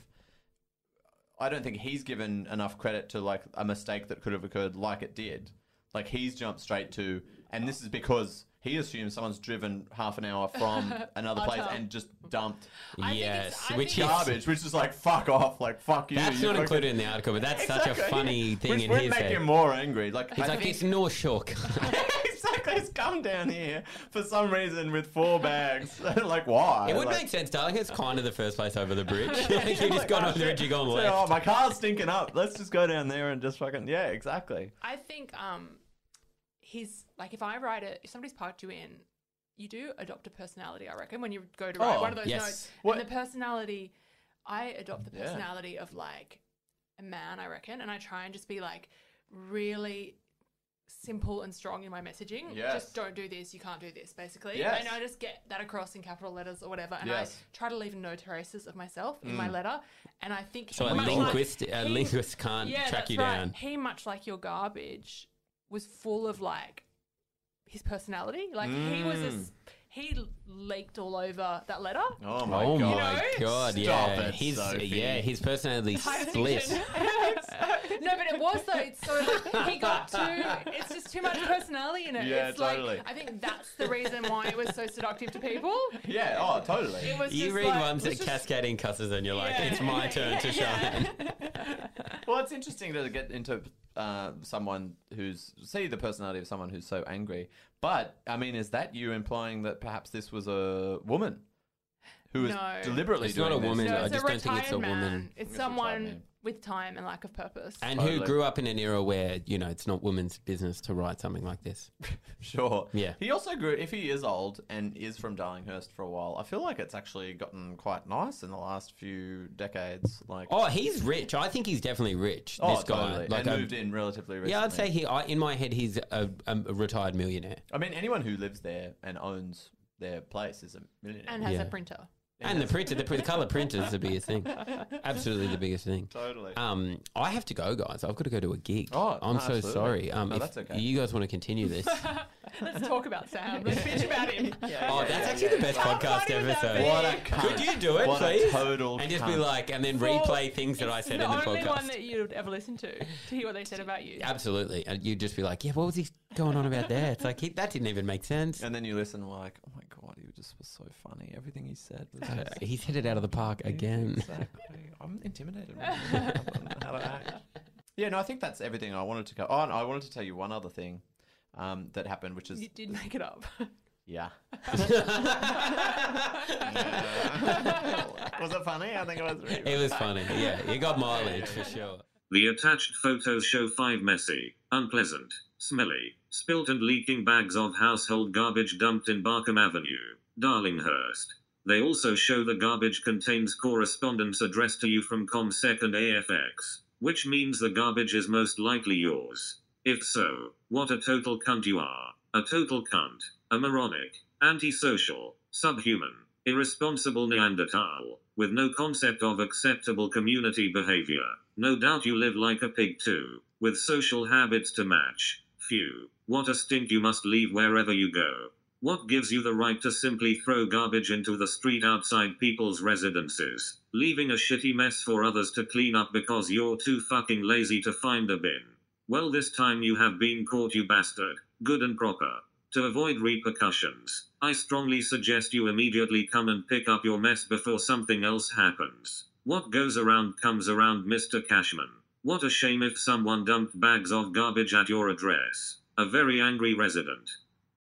[SPEAKER 7] I don't think he's given enough credit to like a mistake that could have occurred, like it did. Like he's jumped straight to, and this is because he assumes someone's driven half an hour from another place
[SPEAKER 8] Utter.
[SPEAKER 7] and just dumped
[SPEAKER 8] I think it's-
[SPEAKER 6] yes,
[SPEAKER 8] I
[SPEAKER 6] which
[SPEAKER 8] think it's-
[SPEAKER 6] is
[SPEAKER 7] garbage, which is like fuck off, like fuck you.
[SPEAKER 6] that's
[SPEAKER 7] you
[SPEAKER 6] not
[SPEAKER 7] fucking-
[SPEAKER 6] included in the article, but that's such a
[SPEAKER 7] Exactly.
[SPEAKER 6] funny thing
[SPEAKER 7] which
[SPEAKER 6] in
[SPEAKER 7] would
[SPEAKER 6] his
[SPEAKER 7] make
[SPEAKER 6] head.
[SPEAKER 7] him more angry. Like
[SPEAKER 6] He's like, it's North Shore.
[SPEAKER 7] exactly, he's come down here for some reason with four bags. like why?
[SPEAKER 6] It would
[SPEAKER 7] Like-
[SPEAKER 6] make sense, darling. It's kind of the first place over the bridge. like you just gone over the bridge, you gone
[SPEAKER 7] Say,
[SPEAKER 6] left.
[SPEAKER 7] oh, my car's stinking up. Let's just go down there and just fucking yeah, exactly.
[SPEAKER 8] I think um, he's like if I write it, if somebody's parked you in, you do adopt a personality. I reckon when you go to write
[SPEAKER 7] Oh,
[SPEAKER 8] one of those
[SPEAKER 6] yes.
[SPEAKER 8] notes,
[SPEAKER 7] What-
[SPEAKER 8] and the personality, I adopt the
[SPEAKER 7] Yeah.
[SPEAKER 8] personality of like a man. I reckon, and I try and just be like really simple and strong in my messaging.
[SPEAKER 7] Yes.
[SPEAKER 8] Just don't do this, you can't do this, basically.
[SPEAKER 7] Yes.
[SPEAKER 8] And I just get that across in capital letters or whatever. And
[SPEAKER 7] Yes.
[SPEAKER 8] I try to leave no traces of myself in my letter. And I think
[SPEAKER 6] So a
[SPEAKER 8] much like-
[SPEAKER 6] linguist, a
[SPEAKER 8] he-
[SPEAKER 6] linguist can't
[SPEAKER 8] yeah,
[SPEAKER 6] track
[SPEAKER 8] that's
[SPEAKER 6] you
[SPEAKER 8] right.
[SPEAKER 6] down.
[SPEAKER 8] He, much like your garbage, was full of like his personality. Like he was, a
[SPEAKER 6] Mm.
[SPEAKER 8] s he leaked all over that letter.
[SPEAKER 7] Oh my
[SPEAKER 6] Oh
[SPEAKER 7] god.
[SPEAKER 6] my
[SPEAKER 8] You know?
[SPEAKER 6] god!
[SPEAKER 7] Stop
[SPEAKER 6] yeah,
[SPEAKER 7] it,
[SPEAKER 6] his
[SPEAKER 7] Sophie.
[SPEAKER 6] yeah, his personality split.
[SPEAKER 8] no, but it was though. It's so like, he got too. It's just too much personality in it.
[SPEAKER 7] Yeah,
[SPEAKER 8] it's
[SPEAKER 7] totally.
[SPEAKER 8] like I think that's the reason why it was so seductive to people.
[SPEAKER 7] Yeah, oh, totally.
[SPEAKER 8] It was
[SPEAKER 6] You
[SPEAKER 8] just
[SPEAKER 6] read
[SPEAKER 8] like,
[SPEAKER 6] ones
[SPEAKER 8] it
[SPEAKER 6] that
[SPEAKER 8] was just-
[SPEAKER 6] cascading cusses, and you're like,
[SPEAKER 8] Yeah.
[SPEAKER 6] "It's my turn to shine."
[SPEAKER 7] Well, it's interesting to get into uh, someone who's see the personality of someone who's so angry. But I mean, is that you implying that perhaps this was a woman who was
[SPEAKER 8] No.
[SPEAKER 7] deliberately
[SPEAKER 6] It's
[SPEAKER 7] doing
[SPEAKER 6] not a
[SPEAKER 7] this?
[SPEAKER 6] woman.
[SPEAKER 8] No,
[SPEAKER 6] I
[SPEAKER 8] it's a
[SPEAKER 6] just don't think it's a
[SPEAKER 8] retired
[SPEAKER 6] woman.
[SPEAKER 8] man. It's
[SPEAKER 7] It's a retired
[SPEAKER 8] someone
[SPEAKER 7] man.
[SPEAKER 8] with time and lack of purpose.
[SPEAKER 6] And who
[SPEAKER 7] Totally.
[SPEAKER 6] grew up in an era where you know it's not women's business to write something like this.
[SPEAKER 7] Sure.
[SPEAKER 6] Yeah.
[SPEAKER 7] He also grew. If he is old and is from Darlinghurst for a while, I feel like it's actually gotten quite nice in the last few decades. Like,
[SPEAKER 6] Oh, he's rich. I think he's definitely rich.
[SPEAKER 7] Oh,
[SPEAKER 6] this guy,
[SPEAKER 7] totally.
[SPEAKER 6] like, um,
[SPEAKER 7] and
[SPEAKER 6] I-
[SPEAKER 7] moved in relatively recently.
[SPEAKER 6] yeah, I'd say he. I, in my head, he's a, a retired millionaire
[SPEAKER 7] I mean, anyone who lives there and owns their place is a millionaire.
[SPEAKER 8] and has
[SPEAKER 6] Yeah.
[SPEAKER 8] a printer.
[SPEAKER 6] and the printer, the, print- color printer is the biggest thing. Absolutely, the biggest thing.
[SPEAKER 7] totally.
[SPEAKER 6] Um, I have to go, guys. I've got to go to a gig.
[SPEAKER 7] Oh,
[SPEAKER 6] I'm
[SPEAKER 7] no,
[SPEAKER 6] so
[SPEAKER 7] absolutely.
[SPEAKER 6] sorry. Um,
[SPEAKER 7] No,
[SPEAKER 6] if
[SPEAKER 7] that's okay.
[SPEAKER 6] You guys want to continue this? oh,
[SPEAKER 8] Let's talk about Sam. Let's bitch about him.
[SPEAKER 6] that's actually the best
[SPEAKER 8] How
[SPEAKER 6] podcast
[SPEAKER 8] funny would that
[SPEAKER 6] episode.
[SPEAKER 8] be?
[SPEAKER 7] What a cunt.
[SPEAKER 6] Could you do it,
[SPEAKER 7] What a
[SPEAKER 6] please?
[SPEAKER 7] total
[SPEAKER 6] and just be
[SPEAKER 7] cunt.
[SPEAKER 6] like, and then
[SPEAKER 8] Well,
[SPEAKER 6] replay things that I said in the
[SPEAKER 8] It's the only
[SPEAKER 6] podcast.
[SPEAKER 8] one that you'd ever listen to to hear what they said about you.
[SPEAKER 6] Absolutely. And you'd just be like, yeah, what was he going on about there? It's like, he, that didn't even make sense.
[SPEAKER 7] And then you listen, we're like, oh my god, he just was so funny. Everything he said was
[SPEAKER 6] Uh,
[SPEAKER 7] just
[SPEAKER 6] he's headed out of the park again.
[SPEAKER 7] exactly. I'm intimidated. Right now. I don't know how to act. Yeah, no, I think that's everything I wanted to go. Oh, and I wanted to tell you one other thing um, that happened, which is
[SPEAKER 8] You did make it up.
[SPEAKER 7] yeah. was it funny? I think it was. Really
[SPEAKER 6] It was funny. Yeah, you got mileage for sure.
[SPEAKER 1] The attached photos show five messy, unpleasant, smelly, spilt and leaking bags of household garbage dumped in Barkham Avenue, Darlinghurst. They also show the garbage contains correspondence addressed to you from ComSec and AFX, which means the garbage is most likely yours. If so, what a total cunt you are. A total cunt, a moronic, antisocial, subhuman, irresponsible Neanderthal, with no concept of acceptable community behavior. No doubt you live like a pig too, with social habits to match. Phew, what a stink you must leave wherever you go. What gives you the right to simply throw garbage into the street outside people's residences, leaving a shitty mess for others to clean up because you're too fucking lazy to find a bin? Well, this time you have been caught, you bastard. Good and proper. To avoid repercussions, I strongly suggest you immediately come and pick up your mess before something else happens. What goes around comes around, Mr. Cashman. What a shame if someone dumped bags of garbage at your address. A very angry resident.